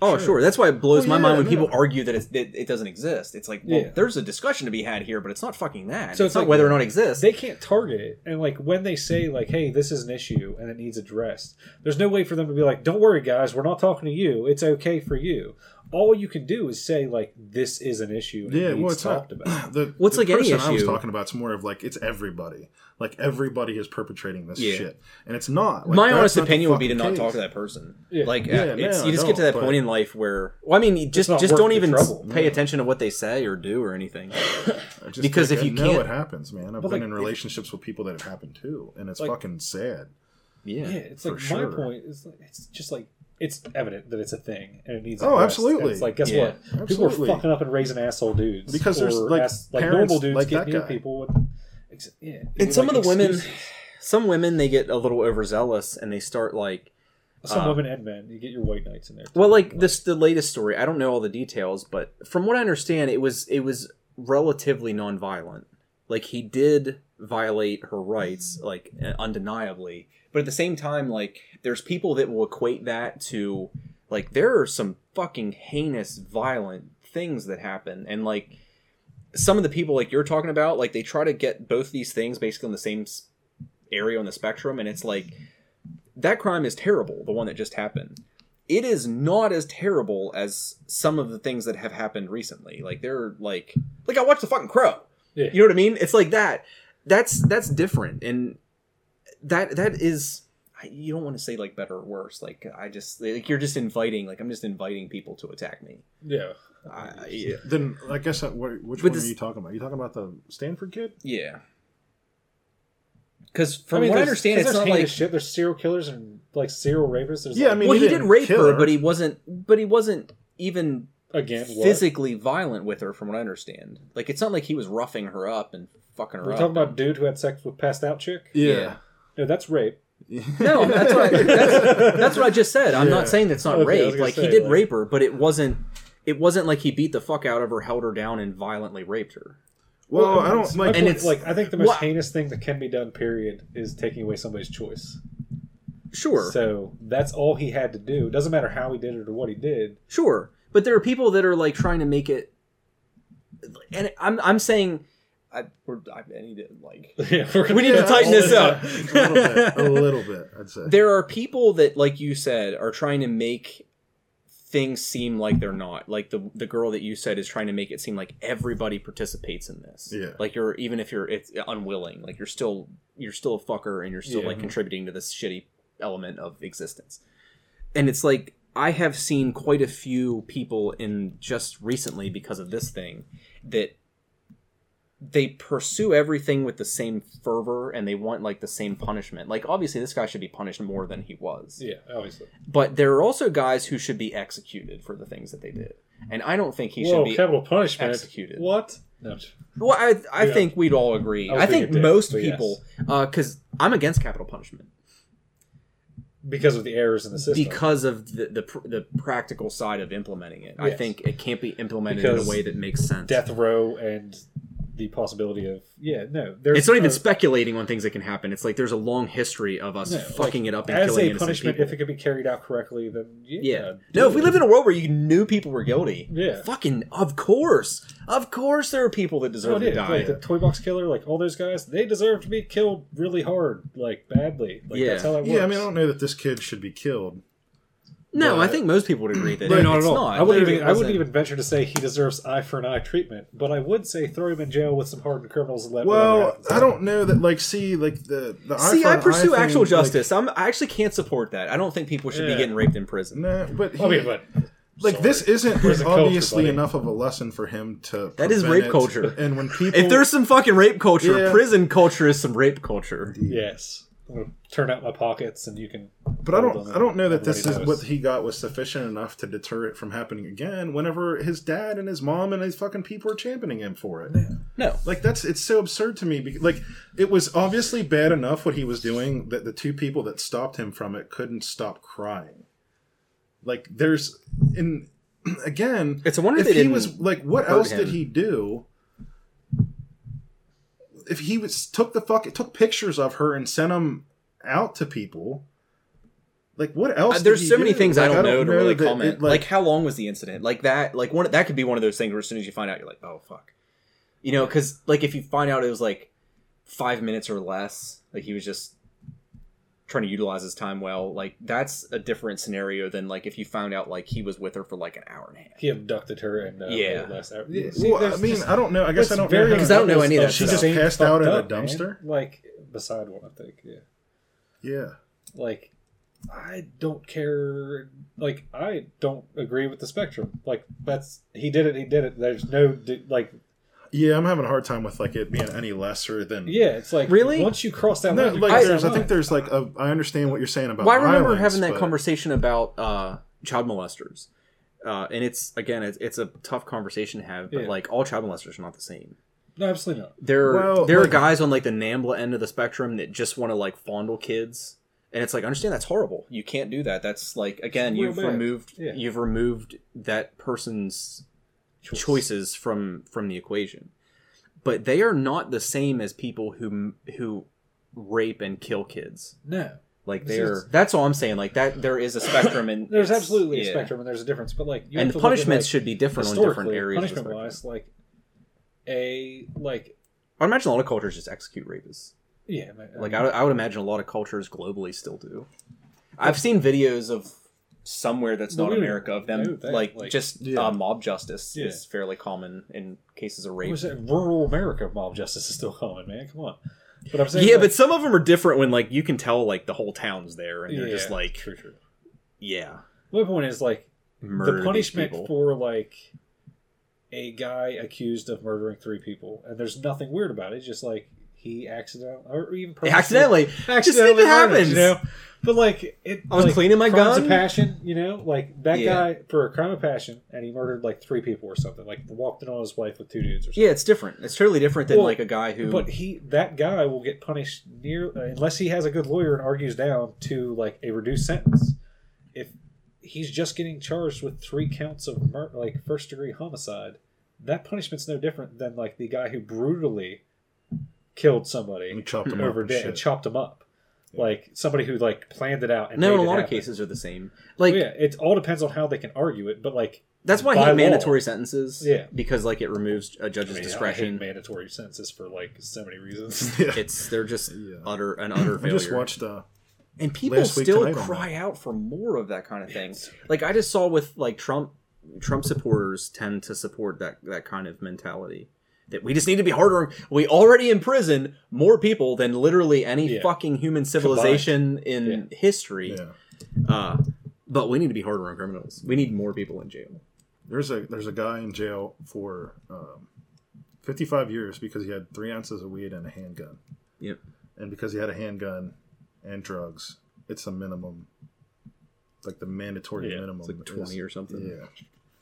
Speaker 1: Oh, sure.
Speaker 2: Sure.
Speaker 1: That's why it blows
Speaker 2: Well,
Speaker 1: my
Speaker 2: yeah,
Speaker 1: mind when
Speaker 2: no.
Speaker 1: people argue that, it's, that it doesn't exist. It's like, well,
Speaker 3: Yeah.
Speaker 1: there's a discussion to be had here, but it's not fucking that.
Speaker 3: So
Speaker 1: So it's,
Speaker 3: it's
Speaker 1: not
Speaker 3: like-
Speaker 1: whether or not it exists.
Speaker 3: They can't target it, and like when they say like, "Hey, this is an issue and it needs addressed," there's no way for them to be like, "Don't worry, guys, we're not talking to you. It's okay for you." All you can do is say like, "This is an issue and
Speaker 2: yeah,
Speaker 3: it needs
Speaker 2: well, it's not-
Speaker 3: talked about."
Speaker 2: The,
Speaker 1: Well, it's
Speaker 2: the
Speaker 1: like any
Speaker 2: person I was
Speaker 1: issue.
Speaker 2: talking about. It's more of like it's everybody. Like everybody is perpetrating this
Speaker 1: Yeah.
Speaker 2: shit, and it's not. Like,
Speaker 1: my
Speaker 2: that's
Speaker 1: honest
Speaker 2: not the
Speaker 1: opinion would be to
Speaker 2: fucking
Speaker 1: not
Speaker 2: case.
Speaker 1: talk to that person.
Speaker 3: Yeah.
Speaker 1: Like,
Speaker 2: Yeah,
Speaker 1: uh, it's,
Speaker 2: no,
Speaker 1: you just get to
Speaker 2: don't,
Speaker 1: that
Speaker 2: but-
Speaker 1: point in life where, well, I mean, you just
Speaker 3: not
Speaker 1: just
Speaker 3: worth
Speaker 1: don't
Speaker 3: the
Speaker 1: even s-
Speaker 3: trouble.
Speaker 1: pay attention to what they say or do or anything.
Speaker 2: I just
Speaker 1: because
Speaker 2: think
Speaker 1: if
Speaker 2: I
Speaker 1: you
Speaker 2: know
Speaker 1: can't-
Speaker 2: it happens, man. I've
Speaker 3: But,
Speaker 2: been
Speaker 3: like,
Speaker 2: in
Speaker 3: if-
Speaker 2: relationships with people that it happened to, and it's
Speaker 3: Like-
Speaker 2: fucking sad.
Speaker 1: Yeah.
Speaker 3: Yeah, it's
Speaker 2: for
Speaker 3: like
Speaker 2: sure.
Speaker 3: my point is like, it's just like it's evident that it's a thing and it needs.
Speaker 2: Oh,
Speaker 3: addressed.
Speaker 2: absolutely.
Speaker 3: And It's like guess
Speaker 1: Yeah.
Speaker 3: what? People
Speaker 2: Absolutely.
Speaker 3: are fucking up and raising asshole dudes
Speaker 2: Because there's,
Speaker 3: or
Speaker 2: like,
Speaker 3: ass- like
Speaker 2: parents
Speaker 3: normal dudes
Speaker 2: like
Speaker 3: get
Speaker 2: that
Speaker 3: new
Speaker 2: guy.
Speaker 3: people. With, ex- yeah,
Speaker 1: And
Speaker 3: Like,
Speaker 1: some of the women-
Speaker 3: excuses.
Speaker 1: Some women, they get a little overzealous and they start, like,
Speaker 3: some
Speaker 1: uh,
Speaker 3: women and men, you get your white knights in there. too.
Speaker 1: Well, like this, the latest story. I don't know all the details, but from what I understand, it was it was relatively nonviolent. Like he did violate her rights, like undeniably. But at the same time, like there's people that will equate that to like there are some fucking heinous, violent things that happen, and like some of the people like you're talking about, like they try to get both these things basically in the same s- area on the spectrum, and it's like that crime is terrible, the one that just happened it is not as terrible as some of the things that have happened recently. Like they're like like I watched the fucking crow.
Speaker 3: Yeah.
Speaker 1: You know what I mean? It's like that. That's that's different and that that is I- you don't want to say like better or worse. Like I just like you're just inviting like I'm just inviting people to attack me.
Speaker 3: yeah,
Speaker 1: I, yeah.
Speaker 2: Then I guess that, what, which
Speaker 1: But
Speaker 2: one
Speaker 1: this-
Speaker 2: are you talking about? You talking about the Stanford kid?
Speaker 1: Yeah. Cuz from what I
Speaker 3: there's-
Speaker 1: understand
Speaker 3: 'cause
Speaker 1: it's
Speaker 3: there's
Speaker 1: not
Speaker 3: heinous
Speaker 1: like
Speaker 3: shit. There's serial killers and like serial rapists. There's
Speaker 2: Yeah, I
Speaker 3: like,
Speaker 2: mean,
Speaker 1: well
Speaker 2: he
Speaker 1: he did
Speaker 2: didn't
Speaker 1: rape
Speaker 2: kill
Speaker 1: her,
Speaker 2: her.
Speaker 1: but he wasn't but he wasn't even
Speaker 3: again, what?
Speaker 1: physically violent with her from what I understand. Like it's not like he was roughing her up and fucking her
Speaker 3: We're
Speaker 1: up.
Speaker 3: talking about dude who had sex with passed out chick.
Speaker 1: Yeah.
Speaker 3: No, that's rape.
Speaker 1: No, that's what I, that's, that's what I just said. I'm
Speaker 2: Yeah.
Speaker 1: not saying that's not
Speaker 3: Okay, I was
Speaker 1: rape.
Speaker 3: gonna
Speaker 1: Like he
Speaker 3: say,
Speaker 1: did
Speaker 3: like-
Speaker 1: rape her, but it wasn't. It wasn't like he beat the fuck out of her, held her down, and violently raped her.
Speaker 2: Well, I
Speaker 3: it's-
Speaker 2: don't
Speaker 3: my
Speaker 2: like.
Speaker 1: And
Speaker 3: point-
Speaker 1: it's-
Speaker 3: like I think the most
Speaker 1: What?
Speaker 3: heinous thing that can be done, period, is taking away somebody's choice.
Speaker 1: Sure,
Speaker 3: So that's all he had to do. Doesn't matter how he did it or what he did.
Speaker 1: sure. But there are people that are like trying to make it. And I'm I'm saying, I, we're, I need to like
Speaker 3: Yeah, we're-
Speaker 1: we need
Speaker 2: Yeah,
Speaker 1: to tighten
Speaker 2: all
Speaker 1: this
Speaker 2: the
Speaker 1: up.
Speaker 2: a little bit. A little bit, I'd say.
Speaker 1: there are people that like you said are trying to make things seem like they're not like the the girl that you said is trying to make it seem like everybody participates in this
Speaker 2: Yeah.
Speaker 1: like you're even if you're it's unwilling like you're still you're still a fucker and you're still
Speaker 3: Yeah.
Speaker 1: like contributing to this shitty element of existence. And it's like I have seen quite a few people in just recently because of this thing that they pursue everything with the same fervor and they want like the same punishment. Like obviously this guy should be punished more than he was
Speaker 3: Yeah, obviously.
Speaker 1: but there are also guys who should be executed for the things that they did, and I don't think he
Speaker 3: Whoa,
Speaker 1: should be.
Speaker 3: capital punishment.
Speaker 1: executed.
Speaker 3: What? No,
Speaker 1: Well, I, I
Speaker 3: Yeah.
Speaker 1: think we'd all agree.
Speaker 3: I
Speaker 1: I,
Speaker 3: was
Speaker 1: think
Speaker 3: thinking
Speaker 1: most
Speaker 3: dicks, but
Speaker 1: people, because I'm against capital punishment
Speaker 3: because of the errors in the system.
Speaker 1: because of the, the pr- the practical side of implementing it. I
Speaker 3: Yes.
Speaker 1: think it can't be implemented in
Speaker 3: Because
Speaker 1: a way that makes sense.
Speaker 3: death row and the possibility of yeah no there's
Speaker 1: It's not even
Speaker 3: uh,
Speaker 1: speculating on things that can happen. It's like there's a long history of us
Speaker 3: No, like,
Speaker 1: fucking it up and
Speaker 3: as
Speaker 1: killing
Speaker 3: a
Speaker 1: innocent
Speaker 3: punishment
Speaker 1: people.
Speaker 3: if it could be carried out correctly then yeah,
Speaker 1: Yeah.
Speaker 3: do
Speaker 1: No, if we
Speaker 3: it.
Speaker 1: lived in a world where you knew people were guilty,
Speaker 3: Yeah.
Speaker 1: fucking, of course, of course, there are people that
Speaker 3: Oh,
Speaker 1: deserve
Speaker 3: it
Speaker 1: to
Speaker 3: is.
Speaker 1: die.
Speaker 3: Like the toy box killer, like all those guys, they deserve to be killed really hard, like badly. Like
Speaker 1: Yeah.
Speaker 3: that's how that works.
Speaker 2: Yeah, I mean, I don't know that this kid should be killed.
Speaker 1: No, I
Speaker 2: But-
Speaker 1: think most people would agree that
Speaker 2: No,
Speaker 1: it's
Speaker 2: not at all.
Speaker 1: not.
Speaker 3: I wouldn't
Speaker 1: Like, it
Speaker 3: even I wouldn't
Speaker 1: wasn't-
Speaker 3: even venture to say he deserves eye for an eye treatment, but I would say throw him in jail with some hardened criminals and let whatever
Speaker 2: Well,
Speaker 3: happens
Speaker 2: I don't know that. Like, see, like the the eye
Speaker 1: See,
Speaker 2: for
Speaker 1: I
Speaker 2: an eye
Speaker 1: pursue
Speaker 2: thing,
Speaker 1: actual
Speaker 2: like-
Speaker 1: justice. I'm, I actually can't support that. I don't think people should
Speaker 3: Yeah.
Speaker 1: be getting raped in prison.
Speaker 2: No, but he,
Speaker 3: I mean, but
Speaker 2: like
Speaker 3: sorry.
Speaker 2: this isn't
Speaker 3: Prison
Speaker 2: like,
Speaker 3: culture,
Speaker 2: obviously
Speaker 3: buddy.
Speaker 2: enough of a lesson for him to.
Speaker 1: That is
Speaker 2: prevent
Speaker 1: rape
Speaker 2: it.
Speaker 1: culture.
Speaker 2: And when people,
Speaker 1: If there's some fucking rape culture,
Speaker 2: Yeah.
Speaker 1: prison culture is some rape culture.
Speaker 3: yes, I'm gonna turn out my pockets and you can.
Speaker 2: but I
Speaker 3: hold
Speaker 2: don't,
Speaker 3: on.
Speaker 2: I don't know that this is
Speaker 3: Everybody
Speaker 2: what
Speaker 3: knows.
Speaker 2: he got was sufficient enough to deter it from happening again. Whenever his dad and his mom and his fucking people are championing him for it.
Speaker 1: No.
Speaker 2: Like that's it's so absurd to me. Because, like it was obviously bad enough what he was doing that the two people that stopped him from it couldn't stop crying. Like there's in again,
Speaker 1: It's a wonder
Speaker 2: if
Speaker 1: they
Speaker 2: he
Speaker 1: didn't
Speaker 2: was like, what
Speaker 1: hurt
Speaker 2: else did
Speaker 1: him.
Speaker 2: he do? If he was took the fuck took pictures of her and sent them out to people, like what else?
Speaker 1: Uh,
Speaker 2: did
Speaker 1: there's
Speaker 2: he
Speaker 1: so many
Speaker 2: do?
Speaker 1: things I
Speaker 2: Like,
Speaker 1: don't, know to really
Speaker 2: that it,
Speaker 1: comment. like, how long was the incident? Like that, like one that could be one of those things where as soon as you find out, you're like, oh fuck, you know? Because like if you find out it was like five minutes or less, like he was just trying to utilize his time well. Like that's a different scenario than like if you found out like he was with her for like an hour and a half.
Speaker 3: He abducted her and uh,
Speaker 1: Yeah.
Speaker 3: last hour.
Speaker 2: well, I mean, I don't know. I guess I don't know. how-
Speaker 1: Because I don't know any
Speaker 3: Oh,
Speaker 1: of that
Speaker 2: She just
Speaker 1: stuff.
Speaker 2: passed out in a dumpster?
Speaker 3: like beside one, I think. Yeah,
Speaker 2: yeah.
Speaker 3: like I don't care. Like I don't agree with the spectrum. Like that's he did it. He did it. There's no di- like
Speaker 2: Yeah, I'm having a hard time with like it being any lesser than
Speaker 3: yeah. It's like
Speaker 1: Really?
Speaker 3: once you cross that
Speaker 2: No,
Speaker 3: line, you
Speaker 2: like
Speaker 3: cross
Speaker 2: there's, I
Speaker 3: that
Speaker 2: think
Speaker 3: line.
Speaker 2: there's like a, I understand what you're saying about.
Speaker 1: well, I remember
Speaker 2: violence,
Speaker 1: having that
Speaker 2: but-
Speaker 1: conversation about uh, child molesters, uh, and it's again, it's, it's a tough conversation to have. But
Speaker 3: Yeah.
Speaker 1: like all child molesters are not the same.
Speaker 3: no, absolutely not.
Speaker 1: There, are,
Speaker 2: Well,
Speaker 1: there are
Speaker 2: like-
Speaker 1: guys on like the NAMBLA end of the spectrum that just want to like fondle kids, and it's like I understand that's horrible. You can't do that. That's like again,
Speaker 3: Real
Speaker 1: you've
Speaker 3: bad.
Speaker 1: removed
Speaker 3: Yeah.
Speaker 1: you've removed that person's choices from from the equation, but they are not the same as people who m- who rape and kill kids.
Speaker 3: No,
Speaker 1: Like
Speaker 3: This
Speaker 1: they're
Speaker 3: is-
Speaker 1: that's all I'm saying. Like that there is a spectrum and
Speaker 3: there's absolutely a
Speaker 1: yeah.
Speaker 3: spectrum and there's a difference. But like you
Speaker 1: and
Speaker 3: have
Speaker 1: the
Speaker 3: to look at,
Speaker 1: punishments
Speaker 3: like,
Speaker 1: should be different on
Speaker 3: historically,
Speaker 1: different areas. of the
Speaker 3: Punishment
Speaker 1: spectrum.
Speaker 3: wise, like a like
Speaker 1: I'd imagine a lot of cultures just execute rapists.
Speaker 3: yeah, I mean,
Speaker 1: Like I, I would imagine a lot of cultures globally still do. I've seen videos of somewhere that's
Speaker 3: Well,
Speaker 1: not
Speaker 3: we would
Speaker 1: America of them
Speaker 3: know that,
Speaker 1: like,
Speaker 3: like-
Speaker 1: just
Speaker 2: Yeah.
Speaker 1: uh, mob justice
Speaker 3: Yeah.
Speaker 1: is fairly common in cases of
Speaker 3: What
Speaker 1: rape.
Speaker 3: was it? rural America mob justice is still common, man. Come on. But I'm saying
Speaker 1: yeah,
Speaker 3: like-
Speaker 1: but some of them are different when like you can tell like the whole town's there and they're just
Speaker 3: Yeah,
Speaker 1: like
Speaker 3: true, true.
Speaker 1: yeah.
Speaker 3: My point is like
Speaker 1: Murder
Speaker 3: the
Speaker 1: these
Speaker 3: punishment
Speaker 1: people.
Speaker 3: for like a guy accused of murdering three people, and there's nothing weird about it. It's just like he accidentally or even purposely-
Speaker 1: accidentally.
Speaker 3: accidentally
Speaker 1: Just think it
Speaker 3: murdered, You know?
Speaker 1: happens.
Speaker 3: But like it,
Speaker 1: I was
Speaker 3: like,
Speaker 1: cleaning my
Speaker 3: crimes of
Speaker 1: gun.
Speaker 3: passion. You know, like that
Speaker 1: Yeah.
Speaker 3: guy for a crime of passion, and he murdered like three people or something. Like walked in on his wife with two dudes or something.
Speaker 1: Yeah, it's different. It's totally different than
Speaker 3: Well,
Speaker 1: like a guy who
Speaker 3: But he, that guy, will get punished near unless he has a good lawyer and argues down to like a reduced sentence. If he's just getting charged with three counts of mur- like first degree homicide, that punishment's no different than like the guy who brutally killed somebody
Speaker 2: And chopped
Speaker 1: Mm-hmm.
Speaker 2: him up
Speaker 3: over
Speaker 2: and
Speaker 3: day and
Speaker 2: Mm-hmm. shit.
Speaker 3: chopped him up, like somebody who like planned it out. And
Speaker 1: no,
Speaker 3: made
Speaker 1: in a
Speaker 3: it
Speaker 1: lot of
Speaker 3: happen.
Speaker 1: cases are the same. Like
Speaker 3: Well, Oh, yeah, it all depends on how they can argue it. But like,
Speaker 1: that's why I
Speaker 3: by
Speaker 1: hate
Speaker 3: law.
Speaker 1: mandatory sentences.
Speaker 3: Yeah.
Speaker 1: because like it removes a
Speaker 3: I
Speaker 1: judge's
Speaker 3: mean, I hate
Speaker 1: discretion.
Speaker 3: mandatory sentences for like so many reasons.
Speaker 2: Yeah.
Speaker 1: it's they're just
Speaker 2: Yeah.
Speaker 1: utter an utter
Speaker 2: I
Speaker 1: failure.
Speaker 2: just watched uh,
Speaker 1: and people
Speaker 2: last week
Speaker 1: still
Speaker 2: tonight on
Speaker 1: cry out for more of that kind of thing. Like I just saw with like Trump Trump supporters tend to support that that kind of mentality. that we just need to be harder. on- We already imprison more people than literally any
Speaker 3: Yeah.
Speaker 1: fucking human civilization in history.
Speaker 2: Yeah.
Speaker 1: Uh, but we need to be harder on criminals. We need more people in jail.
Speaker 2: There's a there's a guy in jail for um, 55 years because he had three ounces of weed and a handgun.
Speaker 1: Yep.
Speaker 2: And because he had a handgun and drugs, it's a minimum, like the mandatory
Speaker 3: Yeah, it's
Speaker 2: minimum.
Speaker 1: It's like
Speaker 2: is-
Speaker 1: twenty or something.
Speaker 2: Yeah.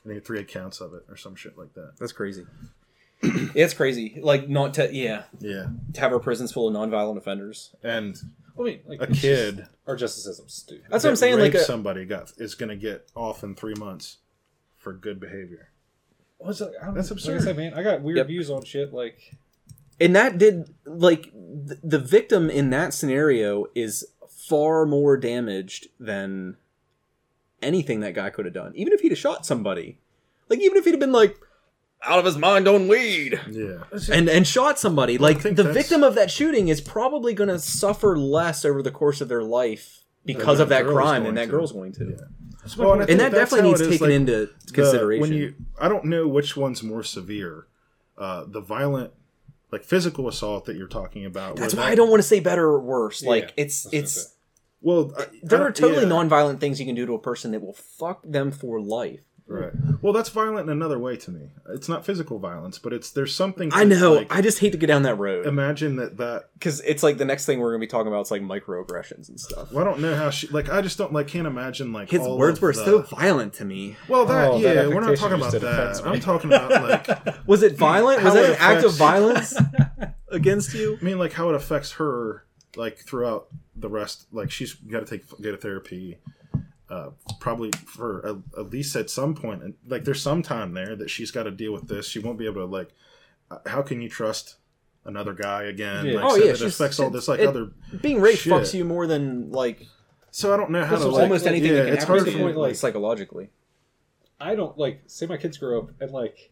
Speaker 2: I think three accounts of it or some shit like that.
Speaker 1: That's crazy. it's crazy. Like not to yeah
Speaker 2: Yeah.
Speaker 1: to have our prisons full of nonviolent offenders.
Speaker 2: And
Speaker 3: I mean, like
Speaker 2: a kid
Speaker 3: Our justice system's stupid.
Speaker 1: That's what I'm
Speaker 2: that
Speaker 1: saying. Like uh,
Speaker 2: raped
Speaker 1: a,
Speaker 2: somebody got is going to get off in three months for good behavior.
Speaker 3: What's that? I don't-
Speaker 2: That's
Speaker 3: Like
Speaker 2: absurd.
Speaker 3: I said, man, I got weird
Speaker 1: Yep.
Speaker 3: views on shit. Like,
Speaker 1: and that did like th- the victim in that scenario is far more damaged than anything that guy could have done even if he'd have shot somebody like even if he'd have been like out of his mind on weed
Speaker 2: Yeah.
Speaker 1: and and shot somebody
Speaker 2: Well, I
Speaker 1: like the
Speaker 2: think that's-
Speaker 1: victim of that shooting is probably going to suffer less over the course of their life because
Speaker 2: that
Speaker 1: of that
Speaker 2: girl's
Speaker 1: crime than
Speaker 2: going
Speaker 1: that
Speaker 2: to.
Speaker 1: girl's going to
Speaker 2: Yeah.
Speaker 3: Well, and
Speaker 2: I
Speaker 1: and
Speaker 2: think
Speaker 1: that
Speaker 2: that's
Speaker 1: definitely
Speaker 2: how
Speaker 1: needs
Speaker 2: it is,
Speaker 1: taken
Speaker 2: like,
Speaker 1: into
Speaker 2: the-
Speaker 1: consideration
Speaker 2: when you, I don't know which one's more severe, uh, the violent, like physical assault that you're talking about.
Speaker 1: that's
Speaker 2: where
Speaker 1: why
Speaker 2: that-
Speaker 1: i don't want to say better or worse
Speaker 3: Yeah,
Speaker 1: like it's
Speaker 3: that's what I'm
Speaker 1: it's
Speaker 3: saying.
Speaker 2: Well, I, I
Speaker 1: there are
Speaker 2: don't-
Speaker 1: totally
Speaker 2: yeah,
Speaker 1: nonviolent things you can do to a person that will fuck them for life.
Speaker 2: Right. Well, that's violent in another way to me. It's not physical violence, but it's there's something.
Speaker 1: I know.
Speaker 2: like,
Speaker 1: I just hate to get down that road
Speaker 2: imagine that that.
Speaker 1: because um, it's like the next thing we're gonna be talking about is like microaggressions and stuff.
Speaker 2: Well, I don't know how she like. I just don't like. Can't imagine like
Speaker 1: His
Speaker 2: all
Speaker 1: words
Speaker 2: of
Speaker 1: were
Speaker 2: the-
Speaker 1: so violent to me.
Speaker 2: Well, that
Speaker 3: Oh,
Speaker 2: yeah,
Speaker 3: that
Speaker 2: we're not
Speaker 3: affectation
Speaker 2: talking about
Speaker 3: just did
Speaker 2: that.
Speaker 3: offense me.
Speaker 2: I'm talking about like. I
Speaker 1: Was it violent? Was
Speaker 2: How
Speaker 1: that an
Speaker 2: it
Speaker 1: act of
Speaker 2: affects-
Speaker 1: violence against you?
Speaker 2: mean, like how it affects her, like throughout the rest. Like she's got to take go to therapy. Uh, probably for a, at least at some point, and like there's some time there that she's got to deal with this. She won't be able to like. uh, How can you trust another guy again?
Speaker 3: Yeah.
Speaker 2: Like,
Speaker 1: Oh,
Speaker 2: so
Speaker 1: yeah,
Speaker 2: that it
Speaker 1: she's-
Speaker 2: affects all this like
Speaker 1: it-
Speaker 2: other
Speaker 1: Being raped
Speaker 2: Shit.
Speaker 1: fucks you more than like
Speaker 2: So I don't know how
Speaker 3: This
Speaker 2: to
Speaker 3: is
Speaker 2: like,
Speaker 1: almost
Speaker 3: like,
Speaker 1: anything
Speaker 2: yeah,
Speaker 1: that can
Speaker 2: it's
Speaker 1: happen
Speaker 2: hard
Speaker 1: to
Speaker 2: for
Speaker 1: you
Speaker 2: me.
Speaker 3: like-
Speaker 1: psychologically.
Speaker 3: I don't like. Say my kids grow up and like,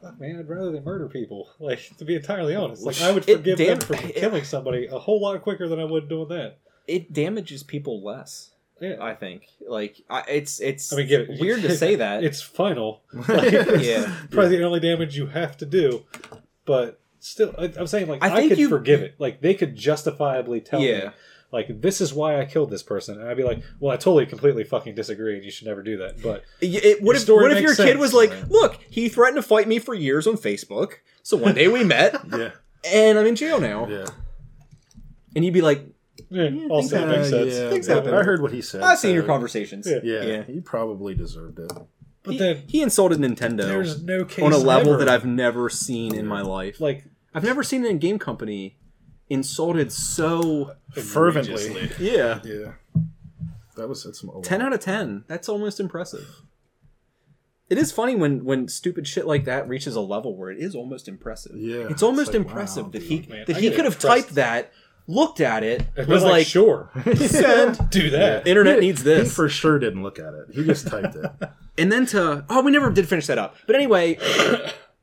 Speaker 3: fuck, man, I'd rather they murder people. Like to be entirely honest, like I would
Speaker 1: Oh, It
Speaker 3: forgive
Speaker 1: damn-
Speaker 3: them for
Speaker 1: it-
Speaker 3: killing somebody a whole lot quicker than I would doing that.
Speaker 1: It damages people less.
Speaker 3: Yeah,
Speaker 1: I think. Like I, it's it's
Speaker 3: I mean, get it.
Speaker 1: weird to say that.
Speaker 3: It's final.
Speaker 1: yeah.
Speaker 3: Probably the only damage you have to do, but still, I, I'm saying like
Speaker 1: I
Speaker 3: I,
Speaker 1: think
Speaker 3: could
Speaker 1: you-
Speaker 3: forgive it. Like they could justifiably tell me
Speaker 1: Yeah.
Speaker 3: like this is why I killed this person, and I'd be like, well, I totally completely fucking disagree, and you should never do that. But
Speaker 1: Y- It, what
Speaker 3: Your
Speaker 1: if,
Speaker 3: story
Speaker 1: what if
Speaker 3: makes
Speaker 1: your kid
Speaker 3: sense,
Speaker 1: was like,
Speaker 3: right?
Speaker 1: look, he threatened to fight me for years on Facebook. So one day we met,
Speaker 2: Yeah,
Speaker 1: and I'm in jail now.
Speaker 2: yeah.
Speaker 1: And you'd be like,
Speaker 3: yeah, also
Speaker 1: things
Speaker 3: it eh, makes
Speaker 2: Uh,
Speaker 3: sense.
Speaker 2: yeah,
Speaker 1: Things
Speaker 2: yeah,
Speaker 1: happen.
Speaker 2: I heard what he said.
Speaker 1: I've seen
Speaker 2: so-
Speaker 1: your conversations.
Speaker 3: Yeah.
Speaker 2: Yeah,
Speaker 1: Yeah.
Speaker 2: he probably deserved it.
Speaker 3: But
Speaker 1: He-
Speaker 3: then
Speaker 1: he, insulted Nintendo
Speaker 3: there's no case
Speaker 1: on a level
Speaker 3: ever.
Speaker 1: that I've never seen in my life.
Speaker 3: like
Speaker 1: I've never seen a game company insulted so.
Speaker 2: Fervently.
Speaker 1: Yeah.
Speaker 2: Yeah, that was that's some old.
Speaker 1: 10 out of 10. That's almost impressive. It is funny when, when stupid shit like that reaches a level where it is almost impressive.
Speaker 2: Yeah.
Speaker 1: It's almost
Speaker 2: It's like,
Speaker 1: impressive
Speaker 2: wow,
Speaker 1: that
Speaker 2: dude.
Speaker 1: he
Speaker 3: Man,
Speaker 1: that
Speaker 3: I
Speaker 1: he
Speaker 3: get
Speaker 1: could have
Speaker 3: impressed.
Speaker 1: typed that, looked at it,
Speaker 3: It
Speaker 1: was like,
Speaker 3: sure,
Speaker 1: send.
Speaker 3: do that.
Speaker 1: Internet needs
Speaker 2: He
Speaker 1: this.
Speaker 2: for sure didn't look at it. He just typed it.
Speaker 1: and then to oh we never did finish that up but anyway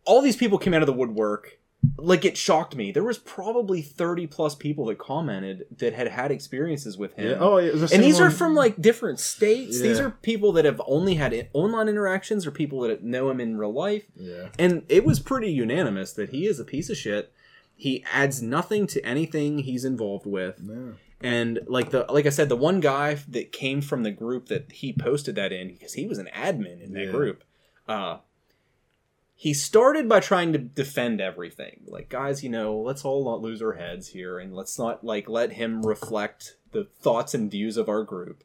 Speaker 1: all these people came out of the woodwork like it shocked me there was probably 30 plus people that commented that had had experiences with him
Speaker 2: Yeah. Oh, yeah, it was the same
Speaker 1: and these are
Speaker 2: one-
Speaker 1: from like different states these
Speaker 2: Yeah.
Speaker 1: are people that have only had i- online interactions or people that know him in real life
Speaker 2: Yeah,
Speaker 1: and it was pretty unanimous that he is a piece of shit he adds nothing to anything he's involved with
Speaker 2: yeah.
Speaker 1: and like the like I said, the one guy that came from the group that he posted that in because he was an admin in that
Speaker 2: Yeah.
Speaker 1: group. Uh, he started by trying to defend everything, like guys, you know, let's all not lose our heads here, and let's not like let him reflect the thoughts and views of our group.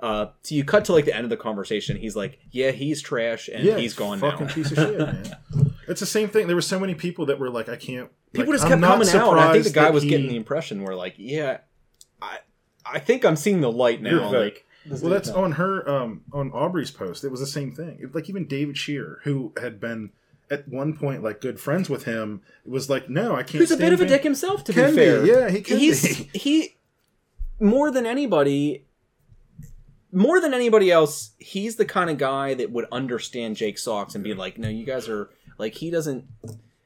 Speaker 1: Uh, so you cut to like the end of the conversation. He's like, "Yeah, he's trash, and
Speaker 2: yeah
Speaker 1: he's gone
Speaker 2: fucking
Speaker 1: now."
Speaker 2: piece of shit, man. It's the same thing. There were so many people that were like, I can't.
Speaker 1: People
Speaker 2: like,
Speaker 1: just kept
Speaker 2: I'm not
Speaker 1: coming out, and I think the
Speaker 2: surprised
Speaker 1: guy
Speaker 2: that
Speaker 1: was
Speaker 2: he-
Speaker 1: getting the impression where like, "Yeah, I, I think I'm seeing the light
Speaker 3: You're
Speaker 1: now."
Speaker 3: the-
Speaker 1: Like,
Speaker 2: Well, that's on her, um, on Aubrey's post. It was the same thing. It- like even David Shearer, who had been at one point like good friends with him, was like, "No, I can't."
Speaker 1: who's a bit
Speaker 2: stand
Speaker 1: of a
Speaker 2: being-"
Speaker 1: dick himself to
Speaker 2: Can
Speaker 1: be
Speaker 2: be,
Speaker 1: fair
Speaker 2: yeah, he can
Speaker 1: he's he more than anybody more than anybody else he's the kind of guy that would understand jake socks and be like no you guys are like he doesn't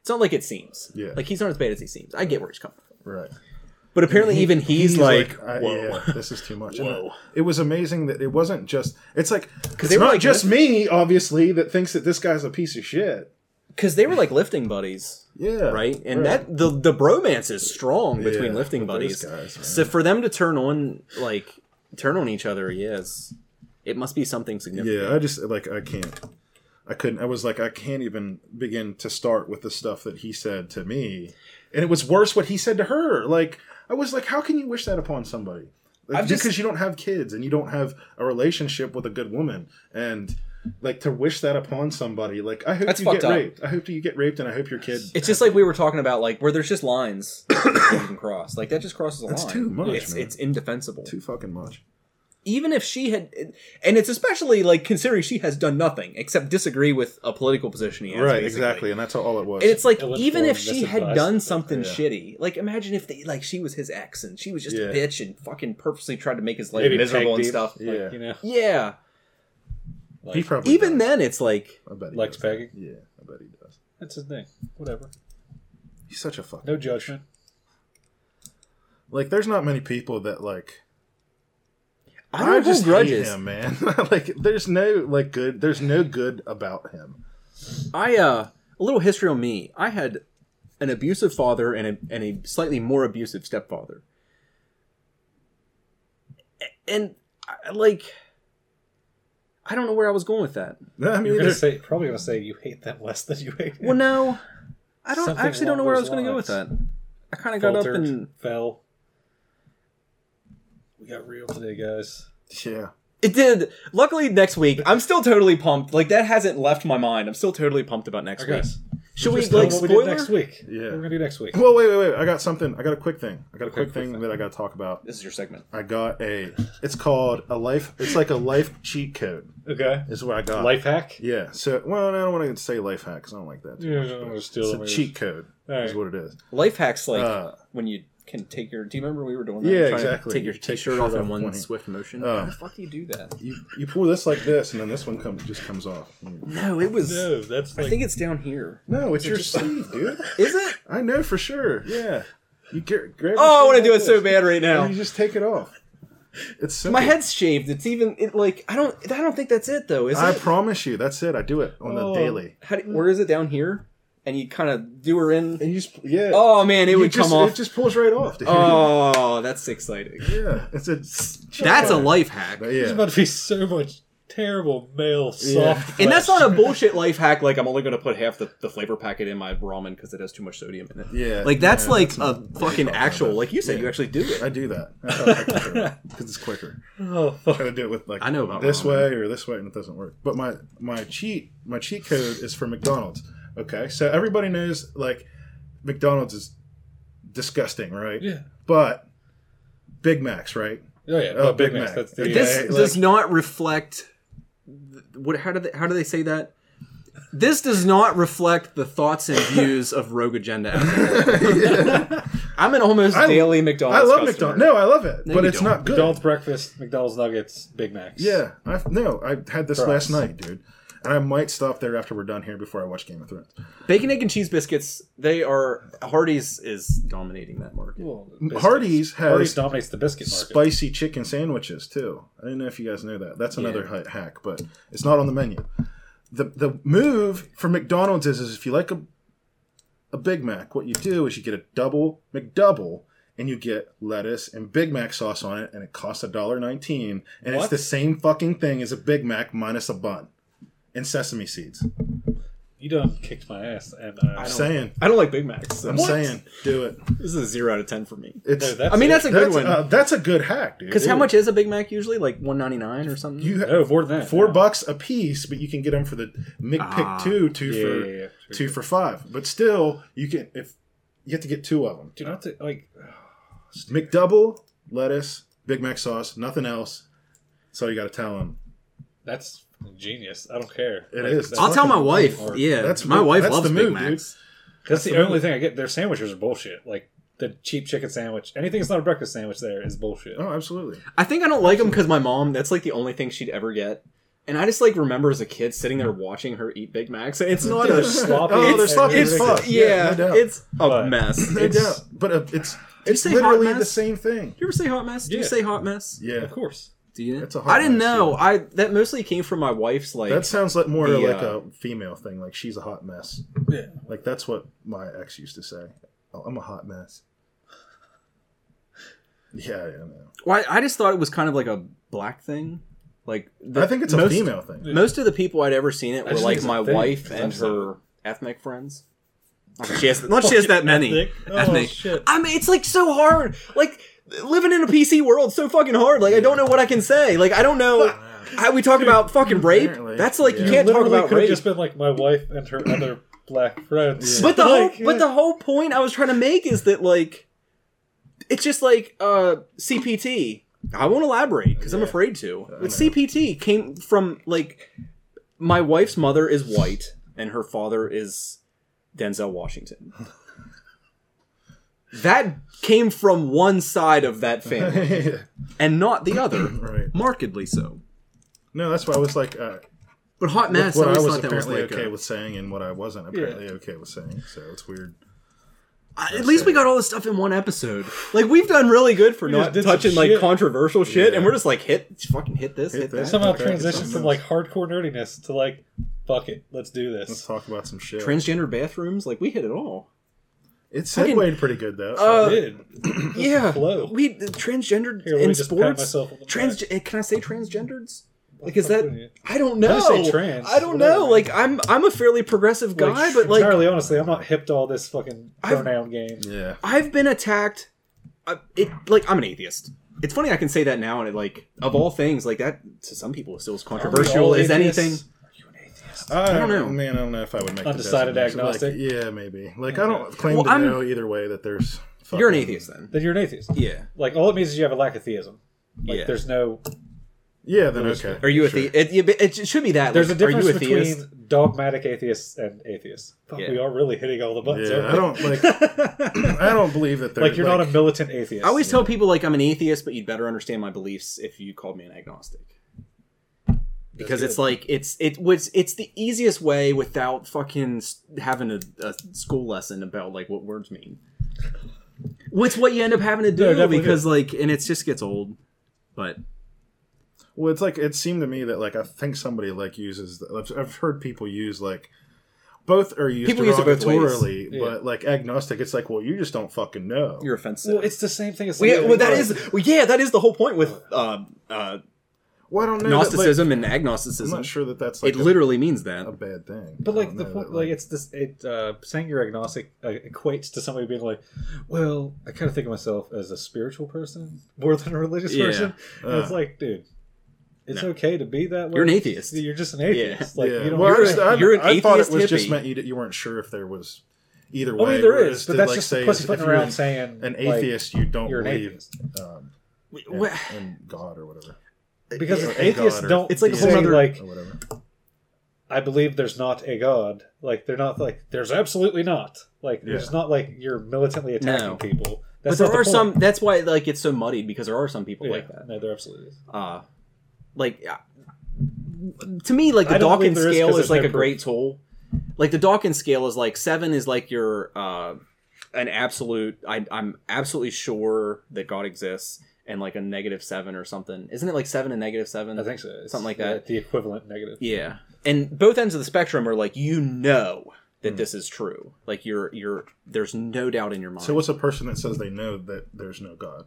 Speaker 1: it's not like it seems
Speaker 2: Yeah.
Speaker 1: like he's not as bad as he seems i get where he's coming from
Speaker 2: Right.
Speaker 1: but apparently even he's, like
Speaker 2: I-
Speaker 1: whoa
Speaker 2: uh, yeah, this is too much. isn't it?
Speaker 1: Whoa.
Speaker 2: It was amazing that it wasn't just. It's like it's
Speaker 1: they were
Speaker 2: not
Speaker 1: like
Speaker 2: just
Speaker 1: this.
Speaker 2: me, obviously, that thinks that this guy's a piece of shit.
Speaker 1: because they were like lifting buddies,
Speaker 2: Yeah.
Speaker 1: right? And
Speaker 2: Right.
Speaker 1: that the the bromance is strong between
Speaker 2: Yeah,
Speaker 1: lifting
Speaker 2: but
Speaker 1: buddies.
Speaker 2: those guys, man.
Speaker 1: So for them to turn on like turn on each other, yes, it must be something significant.
Speaker 2: Yeah, I just like I can't. I couldn't. I was like, I can't even begin to start with the stuff that he said to me, and it was worse what he said to her. Like I was like, how can you wish that upon somebody? Like,
Speaker 1: I've
Speaker 2: because
Speaker 1: just-
Speaker 2: you don't have kids and you don't have a relationship with a good woman, and like to wish that upon somebody. Like I hope
Speaker 1: That's
Speaker 2: you get
Speaker 1: fucked up.
Speaker 2: raped. I hope you get raped, and I hope your kid.
Speaker 1: It's just like we were talking about, like where there's just lines that you can cross. Like that just crosses a
Speaker 2: That's
Speaker 1: line.
Speaker 2: too much,
Speaker 1: It's
Speaker 2: man.
Speaker 1: it's indefensible.
Speaker 2: too fucking much.
Speaker 1: Even if she had, and it's especially like considering she has done nothing except disagree with a political position. He has,
Speaker 2: right,
Speaker 1: basically.
Speaker 2: exactly, and that's all it was.
Speaker 1: And it's like
Speaker 3: It was
Speaker 1: even
Speaker 3: for
Speaker 1: if she had
Speaker 3: misadvice.
Speaker 1: done something
Speaker 2: Yeah.
Speaker 1: shitty, like imagine if they like she was his ex and she was just
Speaker 2: Yeah.
Speaker 1: a bitch and fucking purposely tried to make his life
Speaker 3: Maybe
Speaker 1: miserable
Speaker 3: Peg
Speaker 1: and
Speaker 3: did.
Speaker 1: stuff.
Speaker 2: yeah,
Speaker 3: you know,
Speaker 1: Yeah.
Speaker 2: he
Speaker 3: like,
Speaker 2: probably
Speaker 1: Even
Speaker 2: does.
Speaker 1: then it's like
Speaker 2: I bet he
Speaker 3: Lex
Speaker 2: does.
Speaker 3: Peggy.
Speaker 2: Yeah, I bet he does.
Speaker 3: That's his name. Whatever.
Speaker 2: He's such a fucking
Speaker 3: No judgment.
Speaker 2: like. There's not many people that like
Speaker 1: I don't just
Speaker 2: hate
Speaker 1: grudges.
Speaker 2: him, man. like, there's no like good. There's no good about him.
Speaker 1: I uh a little history on me. I had an abusive father and a and a slightly more abusive stepfather. A- And I- like I don't know where I was going with that.
Speaker 2: No, I mean,
Speaker 3: You're gonna
Speaker 2: there's-
Speaker 3: say probably gonna say you hate them less than you hate.
Speaker 1: Well, no. I don't
Speaker 3: Something
Speaker 1: I actually don't know
Speaker 3: along
Speaker 1: where I
Speaker 3: those
Speaker 1: was going to go with that.
Speaker 3: lines.
Speaker 1: I kind of got
Speaker 3: Faltered,
Speaker 1: up and
Speaker 3: fell. We got real today, guys.
Speaker 2: yeah.
Speaker 1: It did. Luckily, next week I'm still totally pumped. Like that hasn't left my mind. I'm still totally pumped about next
Speaker 3: Okay.
Speaker 1: week. Should we
Speaker 3: Just tell
Speaker 1: like
Speaker 3: what we
Speaker 1: spoiler?
Speaker 3: did next week?
Speaker 2: Yeah.
Speaker 3: What we're gonna do next week.
Speaker 2: Well, wait, wait, wait. I got something. I got a quick thing. I got a
Speaker 3: Okay,
Speaker 2: quick thing that I got to talk about.
Speaker 1: This is your segment.
Speaker 2: I got a. It's called a life. It's like a life cheat code.
Speaker 3: Okay.
Speaker 2: Is what I got.
Speaker 3: Life hack.
Speaker 2: Yeah. So, well, I don't want to say life hack 'cause I don't like that.
Speaker 3: Yeah, I don't wanna steal
Speaker 2: It's
Speaker 3: it.
Speaker 2: a cheat code.
Speaker 3: All
Speaker 2: Is
Speaker 3: right.
Speaker 2: what it is.
Speaker 1: Life hacks like
Speaker 2: Uh,
Speaker 1: when you can take your. Do you remember we were doing that?
Speaker 2: Yeah,
Speaker 1: Trying to
Speaker 2: exactly.
Speaker 1: Take your
Speaker 2: You take your
Speaker 1: t-shirt
Speaker 2: shirt
Speaker 1: off
Speaker 2: off
Speaker 1: in one
Speaker 2: when you-
Speaker 1: swift motion.
Speaker 2: Uh.
Speaker 1: How the fuck do you do that?
Speaker 2: you you pull this like this, and then this one comes just comes off.
Speaker 3: Hmm.
Speaker 1: No, it was.
Speaker 3: No, that's like
Speaker 1: I think it's down here.
Speaker 2: No, it's your sleeve, dude.
Speaker 1: Is it?
Speaker 2: I know for sure. Yeah. You get, grab
Speaker 1: Oh, I
Speaker 2: want to
Speaker 1: do it so bad right now.
Speaker 2: And you just take it off. It's simple.
Speaker 1: My head's shaved. It's even. It like I don't. I don't think that's it though. Is
Speaker 2: I
Speaker 1: it? Um,
Speaker 2: promise you, that's it. I do it on
Speaker 3: Oh.
Speaker 2: the daily.
Speaker 1: How do- where is it down here? And you kind of do her in.
Speaker 2: And you just yeah.
Speaker 1: Oh man, it
Speaker 2: You
Speaker 1: would
Speaker 2: just,
Speaker 1: come off.
Speaker 2: It just pulls right off. Dude.
Speaker 1: Oh, that's exciting.
Speaker 2: yeah. It's a
Speaker 1: That's a life hack.
Speaker 2: But
Speaker 3: there's
Speaker 2: yeah.
Speaker 3: about to be so much terrible male
Speaker 2: Yeah.
Speaker 3: soft.
Speaker 1: And that's
Speaker 3: flesh.
Speaker 1: not a bullshit life hack. Like I'm only going to put half the, the flavor packet in my ramen because it has too much sodium in it.
Speaker 2: Yeah,
Speaker 1: like that's
Speaker 2: yeah,
Speaker 1: like
Speaker 2: that's
Speaker 1: a
Speaker 2: not-
Speaker 1: fucking actual. Like you said,
Speaker 2: Yeah.
Speaker 1: you actually do it.
Speaker 2: I do that because it's quicker.
Speaker 3: Oh, fuck.
Speaker 2: Try to do it with like
Speaker 1: I know about
Speaker 2: this
Speaker 1: ramen.
Speaker 2: way or this way, and it doesn't work. But my my cheat my cheat code is for McDonald's. Okay, so everybody knows like McDonald's is disgusting, right?
Speaker 3: Yeah.
Speaker 2: But Big Macs, right?
Speaker 3: Oh yeah.
Speaker 2: Oh,
Speaker 3: Oh, Big,
Speaker 2: Big
Speaker 3: Mac.
Speaker 2: Mac.
Speaker 3: That's the
Speaker 2: Okay.
Speaker 1: this
Speaker 2: Yeah, like-
Speaker 1: does not reflect. th- What? How do they? How do they say that? This does not reflect the thoughts and views of Rogue Agenda. as a whole. I'm an almost
Speaker 2: I-
Speaker 1: daily McDonald's.
Speaker 2: I love
Speaker 1: customer.
Speaker 2: McDonald's. No, I love it, but
Speaker 1: you
Speaker 2: it's
Speaker 1: don't.
Speaker 2: not good.
Speaker 3: McDonald's breakfast, McDonald's nuggets, Big Macs.
Speaker 2: Yeah, I no, I had this last
Speaker 3: Fries.
Speaker 2: night, dude, and I might stop there after we're done here before I watch Game of Thrones.
Speaker 1: Bacon, egg, and cheese biscuits. They are Hardee's is dominating that market.
Speaker 3: Well,
Speaker 2: Hardee's has
Speaker 3: Hardee's dominates the biscuit market.
Speaker 2: spicy chicken sandwiches too. I don't know if you guys know that. That's another hi- hack, but it's not on the menu. The the move for McDonald's is, is if you like a a Big Mac, what you do is you get a double McDouble and you get lettuce and Big Mac sauce on it and it costs $1.19 and it's
Speaker 3: What?
Speaker 2: the same fucking thing as a Big Mac minus a bun and sesame seeds.
Speaker 3: You done kicked my ass, and uh,
Speaker 2: I'm saying.
Speaker 1: I don't like Big Macs.
Speaker 2: I'm
Speaker 1: What?
Speaker 2: saying, do it.
Speaker 1: this is a zero out of ten for me.
Speaker 2: It's
Speaker 3: No, that's
Speaker 1: I mean,
Speaker 3: it.
Speaker 1: that's a good
Speaker 2: that's,
Speaker 1: one.
Speaker 2: uh, that's a good hack, dude.
Speaker 1: Because how
Speaker 2: Dude,
Speaker 1: much is a Big Mac usually? Like one ninety nine or something.
Speaker 2: you
Speaker 3: no more than that.
Speaker 2: four
Speaker 3: yeah.
Speaker 2: bucks a piece, but you can get them for the McPick
Speaker 1: Ah,
Speaker 2: two, two
Speaker 3: Yeah,
Speaker 2: for
Speaker 3: yeah, yeah, yeah.
Speaker 2: two for five. But still, you can if you have to get two of them.
Speaker 3: Do not to, like.
Speaker 2: McDouble, lettuce, Big Mac sauce, nothing else. So you got to tell them.
Speaker 3: That's genius. I don't care.
Speaker 2: It
Speaker 3: like,
Speaker 2: is.
Speaker 3: That's,
Speaker 1: I'll tell my
Speaker 2: fucking
Speaker 1: wife.
Speaker 3: hard.
Speaker 1: Yeah,
Speaker 2: That's
Speaker 1: my
Speaker 2: the-
Speaker 1: wife
Speaker 2: that's
Speaker 1: loves
Speaker 2: the
Speaker 1: Big
Speaker 2: move, dude.
Speaker 1: Macs.
Speaker 3: that's the only thing I get. Their sandwiches are bullshit. Like the cheap chicken sandwich. Anything that's not a breakfast sandwich there is bullshit.
Speaker 2: Oh, absolutely.
Speaker 1: I think I don't like them because my mom. That's like the only thing she'd ever get. And I just like remember as a kid sitting there watching her eat Big Macs. and It's not
Speaker 3: They're
Speaker 1: a
Speaker 3: sloppy.
Speaker 2: Oh, they're
Speaker 1: It's,
Speaker 2: sloppy
Speaker 1: it's,
Speaker 2: as fuck.
Speaker 1: yeah,
Speaker 2: no doubt.
Speaker 1: it's a
Speaker 3: But-
Speaker 1: mess.
Speaker 2: no
Speaker 1: It's-
Speaker 2: doubt. But uh, it's
Speaker 1: you
Speaker 2: it's
Speaker 1: say hot
Speaker 2: literally the
Speaker 1: mess?
Speaker 2: same thing.
Speaker 1: You ever say hot mess? Do you
Speaker 3: Yeah.
Speaker 1: say hot mess?
Speaker 2: Yeah.
Speaker 3: Of course.
Speaker 1: Do you?
Speaker 2: That's a hot
Speaker 1: I didn't
Speaker 2: mess,
Speaker 1: know.
Speaker 2: yeah.
Speaker 1: I that mostly came from my wife's like.
Speaker 2: that sounds like more
Speaker 1: the,
Speaker 2: like
Speaker 1: uh,
Speaker 2: a female thing. Like she's a hot mess.
Speaker 3: Yeah.
Speaker 2: Like that's what my ex used to say. Oh, I'm a hot mess. Yeah, yeah. No.
Speaker 1: Well, I, I just thought it was kind of like a black thing. Like the,
Speaker 2: I think it's a
Speaker 1: most,
Speaker 2: female thing.
Speaker 1: Most of the people I'd ever seen it
Speaker 3: I
Speaker 1: were
Speaker 3: just think
Speaker 1: like
Speaker 3: it's a
Speaker 1: my
Speaker 3: thing,
Speaker 1: wife
Speaker 3: 'cause
Speaker 1: and
Speaker 3: I've seen
Speaker 1: her ethnic friends. Not that she has, not that she has that many.
Speaker 3: Oh,
Speaker 1: Ethnic.
Speaker 2: Oh,
Speaker 1: I mean, it's like so hard. Like living in a PC world, so fucking hard. Like I don't know what I can say. Like I don't know. How we talk about fucking rape?
Speaker 2: Apparently.
Speaker 1: That's like you
Speaker 2: Yeah.
Speaker 1: can't talk
Speaker 3: Literally
Speaker 1: about
Speaker 3: could have
Speaker 1: rape.
Speaker 3: just been like my wife and her other black friends.
Speaker 1: But the whole,
Speaker 3: Like,
Speaker 1: but the whole point I was trying to make is that like, it's just like uh, CPT. I won't elaborate because I'm
Speaker 2: Yeah.
Speaker 1: afraid to.
Speaker 2: I
Speaker 1: But
Speaker 2: know.
Speaker 1: CPT came from like, my wife's mother is white and her father is Denzel Washington. that came from one side of that family and not the other,
Speaker 2: right.
Speaker 1: markedly so.
Speaker 2: No, that's why I was like, uh,
Speaker 1: But hot mess.
Speaker 2: what
Speaker 1: I
Speaker 2: I
Speaker 1: always
Speaker 2: was
Speaker 1: thought that was
Speaker 2: apparently
Speaker 1: like uh,
Speaker 2: okay
Speaker 1: a-
Speaker 2: with saying and what I wasn't apparently okay with saying. So it's weird.
Speaker 1: I- at least we got all this stuff in one episode. Like we've done really good for
Speaker 3: just
Speaker 1: not
Speaker 3: did some
Speaker 1: touching like
Speaker 3: shit.
Speaker 1: controversial shit,
Speaker 2: Yeah.
Speaker 1: and we're just like hit, just fucking hit this, hit,
Speaker 2: Hit
Speaker 1: that.
Speaker 2: this.
Speaker 3: somehow
Speaker 2: Okay,
Speaker 3: transitioned
Speaker 2: sometimes.
Speaker 3: from like hardcore nerdiness to like, fuck it, let's do
Speaker 2: Let's
Speaker 3: this.
Speaker 2: talk about some shit.
Speaker 1: Transgender bathrooms, like we hit it all.
Speaker 2: it
Speaker 1: fucking-
Speaker 2: segued pretty good though.
Speaker 1: Uh,
Speaker 3: Dude,
Speaker 1: yeah,
Speaker 3: flow.
Speaker 1: we the transgendered
Speaker 3: Here, let
Speaker 1: in
Speaker 3: me just pat
Speaker 1: sports.
Speaker 3: myself on the
Speaker 1: Trans,
Speaker 3: back.
Speaker 1: eh, can I say transgendereds? Like is
Speaker 3: fuck
Speaker 1: that?
Speaker 3: wouldn't you?
Speaker 1: I don't know.
Speaker 3: say trans,
Speaker 1: I don't
Speaker 3: whatever,
Speaker 1: know.
Speaker 3: man.
Speaker 1: Like I'm, I'm a fairly progressive guy,
Speaker 3: Like,
Speaker 1: but like
Speaker 3: entirely honestly, I'm not hip to all this fucking
Speaker 1: I've-
Speaker 3: pronoun game.
Speaker 2: yeah.
Speaker 1: I've been attacked. I, it like I'm an atheist. It's funny I can say that now, and it like of all things, like that to some people it still is controversial.
Speaker 3: all
Speaker 1: Is
Speaker 3: atheists?
Speaker 1: anything?
Speaker 3: Uh,
Speaker 2: I
Speaker 1: don't know.
Speaker 2: Uh, man. I don't know if I would make the
Speaker 3: Undecided
Speaker 2: designation. Like,
Speaker 3: agnostic?
Speaker 2: yeah, maybe. Like I don't claim
Speaker 1: Well,
Speaker 2: to
Speaker 1: I'm-
Speaker 2: know either way that there's.
Speaker 1: You're an
Speaker 2: fucking-
Speaker 1: atheist then.
Speaker 3: Then you're an atheist.
Speaker 1: Yeah.
Speaker 3: Like all it means is you have a lack of theism. Like
Speaker 1: Yeah.
Speaker 3: there's no
Speaker 2: Yeah, then okay.
Speaker 1: Are you a
Speaker 2: Sure.
Speaker 1: the? It, it, it should be that.
Speaker 3: there's a
Speaker 1: like,
Speaker 3: difference
Speaker 1: are you a
Speaker 3: between
Speaker 1: theist?
Speaker 3: dogmatic atheists and atheists. Fuck,
Speaker 1: Yeah.
Speaker 3: We are really hitting all the buttons.
Speaker 2: Yeah, I
Speaker 3: aren't
Speaker 2: don't like. I don't believe that
Speaker 3: we?
Speaker 2: they're
Speaker 3: like you're not a militant atheist.
Speaker 1: I always tell people like I'm an atheist, but you'd better understand my beliefs if you called me an agnostic. Because it's like it's it was it's the easiest way without fucking s- having a, a school lesson about like what words mean. What's what you end up having to do
Speaker 3: definitely
Speaker 1: because like and it just gets old. But
Speaker 2: Well, it's like it seemed to me that like I think somebody like uses. I've, I've heard people use like both are used
Speaker 1: People use it both ways.
Speaker 2: derogatorily,
Speaker 3: Yeah.
Speaker 2: but like agnostic, it's like well, you just don't fucking know.
Speaker 1: you're offensive.
Speaker 3: Well, it's the same thing as
Speaker 1: well, yeah, well, that
Speaker 3: like-
Speaker 1: is well, yeah, that is the whole point with um, uh,
Speaker 2: well, I don't know. that, like-
Speaker 1: Gnosticism and
Speaker 2: I'm
Speaker 1: agnosticism.
Speaker 2: not sure that that's like
Speaker 1: It
Speaker 2: a,
Speaker 1: literally means that.
Speaker 2: a bad thing.
Speaker 3: But
Speaker 2: I
Speaker 3: like
Speaker 1: Oh,
Speaker 2: don't
Speaker 3: the
Speaker 2: know
Speaker 3: point,
Speaker 2: that,
Speaker 3: like it's this, it uh, saying you're agnostic uh, equates to somebody being like, well, I kind of think of myself as a spiritual person more than a religious
Speaker 1: Yeah.
Speaker 3: person. And it's
Speaker 2: Uh.
Speaker 3: like, dude, it's
Speaker 1: No.
Speaker 3: okay to be that way.
Speaker 1: You're an atheist.
Speaker 3: You're just an atheist. Like
Speaker 2: yeah.
Speaker 3: you don't.
Speaker 2: well, I,
Speaker 1: you're
Speaker 2: just,
Speaker 1: a-
Speaker 2: I,
Speaker 1: you're an
Speaker 2: I thought it
Speaker 1: atheist
Speaker 2: was just
Speaker 1: hippie.
Speaker 2: meant you, that you weren't sure if there was either
Speaker 3: Oh, I
Speaker 2: way.
Speaker 3: mean, there
Speaker 2: whereas
Speaker 3: is,
Speaker 2: to,
Speaker 3: but that's
Speaker 2: like,
Speaker 3: just
Speaker 2: say is
Speaker 3: pussyfooting
Speaker 2: if you're
Speaker 3: around saying
Speaker 2: An
Speaker 3: like,
Speaker 2: atheist, you don't
Speaker 3: you're an
Speaker 2: believe
Speaker 3: atheist
Speaker 2: um, in,
Speaker 1: Well,
Speaker 2: in God or whatever.
Speaker 3: because
Speaker 2: Or
Speaker 3: if
Speaker 2: a
Speaker 3: atheists
Speaker 2: god or
Speaker 3: don't.
Speaker 1: It's like a
Speaker 3: say,
Speaker 1: whole other-
Speaker 3: like
Speaker 2: or whatever.
Speaker 3: I believe there's not a god. Like they're not like there's absolutely not. Like
Speaker 2: Yeah.
Speaker 3: there's not like you're militantly attacking
Speaker 1: No.
Speaker 3: people.
Speaker 1: But
Speaker 3: That's
Speaker 1: there
Speaker 3: not the
Speaker 1: are
Speaker 3: point.
Speaker 1: some. That's why like it's so muddied because there are some people
Speaker 3: Yeah,
Speaker 1: like that.
Speaker 3: No, there absolutely is.
Speaker 1: Uh, like uh, to me, like the
Speaker 3: I don't believe
Speaker 1: Dawkins
Speaker 3: there is
Speaker 1: scale
Speaker 3: 'cause
Speaker 1: is,
Speaker 3: there's
Speaker 1: like
Speaker 3: no
Speaker 1: a
Speaker 3: proof.
Speaker 1: great tool. Like the Dawkins scale is like seven is like your uh, an absolute. I, I'm absolutely sure that God exists, and like a negative seven or something. Isn't it like seven and negative seven?
Speaker 3: I think so. It's
Speaker 1: Something like
Speaker 3: the-
Speaker 1: that.
Speaker 3: The equivalent negative.
Speaker 1: Yeah, and both ends of the spectrum are like you know that
Speaker 3: Hmm.
Speaker 1: this is true. Like you're you're there's no doubt in your mind.
Speaker 2: So what's a person that says they know that there's no God?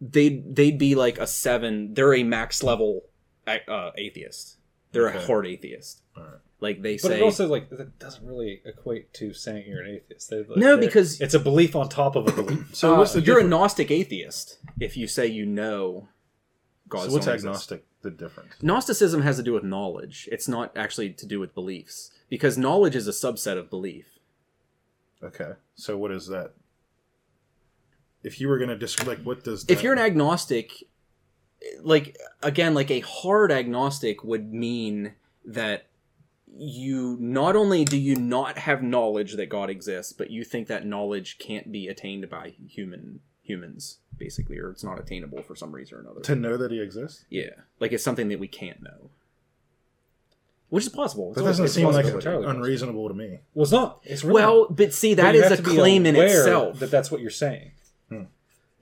Speaker 1: they'd they'd be like a seven. They're a max level uh, atheist. They're
Speaker 2: Okay.
Speaker 1: a hard atheist.
Speaker 2: Alright.
Speaker 1: Like they
Speaker 3: But
Speaker 1: say,
Speaker 3: it also like that doesn't really equate to saying you're an atheist. They- like,
Speaker 1: No,
Speaker 3: they're-
Speaker 1: because-
Speaker 3: it's a belief on top of a belief.
Speaker 2: So
Speaker 1: uh,
Speaker 2: what's the
Speaker 1: you're
Speaker 2: difference?
Speaker 1: a Gnostic atheist if you say you know God.
Speaker 2: So what's
Speaker 1: don't exist.
Speaker 2: agnostic? The difference.
Speaker 1: Gnosticism has to do with knowledge. It's not actually to do with beliefs because knowledge is a subset of belief.
Speaker 2: Okay. So what is that? If you were gonna describe, like, what does
Speaker 1: if
Speaker 2: that-
Speaker 1: you're an agnostic like again like a hard agnostic would mean that you not only do you not have knowledge that god exists but you think that knowledge can't be attained by human humans basically or it's not attainable for some reason or another
Speaker 2: to know that he exists?
Speaker 1: yeah like it's something that we can't know which is possible It's
Speaker 2: That
Speaker 1: always-
Speaker 2: doesn't
Speaker 1: it's
Speaker 2: seem like
Speaker 1: possible.
Speaker 3: entirely possible.
Speaker 2: unreasonable to me.
Speaker 3: well, it's not. It's really
Speaker 1: well but see
Speaker 3: not. But
Speaker 1: that
Speaker 3: you
Speaker 1: is
Speaker 3: have
Speaker 1: a
Speaker 3: to be
Speaker 1: claim in
Speaker 3: aware
Speaker 1: itself
Speaker 3: Hmm. that that's what you're saying.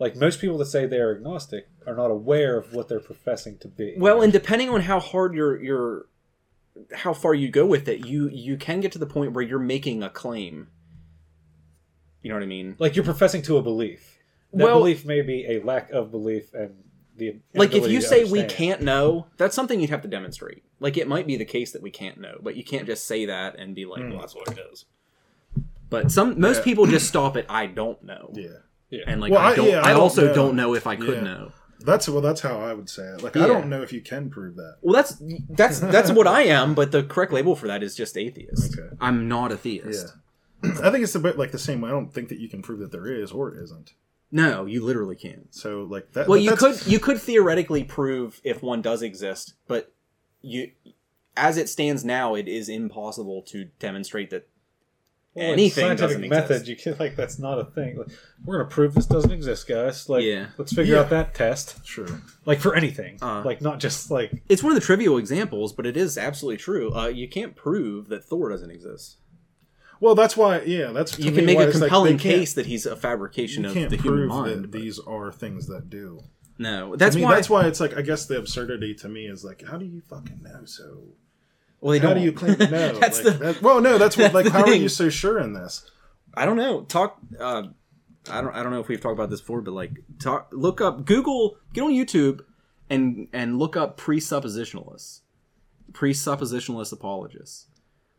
Speaker 3: Like most people that say they are agnostic are not aware of what they're professing to be.
Speaker 1: Well, and depending on how hard your your how far you go with it, you you can get to the point where you're making a claim. You know what I mean?
Speaker 3: like you're professing to a belief. That
Speaker 1: Well-
Speaker 3: belief may be a lack of belief and the
Speaker 1: Like if
Speaker 3: inability
Speaker 1: you
Speaker 3: to
Speaker 1: say we
Speaker 3: understand.
Speaker 1: can't know, that's something you'd have to demonstrate. Like it might be the case that we can't know, but you can't just say that and be like,
Speaker 2: Mm.
Speaker 1: "Well, that's what it is." But some most
Speaker 2: Yeah.
Speaker 1: people just stop at "I don't know,"
Speaker 2: Yeah,
Speaker 1: and like
Speaker 2: Well,
Speaker 1: I
Speaker 2: I-
Speaker 1: don't.
Speaker 2: yeah,
Speaker 1: I,
Speaker 2: I don't
Speaker 1: also
Speaker 2: know.
Speaker 1: don't know if I could
Speaker 2: Yeah.
Speaker 1: know.
Speaker 2: that's well, that's how I would say it. Like
Speaker 1: Yeah.
Speaker 2: I don't know if you can prove that.
Speaker 1: Well, that's that's that's what I am, but the correct label for that is just atheist.
Speaker 2: Okay.
Speaker 1: I'm not a theist.
Speaker 2: Yeah, I think it's a bit like the same way. I don't think that you can prove that there is or isn't.
Speaker 1: No, you literally can't.
Speaker 2: So like that.
Speaker 1: Well,
Speaker 2: but
Speaker 1: you
Speaker 2: that's-
Speaker 1: could you could theoretically prove if one does exist, but you as it stands now, it is impossible to demonstrate that.
Speaker 3: in
Speaker 1: anything
Speaker 3: scientific
Speaker 1: doesn't
Speaker 3: method.
Speaker 1: exist.
Speaker 3: You can like that's not a thing. Like, we're gonna prove this doesn't exist, guys. Like,
Speaker 1: Yeah.
Speaker 3: let's figure
Speaker 2: Yeah.
Speaker 3: out that test.
Speaker 2: Sure.
Speaker 3: Like for anything,
Speaker 1: Uh-huh.
Speaker 3: like not just like
Speaker 1: It's one of the trivial examples, but it is absolutely true. Uh, you can't prove that Thor doesn't exist.
Speaker 2: Well, that's why. Yeah, that's to
Speaker 1: you can
Speaker 2: me
Speaker 1: make
Speaker 2: why
Speaker 1: a
Speaker 2: it's like they
Speaker 1: compelling
Speaker 2: can't-
Speaker 1: case that he's a fabrication
Speaker 2: You
Speaker 1: of
Speaker 2: can't
Speaker 1: the human
Speaker 2: prove that
Speaker 1: mind. but-
Speaker 2: these are things that do.
Speaker 1: no, that's
Speaker 2: I mean,
Speaker 1: why.
Speaker 2: that's why it's like I guess the absurdity to me is like, how do you fucking know? So
Speaker 1: well, they
Speaker 2: how
Speaker 1: don't.
Speaker 2: do you claim to know?
Speaker 1: that's
Speaker 2: like,
Speaker 1: the.
Speaker 2: that- well, no, that's what.
Speaker 1: that's
Speaker 2: Like,
Speaker 1: the
Speaker 2: how are
Speaker 1: thing.
Speaker 2: you so sure in this?
Speaker 1: I don't know. Talk. Uh, I don't. I don't know if we've talked about this before, but like, talk. Look up. Google. Get on YouTube, and and look up presuppositionalists, presuppositionalist apologists.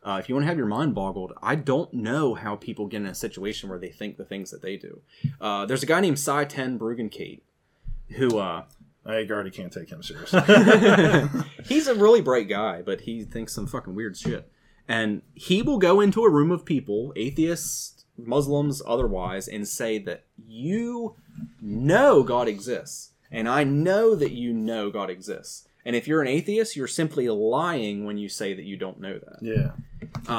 Speaker 1: Uh, if you want to have your mind boggled, I don't know how people get in a situation where they think the things that they do. Uh, there's a guy named Cy Ten Brugenkate, who uh,
Speaker 2: I already can't take him seriously.
Speaker 1: he's a really bright guy, but he thinks some fucking weird shit. And he will go into a room of people, atheists, Muslims, otherwise, and say that you know God exists. And I know that you know God exists. And if you're an atheist, you're simply lying when you say that you don't know that.
Speaker 2: yeah.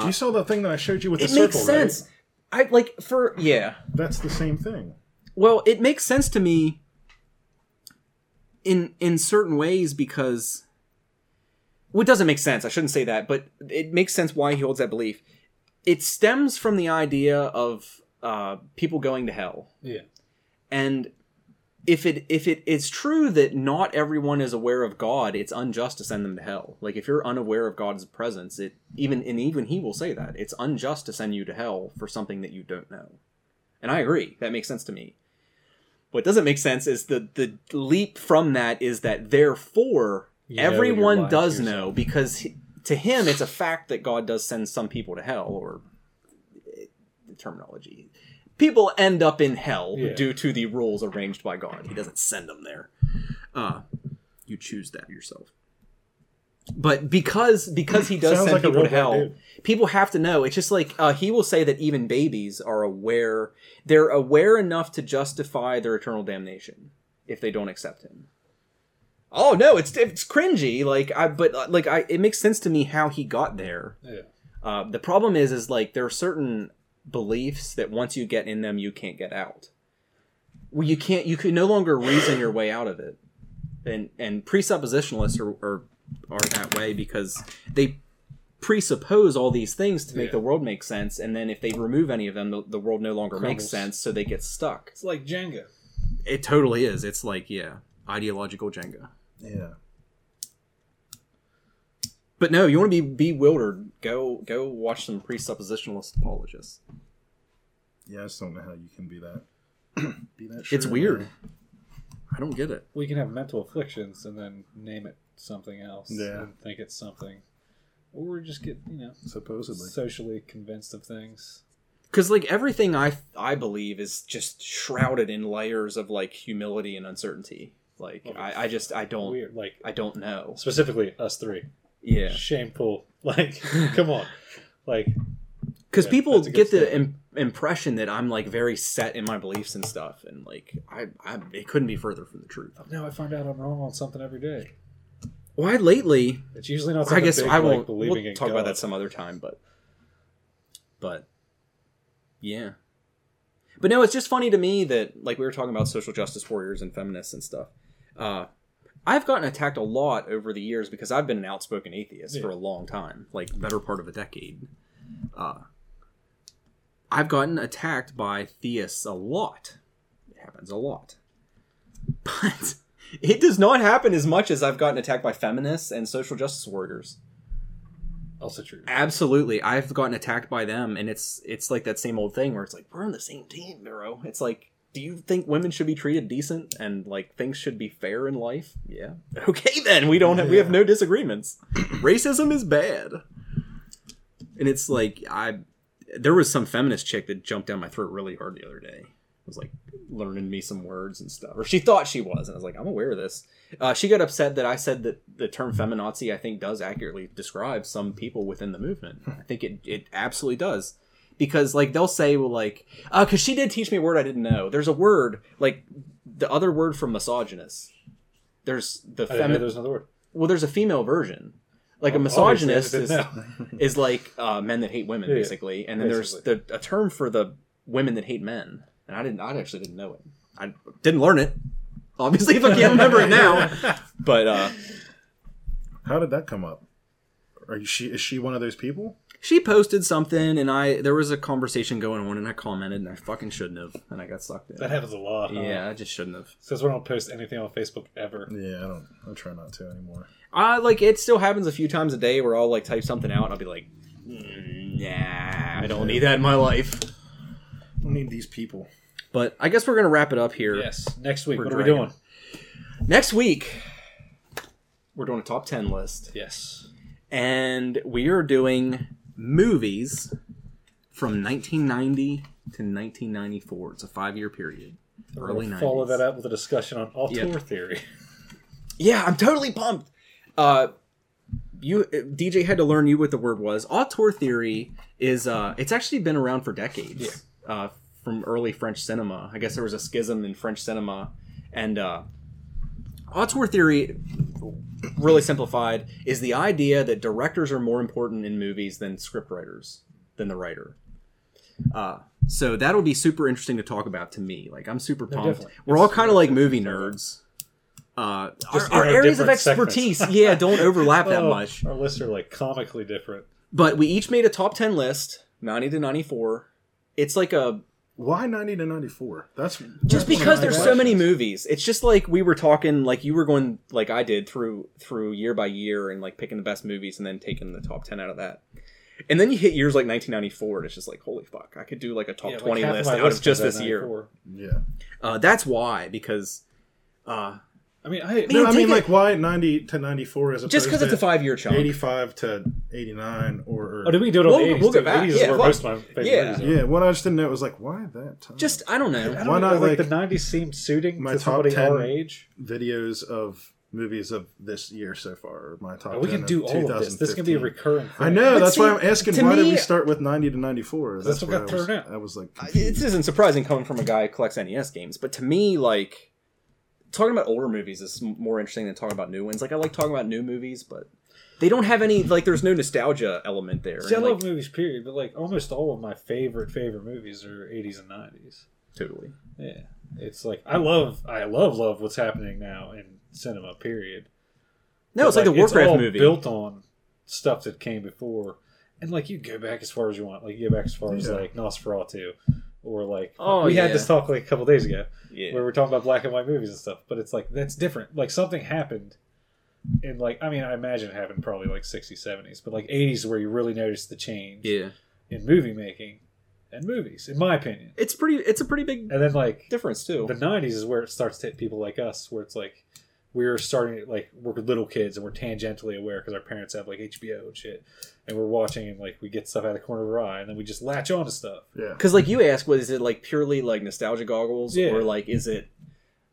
Speaker 2: you saw that thing that I showed you with
Speaker 1: Uh, It
Speaker 2: the
Speaker 1: makes
Speaker 2: circle,
Speaker 1: sense. I like for yeah.
Speaker 2: right? That's the same thing.
Speaker 1: Well, it makes sense to me in in certain ways because well, it doesn't make sense. I shouldn't say that, but it makes sense why he holds that belief. It stems from the idea of uh, people going to hell,
Speaker 3: yeah.
Speaker 1: and if it if it is true that not everyone is aware of God, it's unjust to send them to hell. Like if you're unaware of God's presence, it even and even he will say that it's unjust to send you to hell for something that you don't know. And I agree. That makes sense to me. What doesn't make sense is the the leap from that is that therefore
Speaker 3: You know you're
Speaker 1: everyone
Speaker 3: lying
Speaker 1: does
Speaker 3: to
Speaker 1: know
Speaker 3: yourself.
Speaker 1: because he- to him it's a fact that God does send some people to hell or eh, terminology. People end up in hell
Speaker 3: Yeah.
Speaker 1: due to the rules arranged by God. He doesn't send them there. Uh, you choose that yourself. But because because he does
Speaker 2: Sounds
Speaker 1: send
Speaker 2: like a
Speaker 1: people to
Speaker 2: real
Speaker 1: hell,
Speaker 2: black
Speaker 1: people have to know. It's just like uh, he will say that even babies are aware. They're aware enough to justify their eternal damnation if they don't accept him. Oh no, it's it's cringy. Like I, but uh, like I, it makes sense to me how he got there.
Speaker 3: Yeah.
Speaker 1: Uh, the problem is, is like there are certain beliefs that once you get in them, you can't get out. Well, you can't. You can no longer reason your way out of it, and and presuppositionalists are are, are that way because they presuppose all these things to make
Speaker 3: Yeah.
Speaker 1: the world make sense, and then if they remove any of them, the, the world no longer makes
Speaker 3: Crumbles.
Speaker 1: sense, so they get stuck.
Speaker 3: It's like Jenga.
Speaker 1: It totally is. It's like yeah, ideological Jenga.
Speaker 2: Yeah.
Speaker 1: But no, you want to be bewildered. Go go watch some presuppositionalist apologists.
Speaker 2: Yeah, I just don't know how you can be that. be that.
Speaker 1: It's
Speaker 2: sure,
Speaker 1: weird.
Speaker 2: man.
Speaker 1: I don't get it.
Speaker 3: We can have mental afflictions and then name it something else.
Speaker 2: Yeah.
Speaker 3: And think it's something, or just get you know
Speaker 2: Supposedly.
Speaker 3: socially convinced of things.
Speaker 1: Because like everything I I believe is just shrouded in layers of like humility and uncertainty. Like I, I just I don't
Speaker 3: Weird, like
Speaker 1: I don't know.
Speaker 3: specifically us three.
Speaker 1: Yeah.
Speaker 3: Shameful. Like, come on. Like,
Speaker 1: because
Speaker 3: Yeah,
Speaker 1: people
Speaker 3: that's a good
Speaker 1: get the
Speaker 3: statement.
Speaker 1: Im- impression that I'm like very set in my beliefs and stuff, and like I, I it couldn't be further from the truth.
Speaker 3: now I find out I'm wrong on something every day.
Speaker 1: Why lately?
Speaker 3: It's usually not.
Speaker 1: I
Speaker 3: Something
Speaker 1: guess
Speaker 3: big,
Speaker 1: I
Speaker 3: like,
Speaker 1: won't
Speaker 3: believing
Speaker 1: we'll
Speaker 3: in
Speaker 1: talk about
Speaker 3: God.
Speaker 1: that some other time, but but yeah. But no, it's just funny to me that like we were talking about social justice warriors and feminists and stuff. Uh I've gotten attacked a lot over the years because I've been an outspoken atheist
Speaker 3: Yeah.
Speaker 1: for a long time, like better part of a decade. Uh I've gotten attacked by theists a lot. It happens a lot. but it does not happen as much as I've gotten attacked by feminists and social justice warriors.
Speaker 3: Also true.
Speaker 1: Absolutely, I've gotten attacked by them, and it's it's like that same old thing where it's like we're on the same team, bro. It's like, do you think women should be treated decent and like things should be fair in life? Yeah. Okay, then we don't have, we have no disagreements. Racism is bad, and it's like I there was some feminist chick that jumped down my throat really hard the other day. Was like learning me some words and stuff, or she thought she was, and I was like, I'm aware of this. Uh, she got upset that I said that the term
Speaker 3: Hmm.
Speaker 1: feminazi, I think, does accurately describe some people within the movement.
Speaker 3: Hmm.
Speaker 1: I think it, it absolutely does. Because, like, they'll say, well, like, because she did teach me a word I didn't know. There's a word, like, the other word from misogynist. There's the
Speaker 3: I didn't know
Speaker 1: femi-
Speaker 3: there's another word.
Speaker 1: well, there's a female version. Like a
Speaker 3: Oh, Obviously, I
Speaker 1: misogynist
Speaker 3: didn't
Speaker 1: is,
Speaker 3: know.
Speaker 1: is like uh, men that hate women,
Speaker 3: Yeah, yeah.
Speaker 1: basically. And then there's the, a term for the women that hate men. And I didn't, I actually didn't know it. I didn't learn it. Obviously, if I can't remember it now. But uh,
Speaker 2: How did that come up? Are you, she is she one of those people?
Speaker 1: she posted something, and I there was a conversation going on, and I commented, and I fucking shouldn't have, and I got sucked in.
Speaker 3: That happens a lot. Huh?
Speaker 1: yeah, I just shouldn't have.
Speaker 3: Since we don't post anything on Facebook ever.
Speaker 2: Yeah, I don't. I try not to anymore.
Speaker 1: I like it. Still happens a few times a day where I'll like type something out, and I'll be like, "Mm, Nah, I don't need that in my life.
Speaker 2: I don't need these people.
Speaker 1: But I guess we're gonna wrap it up here.
Speaker 3: Yes. Next week.
Speaker 1: We're
Speaker 3: what are we
Speaker 1: dragging.
Speaker 3: doing?
Speaker 1: Next week, we're doing a top ten list,
Speaker 3: Yes.
Speaker 1: and we are doing movies from 1990 to 1994. It's a five year period.
Speaker 3: We're
Speaker 1: Early
Speaker 3: gonna Follow
Speaker 1: 90s.
Speaker 3: that up with a discussion on auteur
Speaker 1: Yeah.
Speaker 3: theory.
Speaker 1: Yeah, I'm totally pumped. Uh, you DJ had to learn you what the word was. Auteur theory is uh, it's actually been around for decades. Uh, from early French cinema, I guess there was a schism in French cinema, and uh, auteur theory, really simplified, is the idea that directors are more important in movies than scriptwriters, than the writer. Uh, so that'll be super interesting to talk about to me. Like I'm super pumped.
Speaker 3: definitely.
Speaker 1: We're all kind of like
Speaker 3: It's-
Speaker 1: movie nerds uh, our,
Speaker 3: Just in
Speaker 1: our
Speaker 3: our
Speaker 1: areas of
Speaker 3: different segments.
Speaker 1: expertise, yeah, don't overlap that
Speaker 3: Oh,
Speaker 1: much.
Speaker 3: Our lists are like comically different.
Speaker 1: But we each made a top ten list, ninety to ninety-four. It's like a
Speaker 2: Why ninety to ninety four? That's
Speaker 1: just because
Speaker 2: that's
Speaker 1: there's
Speaker 2: one
Speaker 1: so
Speaker 2: of my
Speaker 1: many
Speaker 2: questions.
Speaker 1: movies. It's just like we were talking, like you were going, like I did through through year by year and like picking the best movies and then taking the top ten out of that. And then you hit years like 1994, and it's just like, holy fuck, I could do like a top
Speaker 3: Yeah, like
Speaker 1: 20
Speaker 3: half of
Speaker 1: list
Speaker 3: my
Speaker 1: out of
Speaker 3: list
Speaker 1: just
Speaker 3: is
Speaker 1: this
Speaker 3: at
Speaker 1: year.
Speaker 3: 94.
Speaker 2: Yeah.
Speaker 1: Uh, that's why, because uh,
Speaker 3: I mean, I
Speaker 2: No, I
Speaker 1: take it-
Speaker 2: mean like why ninety to ninety four as opposed
Speaker 1: just because it's a five year chunk.
Speaker 2: eighty five to eighty nine or, or
Speaker 3: Oh, did we do it on
Speaker 1: We'll-
Speaker 3: the 80s?
Speaker 1: we'll go
Speaker 3: too?
Speaker 1: back.
Speaker 3: 80s is
Speaker 1: Yeah,
Speaker 3: where
Speaker 1: fuck.
Speaker 3: most of my favorite
Speaker 1: Yeah.
Speaker 3: movies are.
Speaker 2: yeah. What I just didn't know was like why that time?
Speaker 1: Just, I don't know.
Speaker 3: I don't
Speaker 2: Why
Speaker 3: know,
Speaker 2: not,
Speaker 3: like,
Speaker 2: like,
Speaker 3: the 90s seemed suiting
Speaker 2: my
Speaker 3: to
Speaker 2: top
Speaker 3: somebody
Speaker 2: 10?
Speaker 3: our age?
Speaker 2: videos of movies of this year so far. Or my top.
Speaker 3: Oh, we
Speaker 2: 10
Speaker 3: can do
Speaker 2: of
Speaker 3: all of this. This can be a
Speaker 2: 2015.
Speaker 3: recurring. Thing.
Speaker 2: I know.
Speaker 1: But
Speaker 2: that's why
Speaker 1: see,
Speaker 2: I'm asking.
Speaker 1: to
Speaker 2: Why did
Speaker 1: me-
Speaker 2: we start with ninety to ninety four?
Speaker 3: That's what got
Speaker 2: I was,
Speaker 3: thrown out.
Speaker 2: I was like,
Speaker 1: it isn't surprising coming from a guy who collects NES games, but to me, like talking about older movies is m- more interesting than talking about new ones. Like I like talking about new movies, but they don't have any like. There's no nostalgia element there.
Speaker 3: See, I
Speaker 1: and,
Speaker 3: love
Speaker 1: like,
Speaker 3: movies, period. But like almost all of my favorite favorite movies are 80s and 90s.
Speaker 1: totally.
Speaker 3: Yeah, it's like I love, I love, love what's happening now in cinema. Period.
Speaker 1: No, it's
Speaker 3: But,
Speaker 1: like, the Warcraft
Speaker 3: all
Speaker 1: movie.
Speaker 3: built on stuff that came before, and like you go back as far as you want. Like you go back as far as
Speaker 2: Yeah.
Speaker 3: like Nosferatu, or like
Speaker 1: Oh,
Speaker 3: we had
Speaker 1: yeah.
Speaker 3: this talk like a couple days ago
Speaker 1: yeah.
Speaker 3: where we're talking about black and white movies and stuff. But it's like that's different. Like something happened. And like I mean, I imagine it happened probably like 60s, 70s, but like 80s where you really notice the change
Speaker 1: yeah,
Speaker 3: in movie making and movies, in my opinion.
Speaker 1: it's pretty. It's a pretty big
Speaker 3: And then like
Speaker 1: difference too.
Speaker 3: the 90s is where it starts to hit people like us where it's like we're starting like we're little kids and we're tangentially aware because our parents have like hbo and shit and we're watching and like we get stuff out of the corner of our eye and then we just latch on to stuff
Speaker 2: yeah.
Speaker 1: Because like you asked, what is it like purely like nostalgia goggles,
Speaker 3: Yeah.
Speaker 1: or like is it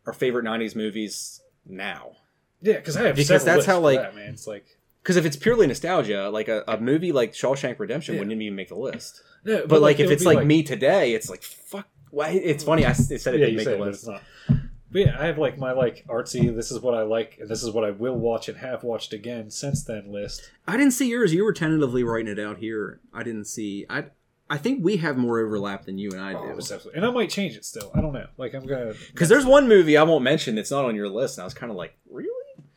Speaker 1: our favorite '90s movies now?
Speaker 3: yeah because i have
Speaker 1: Because
Speaker 3: several
Speaker 1: that's
Speaker 3: lists
Speaker 1: how,
Speaker 3: for
Speaker 1: like-
Speaker 3: that, man it's like
Speaker 1: Because if it's purely nostalgia, like a, a movie like Shawshank Redemption
Speaker 3: Yeah.
Speaker 1: wouldn't even make the list.
Speaker 3: no,
Speaker 1: But, like, if
Speaker 3: it'll
Speaker 1: it's
Speaker 3: be,
Speaker 1: like, me today, it's like fuck. Why? It's funny. I s- said it
Speaker 3: yeah
Speaker 1: didn't
Speaker 3: you
Speaker 1: make
Speaker 3: say
Speaker 1: a
Speaker 3: it, but it's
Speaker 1: list.
Speaker 3: not but yeah i have like my like artsy this is what i like and this is what i will watch and have watched again since then list
Speaker 1: I didn't see yours. You were tentatively writing it out here. I didn't see. I I think we have more overlap than you and I do.
Speaker 3: Almost absolutely- Oh, and i might change it still i don't know like i'm gonna
Speaker 1: Because there's one movie I won't mention that's not on your list, and I was kind of like, really,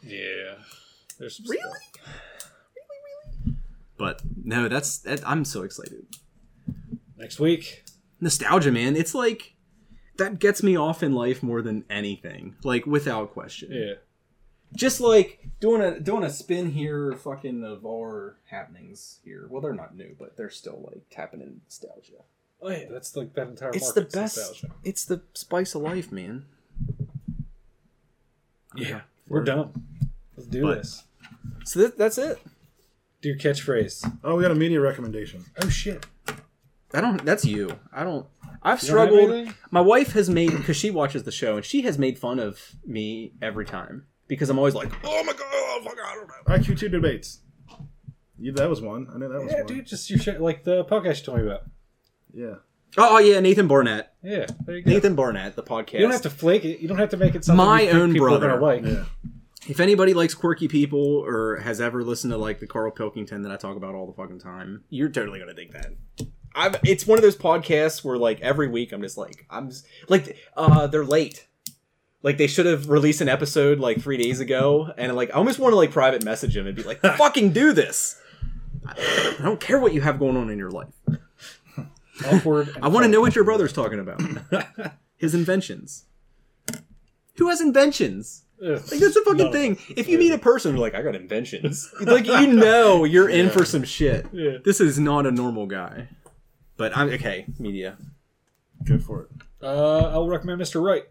Speaker 3: yeah there's some
Speaker 1: really, really,
Speaker 3: stuff.
Speaker 1: really. But no, that's that, I'm so excited.
Speaker 3: next week
Speaker 1: Nostalgia, man. It's like that gets me off in life more than anything, like without question.
Speaker 3: Yeah.
Speaker 1: Just like doing a doing a spin here, fucking of our happenings here. Well, they're not new, but they're still like tapping in nostalgia.
Speaker 3: Oh yeah, that's like that entire.
Speaker 1: It's the
Speaker 3: market's
Speaker 1: best.
Speaker 3: nostalgia.
Speaker 1: It's the spice of life, man. Yeah.
Speaker 3: We're done. Let's do
Speaker 1: But-
Speaker 3: this.
Speaker 1: So that, that's it.
Speaker 3: Do your catchphrase.
Speaker 2: Oh, we got a media recommendation.
Speaker 3: Oh shit.
Speaker 1: I don't. That's you. I don't. I've
Speaker 3: You don't have
Speaker 1: struggled.
Speaker 3: anything?
Speaker 1: My wife has made because she watches the show and she has made fun of me every time because I'm always like, oh my god, oh my god, I don't know.
Speaker 2: IQ2 debates. Yeah, that was one. I know that was
Speaker 3: Yeah,
Speaker 2: one.
Speaker 3: dude, just your shit, like the podcast you told me about.
Speaker 2: Yeah.
Speaker 1: Oh, oh, yeah, Nathan Barnett.
Speaker 3: Yeah, there you go.
Speaker 1: Nathan Barnett, the podcast.
Speaker 3: you don't have to flake it. You don't have to make it something
Speaker 1: My
Speaker 3: you think
Speaker 1: own
Speaker 3: people are
Speaker 1: brother.
Speaker 3: gonna like.
Speaker 2: Yeah.
Speaker 1: If anybody likes quirky people or has ever listened to like the Carl Pilkington that I talk about all the fucking time, you're totally gonna dig that. I've, it's one of those podcasts where like every week I'm just like I'm just, like uh they're late. Like they should have released an episode like three days ago, and like I almost want to like private message him and be like, "Fucking do this." I I don't care what you have going on in your life.
Speaker 3: Awkward. and
Speaker 1: I want to
Speaker 3: fun.
Speaker 1: know what your brother's talking about. His inventions. Who has inventions?
Speaker 3: Ugh.
Speaker 1: Like that's the fucking
Speaker 3: No.
Speaker 1: thing. If you meet a person who's like, I got inventions, like you know you're in for some shit.
Speaker 3: Yeah.
Speaker 1: This is not a normal guy. But I'm okay, media.
Speaker 2: Go for it.
Speaker 3: Uh, I'll recommend Mr. Wright.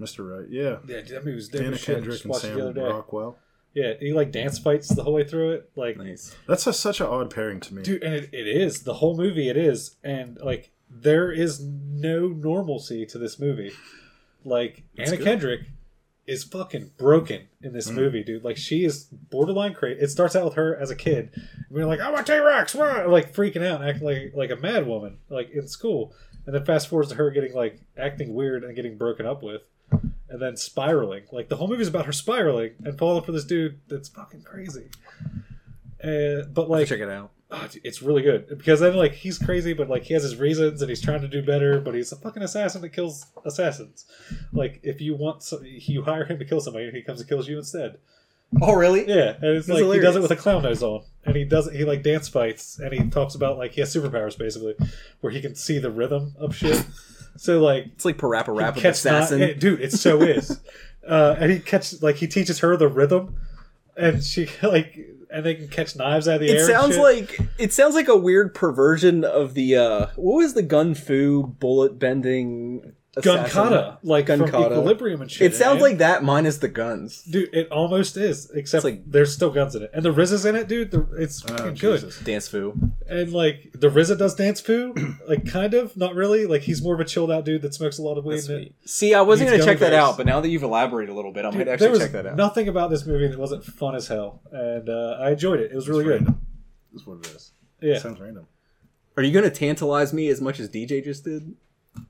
Speaker 2: Mr. Wright. Yeah.
Speaker 3: Yeah, dude, that movie was dope.
Speaker 2: Anna
Speaker 3: as shit. I
Speaker 2: Kendrick
Speaker 3: Just
Speaker 2: and
Speaker 3: watched it the
Speaker 2: Sam
Speaker 3: other day.
Speaker 2: Rockwell.
Speaker 3: Yeah, he like dance fights the whole way through it. Like,
Speaker 1: Nice.
Speaker 2: That's a, such an odd pairing to me.
Speaker 3: dude, and it, it is the whole movie. It is, and like there is no normalcy to this movie. Like Anna
Speaker 1: good.
Speaker 3: Kendrick is fucking broken in this movie, dude. Like she is borderline crazy. It starts out with her as a kid. We're like, I'm a T Rex, like freaking out, and acting like like a mad woman, like in school. And then fast forwards to her getting like acting weird and getting broken up with, and then spiraling. Like the whole movie is about her spiraling and falling for this dude that's fucking crazy. Uh, but like,
Speaker 1: Check it out.
Speaker 3: Oh, dude, it's really good because then like he's crazy, but like he has his reasons and he's trying to do better. But he's a fucking assassin that kills assassins. Like if you want, some, you hire him to kill somebody, and he comes and kills you instead.
Speaker 1: Oh really?
Speaker 3: Yeah, and it's
Speaker 1: That's
Speaker 3: like he does it
Speaker 1: hilarious.
Speaker 3: with a clown nose on, and he does he like dance fights, and he talks about like he has superpowers basically, where he can see the rhythm of shit. so like
Speaker 1: It's like Parappa Rap
Speaker 3: catch
Speaker 1: Assassin.
Speaker 3: Not, eh, dude, it so is. uh, and he catches like he teaches her the rhythm, and she like and they can catch knives out of the air.
Speaker 1: it
Speaker 3: and
Speaker 1: sounds
Speaker 3: shit.
Speaker 1: like it sounds like a weird perversion of the uh what was the gun fu bullet bending assassin?
Speaker 3: Gunkata, like from
Speaker 1: Gunkata.
Speaker 3: Equilibrium and shit.
Speaker 1: It sounds
Speaker 3: man.
Speaker 1: like that minus the guns.
Speaker 3: dude, it almost is, except
Speaker 1: like-
Speaker 3: there's still guns in it, and the RZA's in it, dude. The, it's
Speaker 2: Oh,
Speaker 3: fucking good,
Speaker 2: Jesus.
Speaker 1: Dance foo.
Speaker 3: and like the RZA does dance poo, like kind of, not really. Like he's more of a chilled out dude that smokes a lot of weed.
Speaker 1: That's
Speaker 3: and-
Speaker 1: sweet. See, I wasn't
Speaker 3: He's
Speaker 1: going to check
Speaker 3: going
Speaker 1: that
Speaker 3: first.
Speaker 1: out, but now that you've elaborated a little bit, I
Speaker 3: Dude,
Speaker 1: might
Speaker 3: there
Speaker 1: actually
Speaker 3: was
Speaker 1: check that out.
Speaker 3: nothing about this movie that wasn't fun as hell, and uh, I enjoyed it. It was
Speaker 2: It's
Speaker 3: really good.
Speaker 2: random. Is what it is.
Speaker 3: Yeah,
Speaker 2: Sounds random.
Speaker 1: Are you going to tantalize me as much as DJ just did?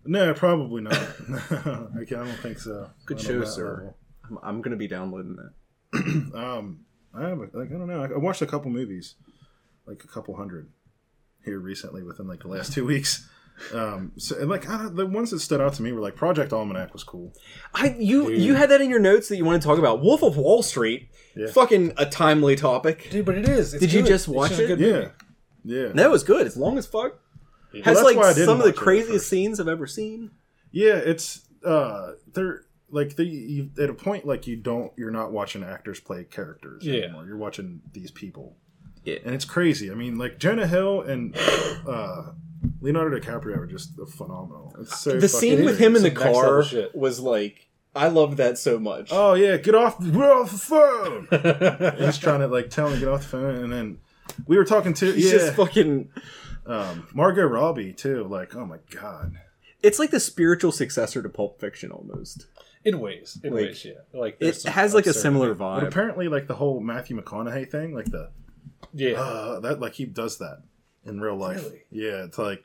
Speaker 2: No, probably not. I can- I don't think so.
Speaker 1: Good
Speaker 2: Not on
Speaker 1: show,
Speaker 2: that
Speaker 1: sir. I'm, I'm going to be downloading that.
Speaker 2: level. Um, I have a, like I don't know. I I watched a couple movies, like a couple hundred, here recently within like the last two weeks. Um, so and like I don't, the ones that stood out to me were like Project Almanac was cool.
Speaker 1: I you
Speaker 3: Dude.
Speaker 1: you had that in your notes that you want to talk about. Wolf of Wall Street,
Speaker 2: Yeah.
Speaker 1: fucking a timely topic.
Speaker 3: dude, but it is. It's
Speaker 1: Did you
Speaker 3: good.
Speaker 1: just
Speaker 3: It's
Speaker 1: watch
Speaker 3: a
Speaker 1: it?
Speaker 3: good movie.
Speaker 2: Yeah, yeah,
Speaker 1: That was good. It's long as fuck. Has
Speaker 2: that's why I
Speaker 1: like
Speaker 2: didn't
Speaker 1: some of the
Speaker 2: watch it at
Speaker 1: craziest
Speaker 2: first.
Speaker 1: scenes I've ever seen.
Speaker 2: yeah. It's uh, they're like the you, at a point like you don't you're not watching actors play characters
Speaker 3: Yeah.
Speaker 2: anymore. You're watching these people.
Speaker 1: Yeah.
Speaker 2: and it's crazy. I mean, like Jonah Hill and uh, Leonardo DiCaprio are just phenomenal. It's so
Speaker 1: the
Speaker 2: fucking
Speaker 1: scene with
Speaker 2: crazy.
Speaker 1: him in the
Speaker 3: Some next level
Speaker 1: car
Speaker 3: shit.
Speaker 1: was like I loved that so much.
Speaker 2: Oh yeah, get off! We're off the phone. He's trying to like tell him to get off the phone, and then we were talking to
Speaker 1: He's
Speaker 2: yeah,
Speaker 1: just fucking
Speaker 2: um, Margot Robbie too. Like, oh my god,
Speaker 1: it's like the spiritual successor to Pulp Fiction almost.
Speaker 3: in ways, in
Speaker 1: Like,
Speaker 3: ways, yeah. Like there's
Speaker 1: It
Speaker 3: some
Speaker 1: has like a
Speaker 3: absurd-
Speaker 1: similar
Speaker 2: but
Speaker 1: vibe.
Speaker 2: apparently, like the whole Matthew McConaughey thing, like the
Speaker 3: Yeah,
Speaker 2: uh, that like he does that in real life.
Speaker 3: Really?
Speaker 2: Yeah, it's like